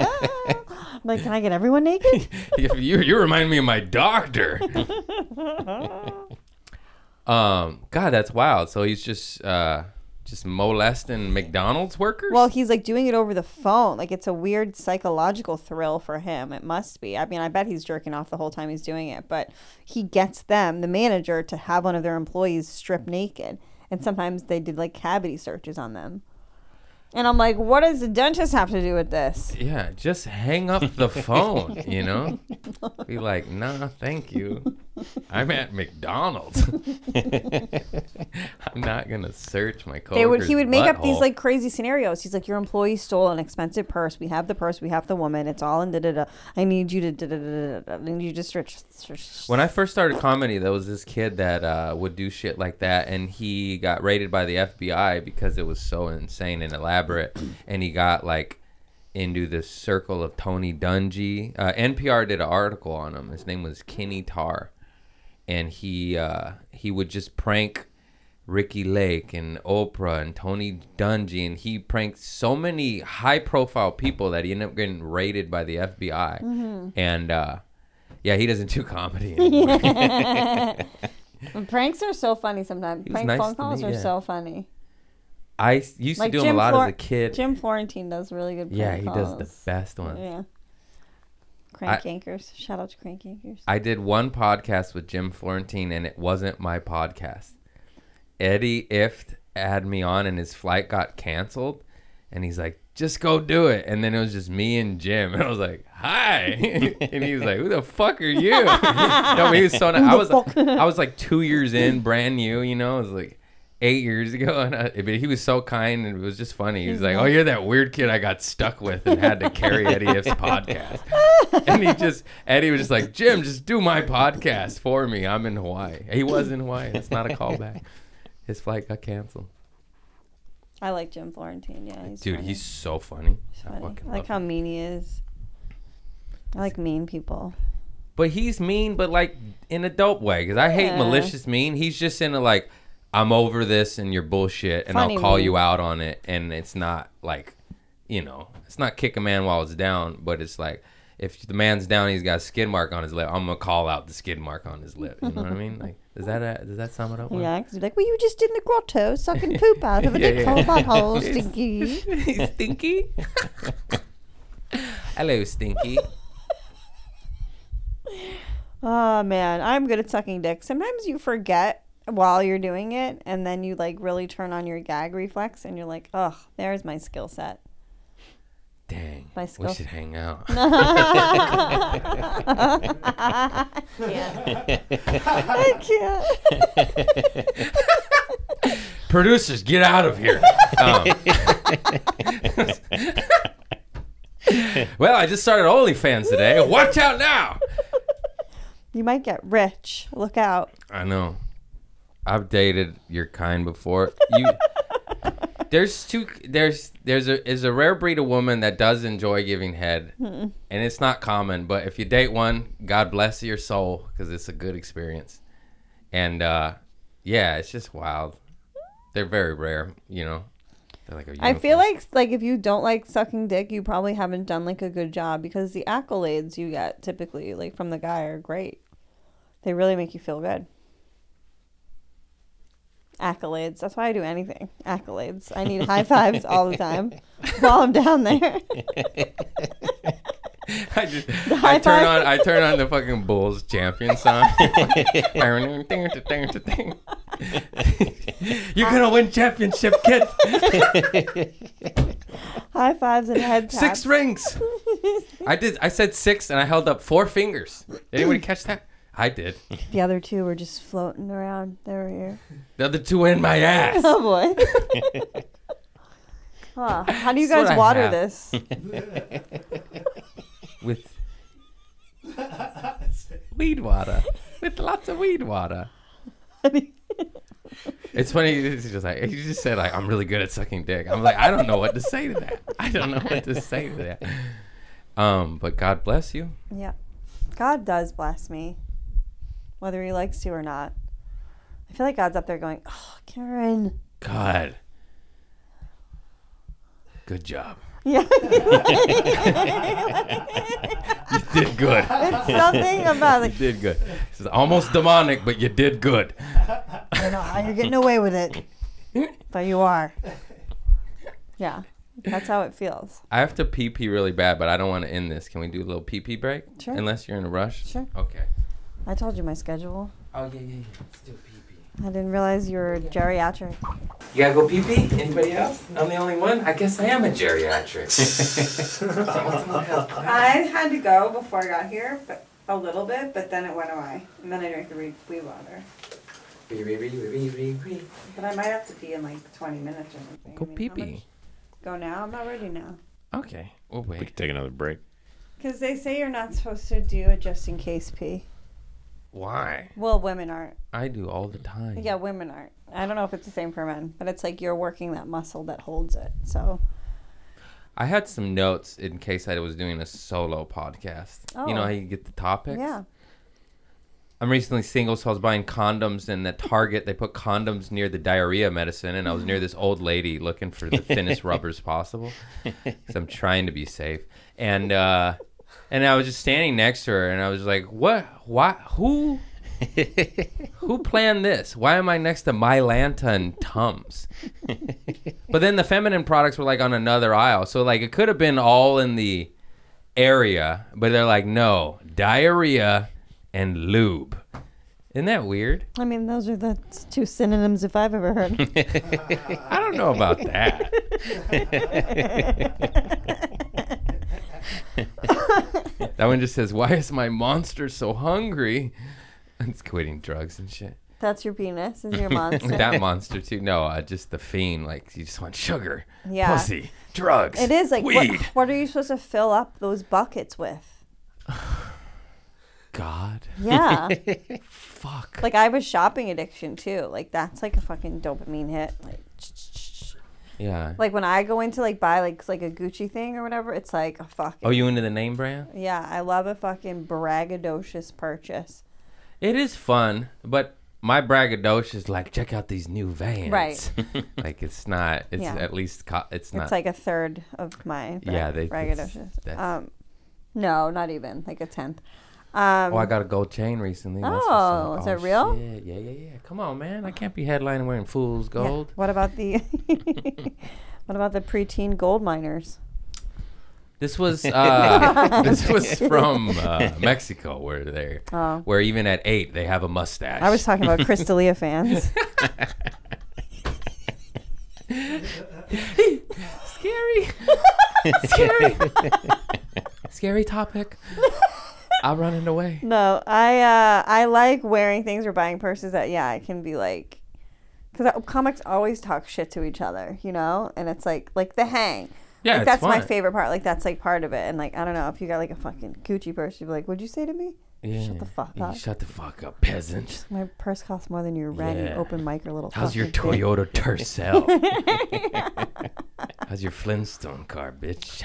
[SPEAKER 2] I'm like, can I get everyone naked?
[SPEAKER 1] you, you you remind me of my doctor. um, God, that's wild. So he's just uh, just molesting McDonald's workers.
[SPEAKER 2] well, he's like doing it over the phone. Like it's a weird psychological thrill for him. It must be. I mean, I bet he's jerking off the whole time he's doing it, but he gets them, the manager, to have one of their employees strip naked. And sometimes they did like cavity searches on them. And I'm like, what does the dentist have to do with this?
[SPEAKER 1] yeah, just hang up the phone. You know, be like, nah, thank you. I'm at McDonald's. I'm not gonna search my coworkers.
[SPEAKER 2] They would. He would make up these
[SPEAKER 1] butthole.
[SPEAKER 2] like crazy scenarios. He's like, your employee stole an expensive purse. We have the purse. We have the woman. It's all in da da da. I need you to da da da da. da. I need you to search. search-
[SPEAKER 1] When I first started comedy, there was this kid that uh, would do shit like that, and he got raided by the FBI because it was so insane and elaborate, and he got like into this circle of Tony Dungy. Uh, NPR did an article on him. His name was Kenny Tarr, and he uh, he would just prank Ricky Lake and Oprah and Tony Dungy, and he pranked so many high-profile people that he ended up getting raided by the FBI,
[SPEAKER 2] Mm-hmm.
[SPEAKER 1] and. Uh, yeah, he doesn't do comedy anymore.
[SPEAKER 2] And pranks are so funny sometimes.
[SPEAKER 1] He was
[SPEAKER 2] Prank
[SPEAKER 1] nice
[SPEAKER 2] phone
[SPEAKER 1] to
[SPEAKER 2] calls
[SPEAKER 1] me,
[SPEAKER 2] are
[SPEAKER 1] yeah.
[SPEAKER 2] so funny.
[SPEAKER 1] I s- used
[SPEAKER 2] Like
[SPEAKER 1] to do him
[SPEAKER 2] Jim
[SPEAKER 1] a lot
[SPEAKER 2] Flor-
[SPEAKER 1] as a kid.
[SPEAKER 2] Jim Florentine does really good. Prank
[SPEAKER 1] yeah, he does
[SPEAKER 2] calls.
[SPEAKER 1] the best ones.
[SPEAKER 2] Yeah. Crank Yankers. Shout out to Crank Yankers.
[SPEAKER 1] I did one podcast with Jim Florentine, and it wasn't my podcast. Eddie Ift had me on, and his flight got canceled. And he's like, "Just go do it." And then it was just me and Jim, and I was like, "Hi," and he was like, "Who the fuck are you?" no, but he was so. Nice. I was, I was like two years in, brand new, you know. I was like, eight years ago, and I, but he was so kind and it was just funny. He was like, "Oh, you're that weird kid I got stuck with and had to carry Eddie F's podcast." And he just Eddie was just like, "Jim, just do my podcast for me. I'm in Hawaii." He was in Hawaii. It's not a callback. His flight got canceled.
[SPEAKER 2] I like Jim Florentine. Yeah, he's
[SPEAKER 1] Dude,
[SPEAKER 2] funny.
[SPEAKER 1] he's so funny.
[SPEAKER 2] He's
[SPEAKER 1] I
[SPEAKER 2] funny.
[SPEAKER 1] fucking
[SPEAKER 2] I like
[SPEAKER 1] love
[SPEAKER 2] how mean he is. I like mean people.
[SPEAKER 1] But he's mean, but like in a dope way. Because I hate
[SPEAKER 2] Yeah.
[SPEAKER 1] malicious mean. He's just in a like, I'm over this and you're bullshit, and
[SPEAKER 2] Funny
[SPEAKER 1] I'll call
[SPEAKER 2] mean.
[SPEAKER 1] you out on it. And it's not like, you know, it's not kick a man while it's down, but it's like, if the man's down, he's got a skid mark on his lip. I'm gonna call out the skid mark on his lip. You know what I mean? Like, does that uh, does that sum it up? well?
[SPEAKER 2] Yeah, because you're like, well, you just in the grotto sucking poop out of a
[SPEAKER 1] Yeah,
[SPEAKER 2] dick
[SPEAKER 1] yeah.
[SPEAKER 2] hole butthole, stinky.
[SPEAKER 1] He's stinky. Hello, stinky.
[SPEAKER 2] Oh man, I'm good at sucking dick. Sometimes you forget while you're doing it, and then you like really turn on your gag reflex, and you're like, "Ugh, there's my skill set."
[SPEAKER 1] Dang.
[SPEAKER 2] My
[SPEAKER 1] We
[SPEAKER 2] skull.
[SPEAKER 1] should hang out.
[SPEAKER 2] I can't.
[SPEAKER 1] Producers, get out of here. Um, well, I just started OnlyFans today. Watch out now.
[SPEAKER 2] you might get rich. Look out.
[SPEAKER 1] I know. I've dated your kind before. You there's two there's there's a is a rare breed of woman that does enjoy giving head, and it's not common. But if you date one, God bless your soul because it's a good experience. And uh, yeah, it's just wild. They're very rare, you know. They're like a
[SPEAKER 2] I feel
[SPEAKER 1] unicorn.
[SPEAKER 2] like like if you don't like sucking dick, you probably haven't done like a good job because the accolades you get typically like from the guy are great. They really make you feel good. Accolades. That's why I do anything. Accolades. I need high fives all the time while I'm down there.
[SPEAKER 1] I just I
[SPEAKER 2] high
[SPEAKER 1] turn
[SPEAKER 2] five.
[SPEAKER 1] on I turn on the fucking Bulls champion song. You're gonna win championship, kid.
[SPEAKER 2] high fives and head taps.
[SPEAKER 1] Six rings. I did. I said six, and I held up four fingers. Did anybody catch that? I did.
[SPEAKER 2] The other two were just floating around. They were here.
[SPEAKER 1] The other two in my ass.
[SPEAKER 2] Oh boy. Huh. How do you
[SPEAKER 1] That's what
[SPEAKER 2] guys
[SPEAKER 1] I
[SPEAKER 2] water
[SPEAKER 1] have.
[SPEAKER 2] this?
[SPEAKER 1] with weed water. With lots of weed water. It's funny. He's just like he just said, like I'm really good at sucking dick. I'm like I don't know what to say to that. I don't know what to say to that. Um, but God bless you.
[SPEAKER 2] Yeah. God does bless me, whether he likes to or not. I feel like God's up there going, oh, Karen.
[SPEAKER 1] God. Good job.
[SPEAKER 2] Yeah.
[SPEAKER 1] You did good.
[SPEAKER 2] it's something about
[SPEAKER 1] You
[SPEAKER 2] like,
[SPEAKER 1] did good. This is almost demonic, but you did good.
[SPEAKER 2] I don't know how you're getting away with it, but you are. Yeah. That's how it feels.
[SPEAKER 1] I have to pee pee really bad, but I don't want to end this. Can we do a little pee pee break?
[SPEAKER 2] Sure.
[SPEAKER 1] Unless you're in a rush.
[SPEAKER 2] Sure.
[SPEAKER 1] Okay.
[SPEAKER 2] I told you my schedule.
[SPEAKER 1] Oh yeah, yeah, yeah. Let's do pee pee.
[SPEAKER 2] I didn't realize you were geriatric.
[SPEAKER 1] You gotta go pee pee? Anybody else? I'm the only one? I guess I am a geriatric.
[SPEAKER 2] I had to go before I got here, but a little bit, but then it went away. And then I drank the wee water. But I might have to pee in like 20 minutes or something.
[SPEAKER 1] go pee pee.
[SPEAKER 2] Go now? I'm not ready now.
[SPEAKER 1] Okay. We'll
[SPEAKER 3] We can
[SPEAKER 1] wait.
[SPEAKER 3] take another break.
[SPEAKER 2] Because they say you're not supposed to do a just in case pee.
[SPEAKER 1] Why?
[SPEAKER 2] Well, women aren't.
[SPEAKER 1] I do all the time.
[SPEAKER 2] Yeah, women aren't. I don't know if it's the same for men, but it's like you're working that muscle that holds it. So
[SPEAKER 1] I had some notes in case I was doing a solo podcast. You know
[SPEAKER 2] Oh.
[SPEAKER 1] how you get the topics?
[SPEAKER 2] yeah,
[SPEAKER 1] I'm recently single, so I was buying condoms, and at Target they put condoms near the diarrhea medicine, and I was near this old lady looking for the thinnest rubbers possible, because I'm trying to be safe. And uh, and I was just standing next to her, and I was like, "What? Why? Who? Who planned this? Why am I next to Mylanta and Tums?" but then the feminine products were like on another aisle, so like it could have been all in the area, but they're like, "No, diarrhea." and lube. Isn't that weird?
[SPEAKER 2] I mean those are the s- two synonyms if I've ever heard.
[SPEAKER 1] I don't know about that. that one just says, "Why is my monster so hungry?" It's quitting drugs and shit.
[SPEAKER 2] That's your penis. Is your monster?
[SPEAKER 1] that monster too. No, uh, just the fiend. Like you just want sugar,
[SPEAKER 2] Yeah.
[SPEAKER 1] pussy, drugs.
[SPEAKER 2] It is like what,
[SPEAKER 1] weed.
[SPEAKER 2] what are you supposed to fill up those buckets with?
[SPEAKER 1] God,
[SPEAKER 2] Yeah.
[SPEAKER 1] fuck.
[SPEAKER 2] like I was shopping addiction too. Like that's like a fucking dopamine hit. Like
[SPEAKER 1] yeah.
[SPEAKER 2] like when I go into like buy like like a Gucci thing or whatever, it's like a fucking
[SPEAKER 1] oh, you into the name brand?
[SPEAKER 2] Yeah, I love a fucking braggadocious purchase.
[SPEAKER 1] It is fun, but my braggadocious is like, check out these new vans.
[SPEAKER 2] Right.
[SPEAKER 1] like it's not. It's
[SPEAKER 2] Yeah.
[SPEAKER 1] at least. Co- it's not.
[SPEAKER 2] It's like a third of my bra-
[SPEAKER 1] Yeah, they- that's-
[SPEAKER 2] braggadocious.
[SPEAKER 1] that's-
[SPEAKER 2] Um, no, not even like a tenth. Um,
[SPEAKER 1] oh, I got a gold chain recently. That's what's
[SPEAKER 2] Oh,
[SPEAKER 1] up.
[SPEAKER 2] is that real?
[SPEAKER 1] shit. Yeah, yeah, yeah. Come on, man. I can't be headlining wearing fool's
[SPEAKER 2] yeah.
[SPEAKER 1] gold.
[SPEAKER 2] What about the what about the preteen gold miners?
[SPEAKER 1] This was uh, this was from uh, Mexico, where they
[SPEAKER 2] Oh.
[SPEAKER 1] where even at eight they have a mustache.
[SPEAKER 2] I was talking about Crystalia fans.
[SPEAKER 1] scary, scary, scary topic. I'm running away.
[SPEAKER 2] No, I uh, I like wearing things or buying purses that yeah, I can be like, because comics always talk shit to each other, you know, and it's like like the hang.
[SPEAKER 1] Yeah,
[SPEAKER 2] like,
[SPEAKER 1] it's
[SPEAKER 2] that's my
[SPEAKER 1] fun.
[SPEAKER 2] favorite part. Like that's like part of it, and like I don't know if you got like a fucking Gucci purse, you'd be like, "What'd you say to me?
[SPEAKER 1] Yeah.
[SPEAKER 2] Shut the fuck
[SPEAKER 1] You
[SPEAKER 2] up.
[SPEAKER 1] Shut the fuck up, peasant.
[SPEAKER 2] My purse costs more than your rent. You
[SPEAKER 1] Yeah.
[SPEAKER 2] open mic or little.
[SPEAKER 1] How's your
[SPEAKER 2] fucking bitch."
[SPEAKER 1] Toyota Tercel? How's your Flintstone car, bitch?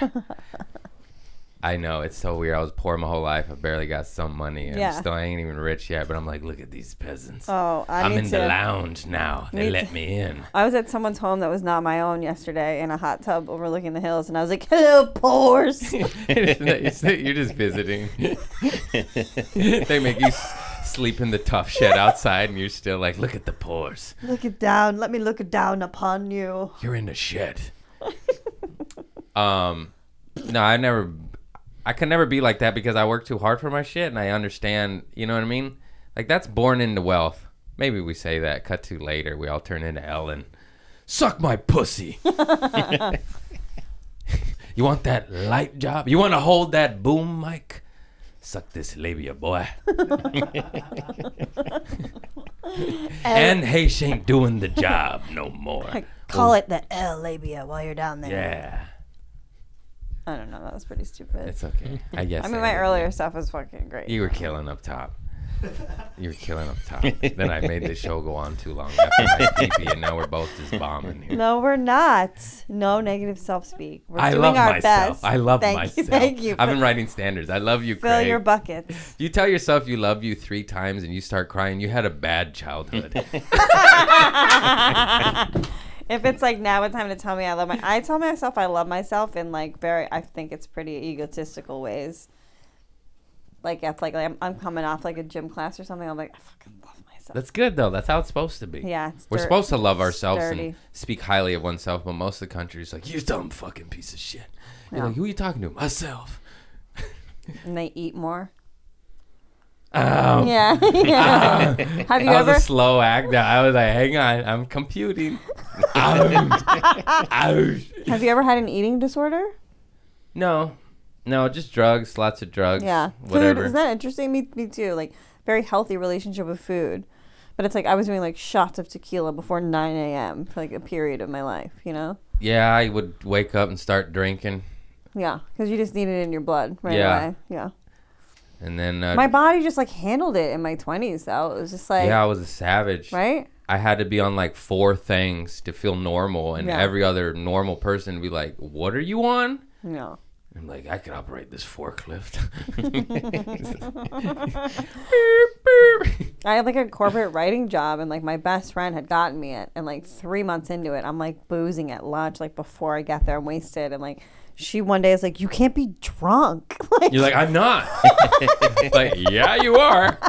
[SPEAKER 1] I know it's so weird. I was poor my whole life. I barely got some money. and
[SPEAKER 2] Yeah.
[SPEAKER 1] I'm still I ain't even rich yet, but I'm like, look at these peasants.
[SPEAKER 2] Oh, I
[SPEAKER 1] I'm
[SPEAKER 2] need
[SPEAKER 1] in
[SPEAKER 2] to-
[SPEAKER 1] the lounge now. They
[SPEAKER 2] Me
[SPEAKER 1] let
[SPEAKER 2] too.
[SPEAKER 1] me in.
[SPEAKER 2] I was at someone's home that was not my own yesterday in a hot tub overlooking the hills, and I was like, "Hello, pores."
[SPEAKER 1] Isn't that- isn't that- You're just visiting. they make you s- sleep in the tough shed outside, and you're still like, look at the pores.
[SPEAKER 2] look it down. Let me look it down upon you.
[SPEAKER 1] You're in the shed. um, no, I never. I could never be like that because I work too hard for my shit, and I understand. You know what I mean? Like that's born into wealth. Maybe we say that. Cut to later. We all turn into Ellen. Suck my pussy. you want that light job? You want to hold that boom mic? Suck this labia, boy. and Hayes ain't doing the job no more.
[SPEAKER 2] Call it the L labia while you're down there.
[SPEAKER 1] Yeah.
[SPEAKER 2] I don't know. That was pretty stupid.
[SPEAKER 1] It's okay. I guess.
[SPEAKER 2] I mean, my
[SPEAKER 1] Andy,
[SPEAKER 2] earlier stuff was fucking great.
[SPEAKER 1] You were killing up top. You were killing up top. then I made the show go on too long after my TV, and now we're both just bombing here.
[SPEAKER 2] no, we're not. No negative self speak. We're
[SPEAKER 1] I
[SPEAKER 2] doing
[SPEAKER 1] love
[SPEAKER 2] our
[SPEAKER 1] myself.
[SPEAKER 2] best.
[SPEAKER 1] I love
[SPEAKER 2] thank
[SPEAKER 1] myself.
[SPEAKER 2] You, thank you.
[SPEAKER 1] I've been writing standards. I love you,
[SPEAKER 2] Fill
[SPEAKER 1] Craig.
[SPEAKER 2] your buckets.
[SPEAKER 1] you tell yourself you love you three times and you start crying. You had a bad childhood.
[SPEAKER 2] If it's like now it's time to tell me I love my, I tell myself I love myself in like very. I think it's pretty egotistical ways. Like if like I'm, I'm coming off like a gym class or something, I'm like I fucking love myself.
[SPEAKER 1] That's good though. That's how it's supposed to be.
[SPEAKER 2] Yeah, it's
[SPEAKER 1] we're
[SPEAKER 2] dirt-
[SPEAKER 1] supposed to love ourselves
[SPEAKER 2] dirty.
[SPEAKER 1] and speak highly of oneself, but most of the country is like, "You dumb fucking piece of shit." You're
[SPEAKER 2] Yeah.
[SPEAKER 1] like, "Who are you talking to?" Myself.
[SPEAKER 2] and they eat more.
[SPEAKER 1] Um,
[SPEAKER 2] Yeah. yeah. Have you
[SPEAKER 1] I was
[SPEAKER 2] ever?
[SPEAKER 1] a slow actor. I was like, hang on, I'm computing. Ouch. Ouch.
[SPEAKER 2] Have you ever had an eating disorder?
[SPEAKER 1] No, no, just drugs, lots of drugs.
[SPEAKER 2] Yeah.
[SPEAKER 1] whatever.
[SPEAKER 2] Food isn't that interesting? Me, me too. Like very healthy relationship with food, but it's like I was doing like shots of tequila before 9 a.m. for like a period of my life. You know?
[SPEAKER 1] yeah, I would wake up and start drinking,
[SPEAKER 2] Yeah, because you just need it in your blood right
[SPEAKER 1] Yeah.
[SPEAKER 2] away. Yeah.
[SPEAKER 1] and then uh,
[SPEAKER 2] My body just like handled it in my 20s though. It was just like
[SPEAKER 1] yeah, I was a savage.
[SPEAKER 2] right.
[SPEAKER 1] I had to be on like four things to feel normal, and
[SPEAKER 2] Yeah.
[SPEAKER 1] every other normal person would be like, "What are you on?"
[SPEAKER 2] No.
[SPEAKER 1] I'm like, I could operate this forklift.
[SPEAKER 2] I had like a corporate writing job, and like my best friend had gotten me it. And like three months into it, I'm like boozing at lunch, like before I got there, I'm wasted. And like she one day is like, "You can't be drunk." Like,
[SPEAKER 1] You're like, I'm not. like, yeah, you are.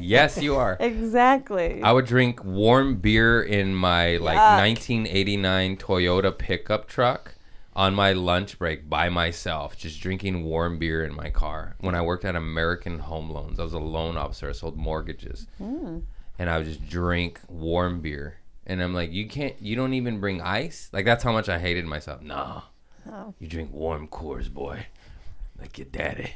[SPEAKER 1] yes, you are.
[SPEAKER 2] exactly.
[SPEAKER 1] I would drink warm beer in my like
[SPEAKER 2] Yuck.
[SPEAKER 1] 1989 Toyota pickup truck on my lunch break by myself, just drinking warm beer in my car. When I worked at American Home Loans, I was a loan officer. I sold mortgages, and I would just drink warm beer. And I'm like, you can't, you don't even bring ice. Like that's how much I hated myself. Nah, you drink warm Coors, boy, like your daddy.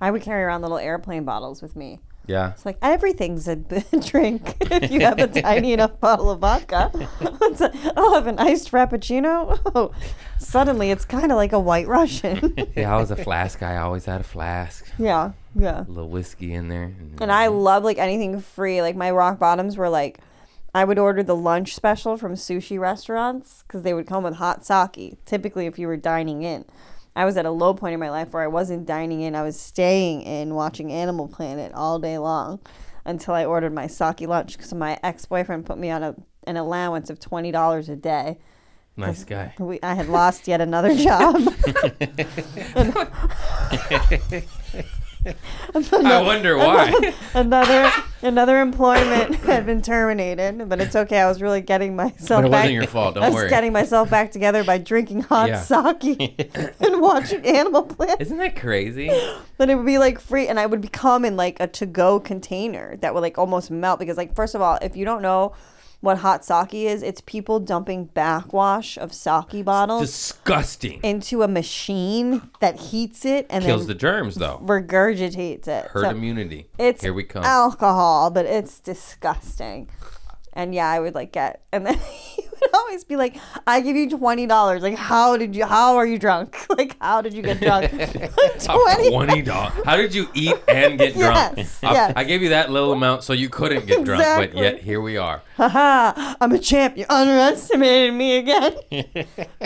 [SPEAKER 2] I would carry around little airplane bottles with me.
[SPEAKER 1] Yeah.
[SPEAKER 2] It's like everything's a b- drink if you have a tiny enough bottle of vodka. It's a- I'll have an iced frappuccino. Oh, suddenly it's kind of like a white Russian.
[SPEAKER 1] Yeah, I was a flask guy. I always had a flask,
[SPEAKER 2] yeah, yeah.
[SPEAKER 1] a little whiskey in there. and-
[SPEAKER 2] And I love like anything free. Like my rock bottoms were like, I would order the lunch special from sushi restaurants because they would come with hot sake. Typically, if you were dining in, I was at a low point in my life where I wasn't dining in. I was staying in, watching Animal Planet all day long, until I ordered my sake lunch because my ex boyfriend put me on a, an allowance of twenty dollars a day.
[SPEAKER 1] nice guy.
[SPEAKER 2] We, I had lost yet another job.
[SPEAKER 1] I wonder why.
[SPEAKER 2] another another employment had been terminated, but it's okay. I was really getting myself
[SPEAKER 1] But it
[SPEAKER 2] back.
[SPEAKER 1] wasn't your fault.
[SPEAKER 2] I
[SPEAKER 1] Don't
[SPEAKER 2] was
[SPEAKER 1] worry.
[SPEAKER 2] getting myself back together by drinking hot
[SPEAKER 1] Yeah.
[SPEAKER 2] sake and watching Animal Planet.
[SPEAKER 1] Isn't that crazy?
[SPEAKER 2] Then it would be like free, and I would become in like a to-go container that would like almost melt because, like, first of all, if you don't know what hot sake is, it's people dumping backwash of sake bottles
[SPEAKER 1] Disgusting.
[SPEAKER 2] into a machine that heats it and
[SPEAKER 1] Kills the
[SPEAKER 2] then
[SPEAKER 1] germs though.
[SPEAKER 2] regurgitates it.
[SPEAKER 1] Herd
[SPEAKER 2] So-
[SPEAKER 1] immunity.
[SPEAKER 2] it's
[SPEAKER 1] here we come.
[SPEAKER 2] alcohol, but it's disgusting. And yeah, I would like get, and then he would always be like, "I give you twenty dollars. Like, how did you? How are you drunk? Like, how did you get drunk?
[SPEAKER 1] Twenty dollars. How did you eat and get drunk?
[SPEAKER 2] Yes,
[SPEAKER 1] I,
[SPEAKER 2] yes.
[SPEAKER 1] I gave you that little amount so you couldn't get drunk,
[SPEAKER 2] Exactly.
[SPEAKER 1] but yet here we are.
[SPEAKER 2] Haha! I'm a champ. You underestimated me again.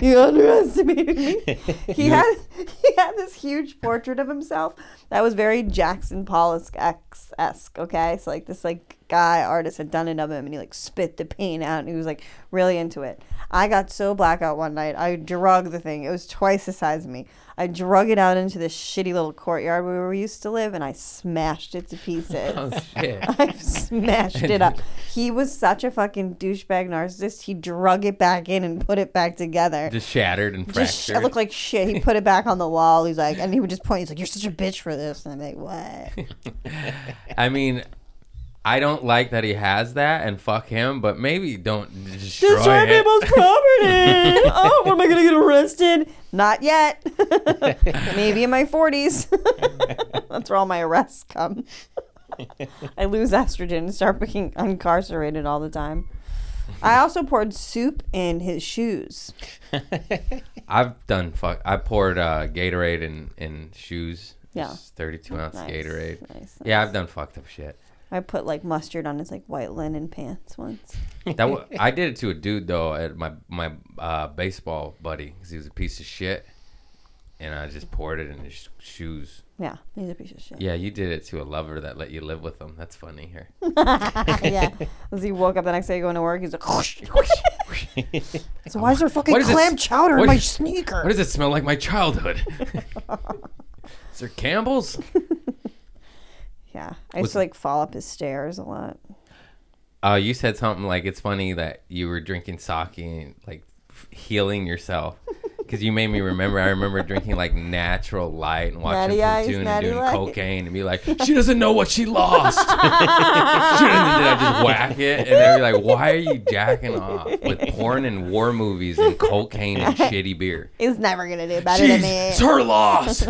[SPEAKER 2] you underestimated me. He had he had this huge portrait of himself that was very Jackson Pollock esque. Okay, so like this like guy artist had done it of him, and he like spit the paint out, and he was like really into it. I got so blackout one night. I drug the thing. It was twice the size of me. I drug it out into this shitty little courtyard where we used to live, and I smashed it to pieces.
[SPEAKER 1] Oh shit.
[SPEAKER 2] I've smashed it up. He was such a fucking douchebag narcissist. He drug it back in and put it back together.
[SPEAKER 1] Just shattered and fractured.
[SPEAKER 2] Just sh- it looked like shit. He put it back on the wall. He's like, and he would just point. He's like, "You're such a bitch for this." And I'm like, "What?"
[SPEAKER 1] I mean, I don't like that he has that, and fuck him. But maybe don't destroy,
[SPEAKER 2] Destroy
[SPEAKER 1] it.
[SPEAKER 2] people's property. oh, what am I gonna get arrested? Not yet. Maybe in my 40s. That's where all my arrests come. I lose estrogen and start being incarcerated all the time. I also poured soup in his shoes.
[SPEAKER 1] I've done fuck. I poured uh, Gatorade in in shoes.
[SPEAKER 2] Yeah.
[SPEAKER 1] It's 32 ounce
[SPEAKER 2] Nice,
[SPEAKER 1] Gatorade.
[SPEAKER 2] nice,
[SPEAKER 1] Yeah, I've done fucked up shit.
[SPEAKER 2] I put like mustard on his like white linen pants once.
[SPEAKER 1] That w- I did it to a dude though at my my uh, baseball buddy 'cause he was a piece of shit, and I just poured it in his sh- shoes.
[SPEAKER 2] Yeah, he's a piece of shit.
[SPEAKER 1] Yeah, you did it to a lover that let you live with them. That's funny here.
[SPEAKER 2] yeah. As he woke up the next day going to work, he's like, so why is there fucking
[SPEAKER 1] What is this-
[SPEAKER 2] clam chowder in
[SPEAKER 1] what-
[SPEAKER 2] my sneaker?
[SPEAKER 1] What does it smell like? My childhood. Is there Campbell's?
[SPEAKER 2] yeah, I used
[SPEAKER 1] What's-
[SPEAKER 2] to like fall up his stairs a lot.
[SPEAKER 1] Uh, you said something like it's funny that you were drinking sake and like f- healing yourself because you made me remember. I remember drinking like natural light and watching
[SPEAKER 2] Natty Ice,
[SPEAKER 1] Platoon and
[SPEAKER 2] Natty
[SPEAKER 1] doing
[SPEAKER 2] Light.
[SPEAKER 1] cocaine and be like, she doesn't know what she lost. she doesn't. Did I just whack it? And they'd be like, why are you jacking off with porn and war movies and cocaine and shitty beer?
[SPEAKER 2] He's never gonna do better than
[SPEAKER 1] Jeez,
[SPEAKER 2] me.
[SPEAKER 1] it's her loss.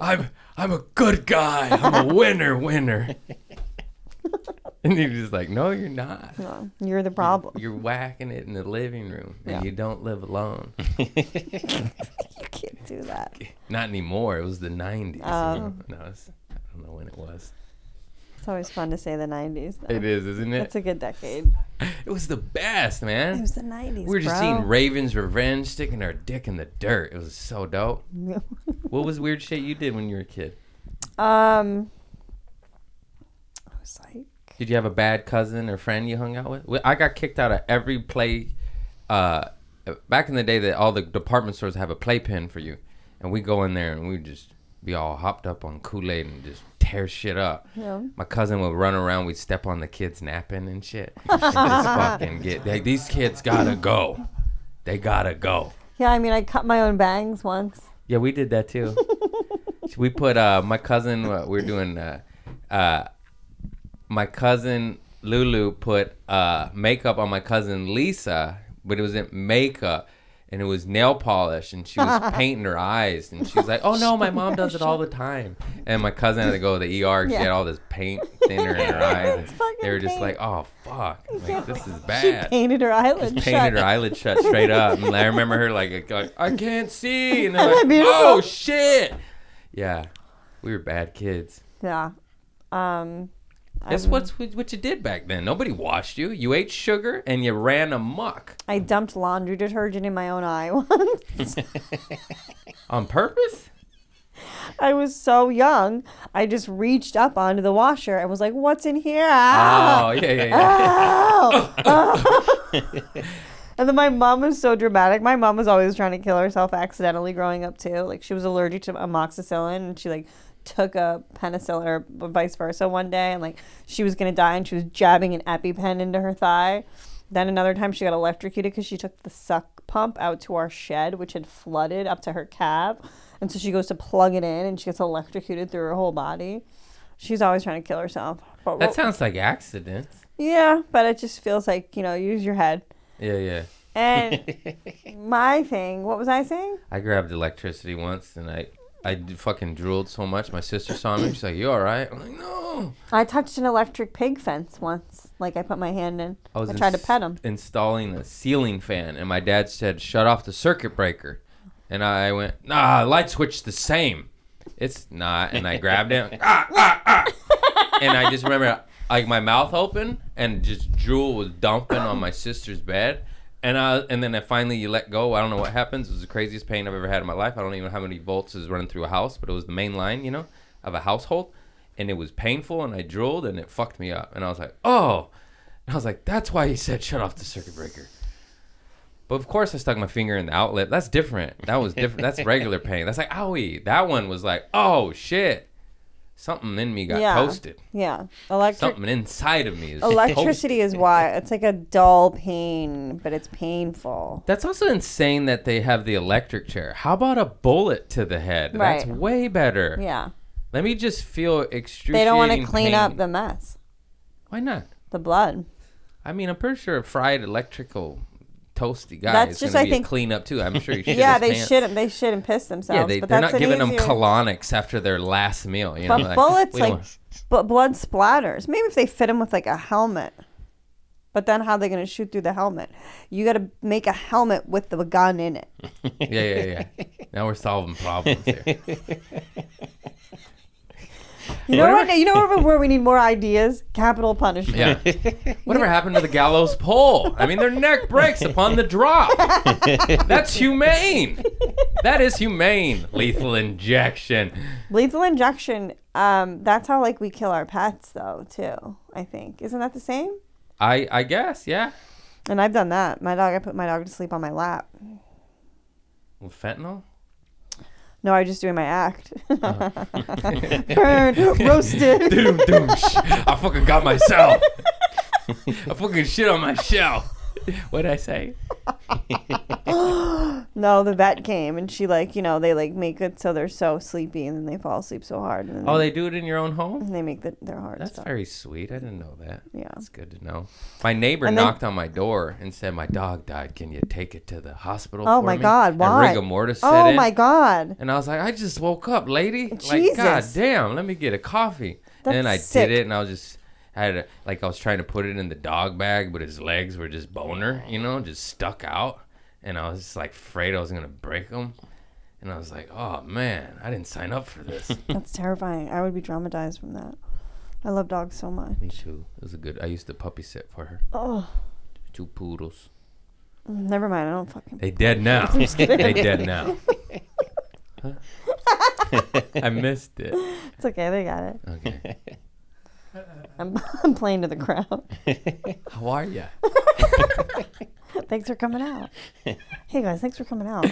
[SPEAKER 1] I'm I'm a good guy. I'm a winner, winner. And you're just like, no, you're not.
[SPEAKER 2] No, You're the problem.
[SPEAKER 1] You're whacking it in the living room, and
[SPEAKER 2] Yeah.
[SPEAKER 1] you don't live alone.
[SPEAKER 2] You can't do that.
[SPEAKER 1] Not anymore. It was the '90s.
[SPEAKER 2] Oh.
[SPEAKER 1] No, it's, I don't know when it was.
[SPEAKER 2] It's always fun to say the 90s. Though.
[SPEAKER 1] It is, isn't it?
[SPEAKER 2] That's a good decade.
[SPEAKER 1] it was the best,
[SPEAKER 2] It
[SPEAKER 1] man.
[SPEAKER 2] was the 90s.
[SPEAKER 1] we were just
[SPEAKER 2] bro.
[SPEAKER 1] seeing Ravens Revenge sticking our dick in the dirt. It was so dope. What was weird shit you did when you were a kid?
[SPEAKER 2] um, I was like,
[SPEAKER 1] Did you have a bad cousin or friend you hung out with? Well, I got kicked out of every play. Uh, back in the day, that all the department stores have a playpen for you, and we go in there and we just be all hopped up on Kool Aid and just tear shit up.
[SPEAKER 2] Yeah.
[SPEAKER 1] My cousin would run around, we'd step on the kids napping and shit. and just fucking get they, these kids gotta go. They gotta go.
[SPEAKER 2] yeah, I mean, I cut my own bangs once.
[SPEAKER 1] Yeah, we did that too. we put uh, my cousin. Uh, we are doing. Uh, uh, my cousin Lulu put uh, makeup on my cousin Lisa, but it wasn't makeup. and it was nail polish, and she was painting her eyes, and she was like, "Oh no, my mom does it all the time." And my cousin had to go to the ER. 'cause She
[SPEAKER 2] Yeah.
[SPEAKER 1] had all this paint thinner in her eyes.
[SPEAKER 2] It's
[SPEAKER 1] and They were
[SPEAKER 2] fucking
[SPEAKER 1] just
[SPEAKER 2] paint.
[SPEAKER 1] like, "Oh fuck, like, this is
[SPEAKER 2] She
[SPEAKER 1] bad."
[SPEAKER 2] painted her eyelids
[SPEAKER 1] painted
[SPEAKER 2] shut.
[SPEAKER 1] her eyelid shut straight up. And I remember her like, like I can't see, and they're
[SPEAKER 2] Isn't
[SPEAKER 1] like,
[SPEAKER 2] that beautiful?
[SPEAKER 1] "Oh shit!" Yeah, we were bad kids.
[SPEAKER 2] Yeah. Um,
[SPEAKER 1] That's
[SPEAKER 2] I'm-
[SPEAKER 1] what's what what you did back then. Nobody washed you. You ate sugar and you ran amok
[SPEAKER 2] I dumped laundry detergent in my own eye once.
[SPEAKER 1] on purpose.
[SPEAKER 2] I was so young. I just reached up onto the washer and was like, "What's in here?"
[SPEAKER 1] Oh yeah, yeah, yeah.
[SPEAKER 2] Ow! Ow! Oh. and then my mom was so dramatic. My mom was always trying to kill herself accidentally growing up too. Like she was allergic to amoxicillin, and she like took a penicillin or vice versa one day, and like she was gonna die, and she was jabbing an EpiPen into her thigh. Then another time she got electrocuted because she took the suck pump out to our shed, which had flooded up to her calf, and so she goes to plug it in, and she gets electrocuted through her whole body. She's always trying to kill herself. But
[SPEAKER 1] That sounds like accidents.
[SPEAKER 2] yeah, but it just feels like, you know, use your head.
[SPEAKER 1] Yeah, yeah.
[SPEAKER 2] And my thing, what was I saying?
[SPEAKER 1] I grabbed electricity once and I I d- fucking drooled so much. My sister saw me. She's like, "You all right?" I'm like, "No."
[SPEAKER 2] I touched an electric pig fence once. Like I put my hand in. I,
[SPEAKER 1] was
[SPEAKER 2] tried to
[SPEAKER 1] ins-
[SPEAKER 2] pet him.
[SPEAKER 1] Installing a ceiling fan, and my dad said, "Shut off the circuit breaker," and I went, "Nah, light switch the same." It's not, and I grabbed it, ah, ah, ah, and I just remember like my mouth open and just drool was dumping on my sister's bed. And I, and then I finally you let go. I don't know what happens. It was the craziest pain I've ever had in my life. I don't even know how many volts is running through a house, but it was the main line, you know, of a household, and it was painful. And I drooled, and it fucked me up. And I was like, oh, and I was like, that's why he said shut off the circuit breaker. But of course, I stuck my finger in the outlet. That's different. That was different. That's regular pain. That's like, owie. That one was like, oh, shit. Something in me got
[SPEAKER 2] Yeah.
[SPEAKER 1] toasted.
[SPEAKER 2] Yeah. Electric
[SPEAKER 1] Something inside of me is toasted.
[SPEAKER 2] electricity is why it's like a dull pain, but it's painful.
[SPEAKER 1] That's also insane that they have the electric chair. How about a bullet to the head? That's
[SPEAKER 2] Right.
[SPEAKER 1] way better.
[SPEAKER 2] Yeah.
[SPEAKER 1] Let me just feel excruciating.
[SPEAKER 2] They don't want to clean
[SPEAKER 1] pain.
[SPEAKER 2] up the mess.
[SPEAKER 1] Why not?
[SPEAKER 2] The blood.
[SPEAKER 1] I mean, I'm pretty sure a fried electrical toasty guy
[SPEAKER 2] That's
[SPEAKER 1] is
[SPEAKER 2] just,
[SPEAKER 1] going
[SPEAKER 2] I
[SPEAKER 1] to be
[SPEAKER 2] think-
[SPEAKER 1] a clean up too. I'm sure you should.
[SPEAKER 2] yeah, they shouldn't they shouldn't piss themselves.
[SPEAKER 1] Yeah, they,
[SPEAKER 2] but
[SPEAKER 1] they're
[SPEAKER 2] that's
[SPEAKER 1] not
[SPEAKER 2] an
[SPEAKER 1] giving them
[SPEAKER 2] easier-
[SPEAKER 1] colonics after their last meal. You know,
[SPEAKER 2] But bullets,
[SPEAKER 1] we don't
[SPEAKER 2] like-
[SPEAKER 1] want-
[SPEAKER 2] But blood splatters. Maybe if they fit him with like a helmet. But then how are they going to shoot through the helmet? You got to make a helmet with the gun in it.
[SPEAKER 1] yeah, yeah, yeah. Now we're solving problems here.
[SPEAKER 2] You know what? You know where- where we need more ideas? Capital punishment.
[SPEAKER 1] Yeah. Whatever happened to the gallows pole? I mean, their neck breaks upon the drop. That's humane. That is humane. Lethal injection.
[SPEAKER 2] Lethal injection. Um, that's how like we kill our pets though too. I think isn't that the same?
[SPEAKER 1] I I guess, yeah.
[SPEAKER 2] And I've done that. My dog. I put my dog to sleep on my lap.
[SPEAKER 1] Well, fentanyl.
[SPEAKER 2] No, I was just doing my act. Burned, roasted.
[SPEAKER 1] Doom, doom, sh- I fucking got myself. I fucking shit on my shelf. What would I say?
[SPEAKER 2] No, the vet came and she like you know they like make it so they're so sleepy and then they fall asleep so hard and then
[SPEAKER 1] Oh, they do it in your own home.
[SPEAKER 2] they make the, their hearts.
[SPEAKER 1] That's
[SPEAKER 2] stop.
[SPEAKER 1] very sweet. I didn't know that.
[SPEAKER 2] Yeah.
[SPEAKER 1] It's good to know. My neighbor
[SPEAKER 2] And then-
[SPEAKER 1] knocked on my door and said, My dog died. Can you take it to the hospital?
[SPEAKER 2] Oh
[SPEAKER 1] for
[SPEAKER 2] my
[SPEAKER 1] me?"
[SPEAKER 2] God, why?
[SPEAKER 1] And rigor mortis set
[SPEAKER 2] Oh
[SPEAKER 1] in.
[SPEAKER 2] my god.
[SPEAKER 1] And I was like, I just woke up, lady. Like,
[SPEAKER 2] Jesus.
[SPEAKER 1] God damn, let me get a coffee. and then I
[SPEAKER 2] That's sick.
[SPEAKER 1] did it, and I was just, I had a, like, I was trying to put it in the dog bag, but his legs were just boner, you know, just stuck out. And I was just like afraid I was going to break them. And I was like, oh man, I didn't sign up for this.
[SPEAKER 2] That's terrifying. I would be traumatized from that. I love dogs so much.
[SPEAKER 1] me too. It was a good, I used to puppy sit for her.
[SPEAKER 2] Oh,
[SPEAKER 1] Two poodles.
[SPEAKER 2] never mind. I don't fucking.
[SPEAKER 1] They dead now. they dead now. Huh? I missed it.
[SPEAKER 2] It's okay. They got it.
[SPEAKER 1] Okay.
[SPEAKER 2] I'm, I'm playing to the crowd.
[SPEAKER 1] How are ya?
[SPEAKER 2] thanks for coming out. Hey guys, thanks for coming out.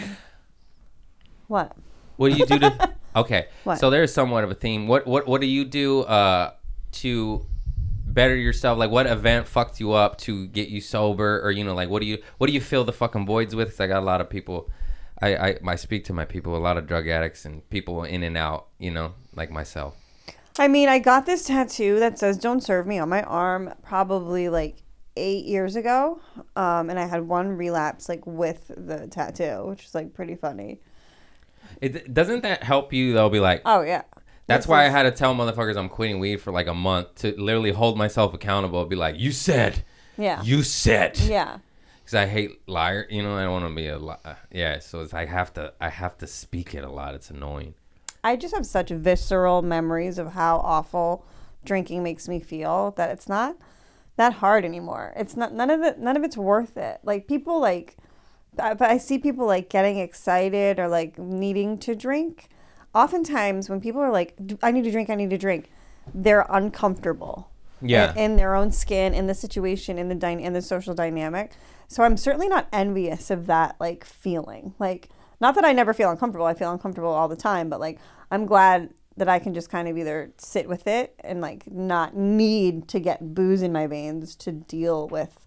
[SPEAKER 2] What?
[SPEAKER 1] What do you do to? Okay,
[SPEAKER 2] What?
[SPEAKER 1] so there's somewhat of a theme. What what what do you do uh, to better yourself? Like, what event fucked you up to get you sober, or you know, like, what do you what do you fill the fucking voids with? 'Cause I got a lot of people. I, I I speak to my people, a lot of drug addicts and people in and out. You know, like myself.
[SPEAKER 2] I mean, I got this tattoo that says "Don't serve me" on my arm probably like eight years ago, um, and I had one relapse like with the tattoo, which is like pretty funny.
[SPEAKER 1] It, doesn't that help you though? Be like,
[SPEAKER 2] Oh yeah,
[SPEAKER 1] that's why I had to tell motherfuckers I'm quitting weed for like a month to literally hold myself accountable. Be like, you said,
[SPEAKER 2] yeah,
[SPEAKER 1] you said,
[SPEAKER 2] yeah,
[SPEAKER 1] because I hate liar. You know, I don't want to be a li- uh, yeah. So it's I have to I have to speak it a lot. It's annoying.
[SPEAKER 2] I just have such visceral memories of how awful drinking makes me feel that it's not that hard anymore. It's not none of it. None of it's worth it. Like people like, I- but I see people like getting excited or like needing to drink. Oftentimes, when people are like, "D- "I need to drink, I need to drink," they're uncomfortable.
[SPEAKER 1] Yeah.
[SPEAKER 2] in, in their own skin, in the situation, in the dyna- in the social dynamic. So I'm certainly not envious of that like feeling. Like not that I never feel uncomfortable. I feel uncomfortable all the time, but like I'm glad that I can just kind of either sit with it and like not need to get booze in my veins to deal with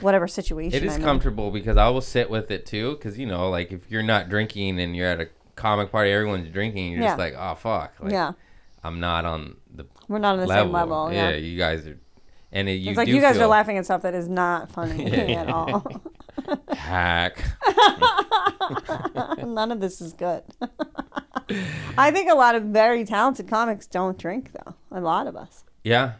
[SPEAKER 2] whatever situation.
[SPEAKER 1] It is
[SPEAKER 2] I'm in.
[SPEAKER 1] comfortable because I will sit with it too. Because you know, like if you're not drinking and you're at a comic party, everyone's drinking. You're just
[SPEAKER 2] Yeah.
[SPEAKER 1] like, oh fuck. Like,
[SPEAKER 2] Yeah.
[SPEAKER 1] I'm not on the
[SPEAKER 2] We're not on the same level. Yeah.
[SPEAKER 1] Yeah, you guys are, and it, you
[SPEAKER 2] it's like
[SPEAKER 1] do
[SPEAKER 2] you guys
[SPEAKER 1] feel
[SPEAKER 2] are laughing at stuff that is not funny
[SPEAKER 1] Yeah.
[SPEAKER 2] at all.
[SPEAKER 1] hack.
[SPEAKER 2] None of this is good. I think a lot of very talented comics don't drink, though. A lot of us.
[SPEAKER 1] yeah.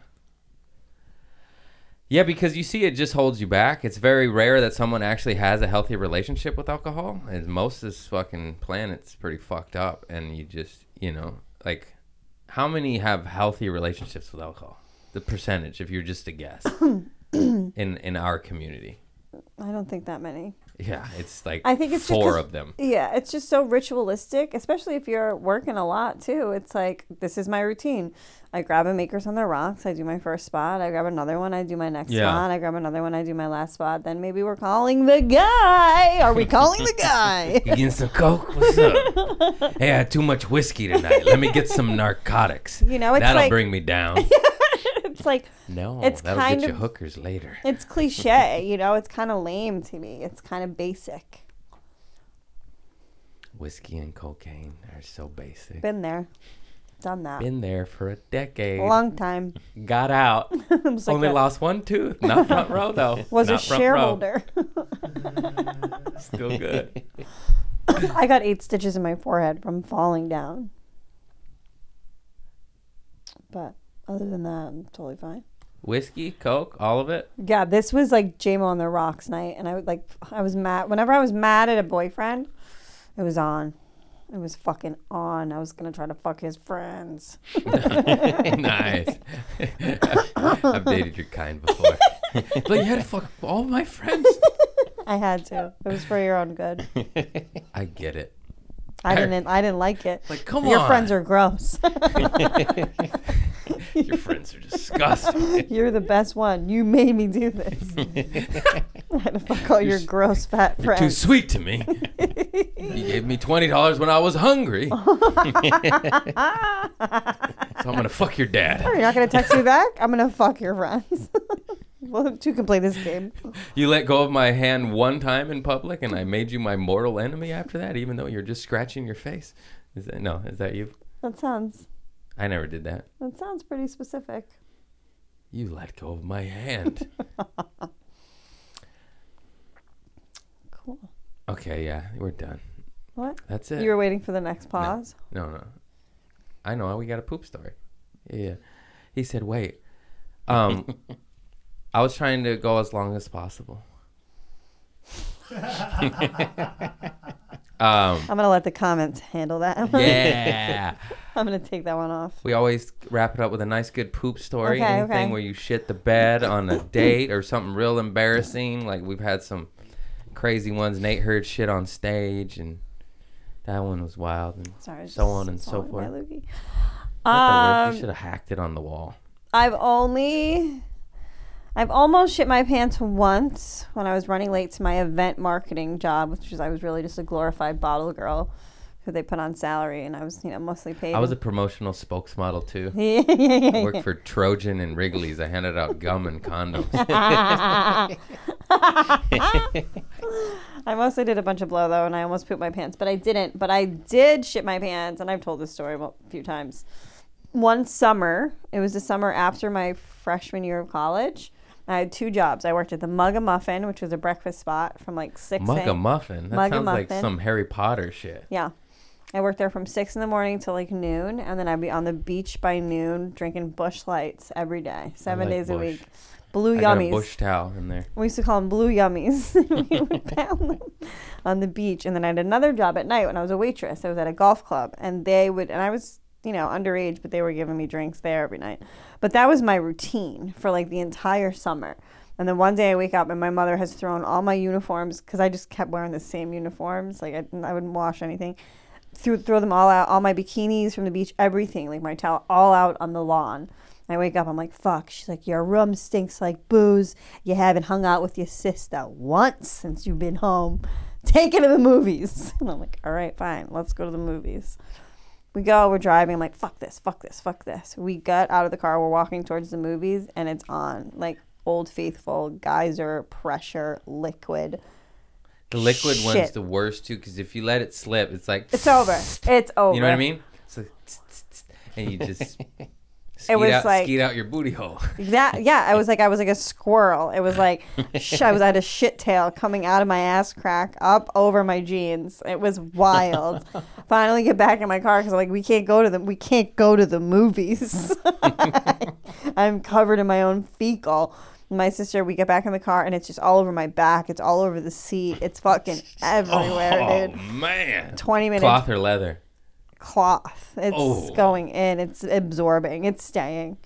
[SPEAKER 1] Yeah, because you see, it just holds you back. It's very rare that someone actually has a healthy relationship with alcohol, and most of this fucking planet's pretty fucked up. And you just, you know, like, how many have healthy relationships with alcohol? The percentage, if you're just a guess, in in our community,
[SPEAKER 2] I don't think that many.
[SPEAKER 1] yeah, it's like
[SPEAKER 2] I think it's just
[SPEAKER 1] four
[SPEAKER 2] 'cause-
[SPEAKER 1] of them.
[SPEAKER 2] Yeah, it's just so ritualistic, especially if you're working a lot too. It's like this is my routine. I grab a makers on the rocks. I do my first spot. I grab another one. I do my next
[SPEAKER 1] Yeah.
[SPEAKER 2] spot. I grab another one. I do my last spot. Then maybe we're calling the guy. Are we calling the guy?
[SPEAKER 1] You getting some coke? What's up? hey, I had too much whiskey tonight. Let me get some narcotics.
[SPEAKER 2] You know, it's
[SPEAKER 1] that'll
[SPEAKER 2] like-
[SPEAKER 1] bring me down.
[SPEAKER 2] it's like
[SPEAKER 1] No,
[SPEAKER 2] It's
[SPEAKER 1] that'll
[SPEAKER 2] kind
[SPEAKER 1] get you
[SPEAKER 2] of-
[SPEAKER 1] hookers later.
[SPEAKER 2] it's cliche. You know, it's kind of lame to me. It's kind of basic.
[SPEAKER 1] Whiskey and cocaine are so basic. Been,
[SPEAKER 2] Been there, done that.
[SPEAKER 1] there for a decade.
[SPEAKER 2] long time.
[SPEAKER 1] Got out.
[SPEAKER 2] I'm just like
[SPEAKER 1] Only
[SPEAKER 2] that.
[SPEAKER 1] lost one tooth. Not front row though.
[SPEAKER 2] was a
[SPEAKER 1] Not front row.
[SPEAKER 2] shareholder.
[SPEAKER 1] Still good.
[SPEAKER 2] I got eight stitches in my forehead from falling down. But other than that, I'm totally fine.
[SPEAKER 1] Whiskey, coke, all of it.
[SPEAKER 2] Yeah, this was like JMO on the rocks night, and I would like I was mad. Whenever I was mad at a boyfriend, it was on. It was fucking on. I was gonna try to fuck his friends.
[SPEAKER 1] nice. I've dated your kind before. but you had to fuck all my friends.
[SPEAKER 2] I had to. It was for your own good.
[SPEAKER 1] I get it.
[SPEAKER 2] I didn't. I didn't like it.
[SPEAKER 1] Like, come
[SPEAKER 2] your
[SPEAKER 1] on.
[SPEAKER 2] friends are gross.
[SPEAKER 1] Your friends are disgusting.
[SPEAKER 2] You're the best one. You made me do this. I had to fuck all your gross fat friends.
[SPEAKER 1] Too sweet to me. you gave me twenty dollars when I was hungry. so I'm gonna fuck your dad.
[SPEAKER 2] You're Ah. not gonna text me back? I'm gonna fuck your friends. well, two can play this game.
[SPEAKER 1] You let go of my hand one time in public, and I made you my mortal enemy after that, even though you're just scratching your face. Is that no? Is that you?
[SPEAKER 2] That sounds
[SPEAKER 1] I never did that.
[SPEAKER 2] that sounds pretty specific.
[SPEAKER 1] You let go of my hand.
[SPEAKER 2] Cool.
[SPEAKER 1] Okay, yeah, we're done.
[SPEAKER 2] What?
[SPEAKER 1] That's it.
[SPEAKER 2] You were waiting for the next pause.
[SPEAKER 1] No, no. I know. We got a poop story. Yeah. He said, wait. Um, I was trying to go as long as possible. um,
[SPEAKER 2] I'm gonna let the comments handle that. I'm gonna,
[SPEAKER 1] yeah.
[SPEAKER 2] I'm gonna take that one off.
[SPEAKER 1] We always wrap it up with a nice, good poop story.
[SPEAKER 2] Okay,
[SPEAKER 1] Anything
[SPEAKER 2] okay.
[SPEAKER 1] where you shit the bed on a date or something real embarrassing. Like we've had some crazy ones. Nate heard shit on stage, and that one was wild. And
[SPEAKER 2] Sorry. I was
[SPEAKER 1] So
[SPEAKER 2] just
[SPEAKER 1] on and so
[SPEAKER 2] swallowing my
[SPEAKER 1] forth.
[SPEAKER 2] loogie.
[SPEAKER 1] What the work?
[SPEAKER 2] Um,
[SPEAKER 1] you should have hacked it on the wall.
[SPEAKER 2] I've only I've almost shit my pants once when I was running late to my event marketing job, which is I was really just a glorified bottle girl who they put on salary and I was, you know, mostly paid.
[SPEAKER 1] I was a
[SPEAKER 2] in-
[SPEAKER 1] promotional spokesmodel too.
[SPEAKER 2] yeah, yeah, yeah,
[SPEAKER 1] I
[SPEAKER 2] yeah.
[SPEAKER 1] worked for Trojan and Wrigley's. I handed out gum and condoms.
[SPEAKER 2] I mostly did a bunch of blow though, and I almost pooped my pants, but I didn't. But I did shit my pants, and I've told this story a few times. One summer, it was the summer after my freshman year of college. I had two jobs. I worked at the Mug a Muffin, which was a breakfast spot from like six.
[SPEAKER 1] Mug a
[SPEAKER 2] a.m.
[SPEAKER 1] muffin. That
[SPEAKER 2] Mug a
[SPEAKER 1] sounds like
[SPEAKER 2] muffin.
[SPEAKER 1] some Harry Potter shit.
[SPEAKER 2] Yeah. I worked there from six in the morning till like noon, and then I'd be on the beach by noon drinking bush lights every day, seven
[SPEAKER 1] like
[SPEAKER 2] days a
[SPEAKER 1] Busch.
[SPEAKER 2] week. Blue
[SPEAKER 1] I got a
[SPEAKER 2] yummies.
[SPEAKER 1] bush towel in there.
[SPEAKER 2] We used to call them blue yummies. we would pound them on the beach. And then I had another job at night when I was a waitress. I was at a golf club, and they would, and I was, you know, underage, but they were giving me drinks there every night. But that was my routine for like the entire summer. And then one day I wake up and my mother has thrown all my uniforms because I just kept wearing the same uniforms. Like I, didn't- I wouldn't wash anything. Threw, throw them all out, all my bikinis from the beach, everything, like my towel, all out on the lawn. I wake up, I'm like, fuck. She's like, your room stinks like booze. You haven't hung out with your sister once since you've been home. Take it to the movies. And I'm like, all right, fine. Let's go to the movies. We go, we're driving. I'm like, fuck this, fuck this, fuck this. We got out of the car, we're walking towards the movies, and it's on. Like, Old Faithful, Geyser, Pressure, Liquid.
[SPEAKER 1] The liquid one's
[SPEAKER 2] Shit.
[SPEAKER 1] the worst too, because if you let it slip, it's like
[SPEAKER 2] It's over. It's over.
[SPEAKER 1] You know what I mean? It's like, tss, tss, tss, and you just skeet
[SPEAKER 2] was
[SPEAKER 1] out,
[SPEAKER 2] like-
[SPEAKER 1] skeet out your booty hole.
[SPEAKER 2] That yeah, I was like I was like a squirrel. It was like sh- I was I had a shit tail coming out of my ass crack up over my jeans. It was wild. Finally, get back in my car because like we can't go to the we can't go to the movies. I'm covered in my own fecal. My sister, we get back in the car and it's just all over my back. It's all over the seat. It's fucking everywhere,
[SPEAKER 1] oh
[SPEAKER 2] dude.
[SPEAKER 1] man!
[SPEAKER 2] Twenty minutes
[SPEAKER 1] Cloth or leather?
[SPEAKER 2] cloth. It's
[SPEAKER 1] Oh.
[SPEAKER 2] going in. It's absorbing. It's staying.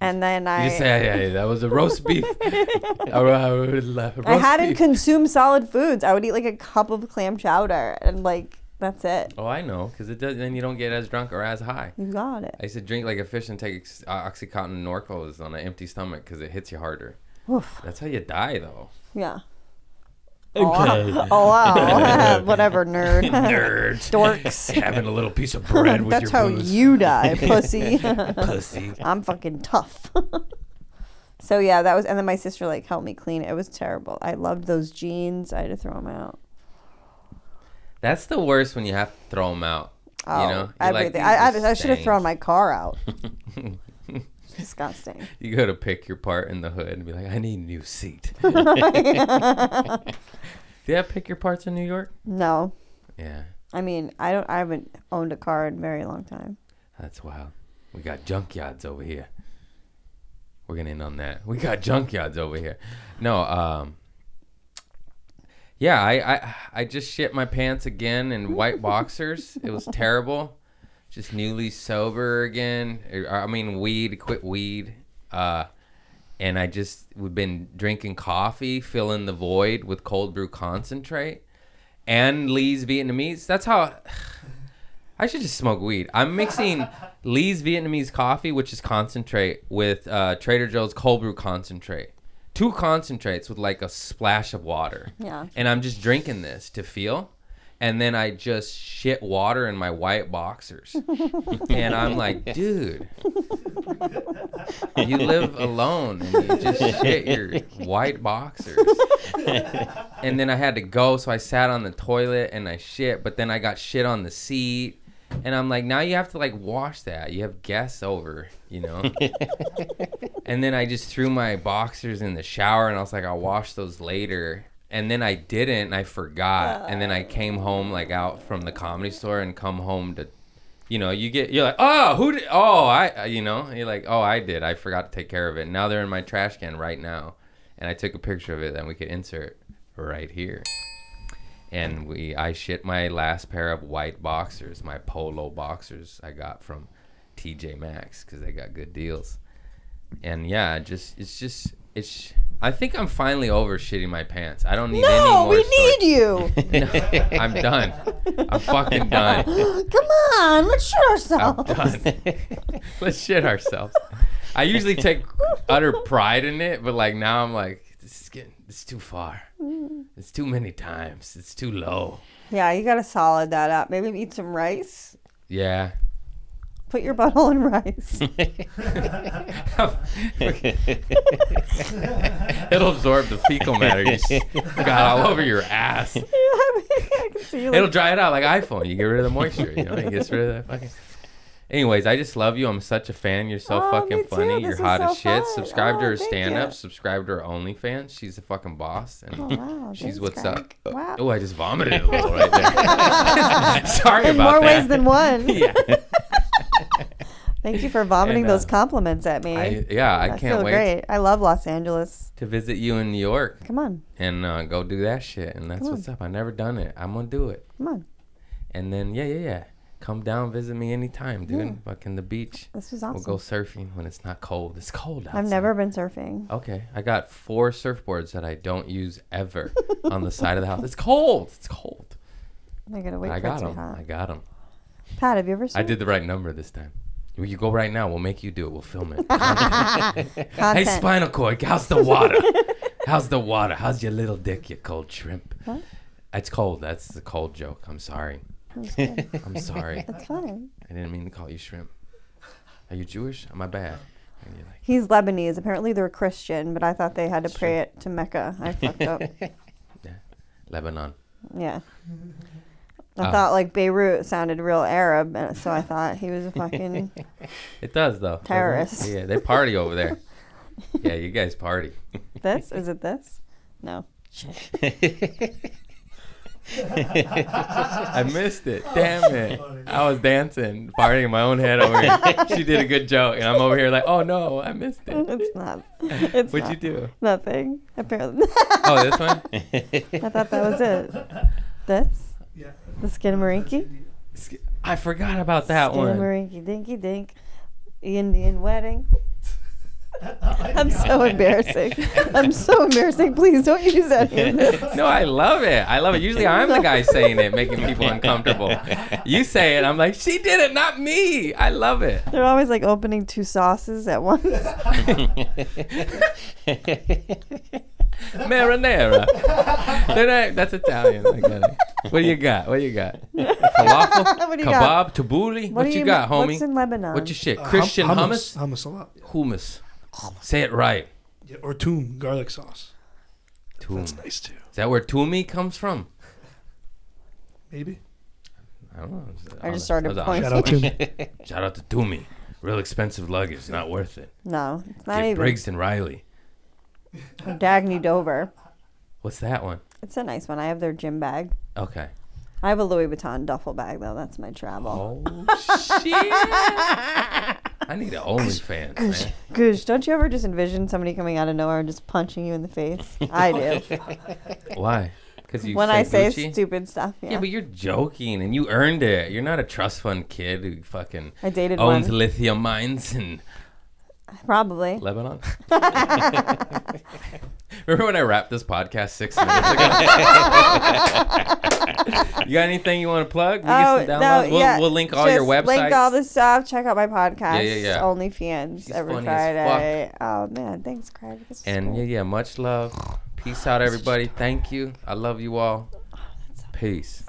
[SPEAKER 2] And then I
[SPEAKER 1] You just say, hey, hey, that was a roast beef. A ro- a ro- roast
[SPEAKER 2] I hadn't
[SPEAKER 1] beef.
[SPEAKER 2] consumed solid foods. I would eat like a cup of clam chowder and like that's it.
[SPEAKER 1] oh, I know, because it does. Then you don't get as drunk or as high.
[SPEAKER 2] You got it.
[SPEAKER 1] I used to drink like a fish and take Ox- uh, oxycontin and Norco is on an empty stomach because it hits you harder.
[SPEAKER 2] Oof.
[SPEAKER 1] That's how you die, though.
[SPEAKER 2] Yeah. Oh, wow. Oh, wow. Whatever, nerd.
[SPEAKER 1] Nerd.
[SPEAKER 2] Dorks.
[SPEAKER 1] Having a little piece of bread with
[SPEAKER 2] that's
[SPEAKER 1] your
[SPEAKER 2] how
[SPEAKER 1] booze.
[SPEAKER 2] you die, pussy.
[SPEAKER 1] pussy.
[SPEAKER 2] I'm fucking tough. so yeah, that was and then my sister like helped me clean it. It was terrible. I loved those jeans. I had to throw them out.
[SPEAKER 1] That's the worst when you have to throw them out.
[SPEAKER 2] Oh,
[SPEAKER 1] you know, You're like,
[SPEAKER 2] everything.
[SPEAKER 1] "These
[SPEAKER 2] I,
[SPEAKER 1] just
[SPEAKER 2] I, I should have
[SPEAKER 1] stank."
[SPEAKER 2] thrown my car out. Disgusting.
[SPEAKER 1] You go to pick your part in the hood and be like, I need a new seat. Do you have pick your parts in New York?
[SPEAKER 2] No,
[SPEAKER 1] Yeah,
[SPEAKER 2] I mean, I don't. I haven't owned a car in a very long time.
[SPEAKER 1] that's wild. We got junkyards over here. We're gonna end on that. We got junkyards over here. No, um, yeah, I, I, I just shit my pants again in white boxers. It was terrible. Just newly sober again. Er, I mean, weed. Quit weed. Uh, and I just we've been drinking coffee, filling the void with cold brew concentrate, and Lee's Vietnamese. That's how. I should just smoke weed. I'm mixing Lee's Vietnamese coffee, which is concentrate, with uh, Trader Joe's cold brew concentrate. Two concentrates with like a splash of water.
[SPEAKER 2] Yeah.
[SPEAKER 1] And I'm just drinking this to feel. And then I just shit water in my white boxers. and I'm like, dude, you live alone and you just shit your white boxers. and then I had to go, so I sat on the toilet and I shit, but then I got shit on the seat. And I'm like, now you have to like wash that. You have guests over, you know? and then I just threw my boxers in the shower and I was like, I'll wash those later. And then I didn't, and I forgot. and then I came home like out from the comedy store and come home to you know, you get you're like, oh, who? Did, oh, I, uh, you know, you're like, oh, I did. I forgot to take care of it. Now they're in my trash can right now, and I took a picture of it that we could insert right here. And we, I shit my last pair of white boxers, my polo boxers I got from TJ Maxx because they got good deals. And yeah, just it's just it's. I think I'm finally over shitting my pants. I don't need any
[SPEAKER 2] No,
[SPEAKER 1] more.
[SPEAKER 2] we need you.
[SPEAKER 1] you. I'm done. I'm fucking done.
[SPEAKER 2] Come on, let's shoot
[SPEAKER 1] I'm
[SPEAKER 2] ourselves.
[SPEAKER 1] done. Let's shit ourselves. I usually take utter pride in it, but like now I'm like, this is getting, it's too far.
[SPEAKER 5] Mm.
[SPEAKER 1] It's too many times. It's too low.
[SPEAKER 2] Yeah, you gotta solid that up. Maybe eat some rice.
[SPEAKER 1] Yeah.
[SPEAKER 2] Put your butthole in rice.
[SPEAKER 1] It'll absorb the fecal matter you s- got all over your ass.
[SPEAKER 2] I can see you. Like,
[SPEAKER 1] It'll dry it out like iPhone. You get rid of the moisture. You know, it gets rid of that fucking. Anyways, I just love you. I'm such a fan. You're so
[SPEAKER 5] Oh, me
[SPEAKER 1] fucking
[SPEAKER 5] too.
[SPEAKER 1] funny.
[SPEAKER 5] This
[SPEAKER 1] You're
[SPEAKER 5] was
[SPEAKER 1] hot
[SPEAKER 5] so
[SPEAKER 1] as shit.
[SPEAKER 5] fun.
[SPEAKER 1] Subscribe to
[SPEAKER 5] Oh,
[SPEAKER 1] her
[SPEAKER 5] thank
[SPEAKER 1] stand up.
[SPEAKER 5] you.
[SPEAKER 1] Subscribe to her OnlyFans. She's a fucking boss. And
[SPEAKER 5] Oh, wow.
[SPEAKER 1] she's
[SPEAKER 5] Thanks,
[SPEAKER 1] what's
[SPEAKER 5] Greg.
[SPEAKER 1] up.
[SPEAKER 5] Wow.
[SPEAKER 1] Oh, I just vomited a little right there. Sorry
[SPEAKER 2] In
[SPEAKER 1] about
[SPEAKER 2] more
[SPEAKER 1] that.
[SPEAKER 2] ways than one.
[SPEAKER 1] yeah.
[SPEAKER 2] Thank you for vomiting
[SPEAKER 1] And, uh,
[SPEAKER 2] those compliments at me.
[SPEAKER 1] I, yeah, I can't
[SPEAKER 2] feel
[SPEAKER 1] wait
[SPEAKER 2] great. I love Los Angeles.
[SPEAKER 1] to visit you in New York
[SPEAKER 2] Come on,
[SPEAKER 1] and uh, go do that shit. And that's
[SPEAKER 2] Come on.
[SPEAKER 1] what's up. I never done it. I'm gonna do it.
[SPEAKER 2] come on.
[SPEAKER 1] And then yeah, yeah, yeah. Come down, visit me anytime, dude. Fucking the beach.
[SPEAKER 2] This was awesome.
[SPEAKER 1] We'll go surfing when it's not cold. It's cold outside.
[SPEAKER 2] I've never been surfing.
[SPEAKER 1] Okay, I got four surfboards that I don't use ever on the side of the house. It's cold. It's cold.
[SPEAKER 2] I gotta wait
[SPEAKER 1] I
[SPEAKER 2] for it
[SPEAKER 1] got
[SPEAKER 2] to be
[SPEAKER 1] them.
[SPEAKER 2] hot.
[SPEAKER 1] I got them.
[SPEAKER 2] Pat, have you ever surfed?
[SPEAKER 1] I did the right number this time. You- You go right now. We'll make you do it. We'll film it. hey,
[SPEAKER 2] Content.
[SPEAKER 1] spinal cord. How's the water? How's the water? How's your little dick? You cold shrimp.
[SPEAKER 2] Huh?
[SPEAKER 1] It's cold. That's a cold joke. I'm sorry.
[SPEAKER 2] That's good.
[SPEAKER 1] I'm sorry.
[SPEAKER 2] That's fine.
[SPEAKER 1] I didn't mean to call you shrimp. Are you Jewish? My bad. And you're like,
[SPEAKER 2] He's Lebanese. Apparently they're Christian, but I thought they had to pray it to Mecca. I fucked up.
[SPEAKER 1] Lebanon.
[SPEAKER 2] Yeah. I
[SPEAKER 1] Ah.
[SPEAKER 2] thought like Beirut sounded real Arab, and so I thought he was a fucking.
[SPEAKER 1] It does though. doesn't it?
[SPEAKER 2] Terrorists.
[SPEAKER 1] Yeah, they party over there. yeah, you guys party.
[SPEAKER 2] this is it. This, no. Shit.
[SPEAKER 1] I missed it. Damn it. I was dancing, partying in my own head over here. She did a good joke, and I'm over here like, oh no, I missed it.
[SPEAKER 2] It's not. It's
[SPEAKER 1] What'd
[SPEAKER 2] not,
[SPEAKER 1] you do?
[SPEAKER 2] Nothing. Apparently,
[SPEAKER 1] Oh, this one?
[SPEAKER 2] I thought that was it. This,
[SPEAKER 4] Yeah.
[SPEAKER 2] the Skinamarinky,
[SPEAKER 1] Sk- I forgot about that one.
[SPEAKER 2] Skinamarinky Dinky Dink, Indian wedding. I'm so embarrassing. I'm so embarrassing. Please don't use any of this.
[SPEAKER 1] No, I love it. I love it. Usually I'm the guy saying it, making people uncomfortable. You say it, I'm like, she did it, not me. I love it.
[SPEAKER 2] They're always like opening two sauces at once.
[SPEAKER 1] Marinara. They're not- that's Italian. I got it. What do you got? What do you got? Falafel?
[SPEAKER 2] What do you got?
[SPEAKER 1] Kebab? Tabbouleh? What, you,
[SPEAKER 2] ma-
[SPEAKER 1] got, homie?
[SPEAKER 2] What's in Lebanon?
[SPEAKER 1] What's your shit?
[SPEAKER 4] hum-
[SPEAKER 1] Christian hummus?
[SPEAKER 4] Hummus a lot.
[SPEAKER 1] Hummus. Say it right.
[SPEAKER 4] Yeah, or tomb garlic sauce.
[SPEAKER 1] Toom.
[SPEAKER 4] That's
[SPEAKER 1] Is
[SPEAKER 4] nice too.
[SPEAKER 1] that where Toomey comes from?
[SPEAKER 4] Maybe.
[SPEAKER 1] I don't know.
[SPEAKER 2] I just started
[SPEAKER 1] That was
[SPEAKER 2] pointing.
[SPEAKER 4] Shout out to me.
[SPEAKER 1] awesome. Shout out to Toomey. Real expensive luggage. Not worth it.
[SPEAKER 2] no, it's not
[SPEAKER 1] Get
[SPEAKER 2] even.
[SPEAKER 1] Briggs and Riley.
[SPEAKER 2] Dagny Dover.
[SPEAKER 1] What's that one?
[SPEAKER 2] It's a nice one. I have their gym bag.
[SPEAKER 1] Okay.
[SPEAKER 2] I have a Louis Vuitton duffel bag though. That's my travel.
[SPEAKER 1] Oh, shit. I need an OnlyFans, man.
[SPEAKER 2] Goosh, don't you ever just envision somebody coming out of nowhere and just punching you in the face? I do.
[SPEAKER 1] Why? Because you
[SPEAKER 2] when I say
[SPEAKER 1] Gucci?
[SPEAKER 2] stupid stuff, yeah.
[SPEAKER 1] Yeah, but you're joking, and you earned it. You're not a trust fund kid who fucking
[SPEAKER 2] I dated
[SPEAKER 1] owns
[SPEAKER 2] one.
[SPEAKER 1] lithium mines in
[SPEAKER 2] Probably.
[SPEAKER 1] Lebanon. Remember when I wrapped this podcast six minutes ago? you got anything you want to plug? We get some downloads. we'll, we'll link all your
[SPEAKER 2] Oh,
[SPEAKER 1] websites.
[SPEAKER 2] just Link all the stuff. Check out my podcast.
[SPEAKER 1] Yeah, yeah, yeah.
[SPEAKER 2] OnlyFans every
[SPEAKER 1] funny as fuck.
[SPEAKER 2] Friday. Oh man, thanks, Craig. This is
[SPEAKER 1] and yeah,
[SPEAKER 2] great.
[SPEAKER 1] yeah, much love. Peace out, everybody. Thank you. I love you all. Peace.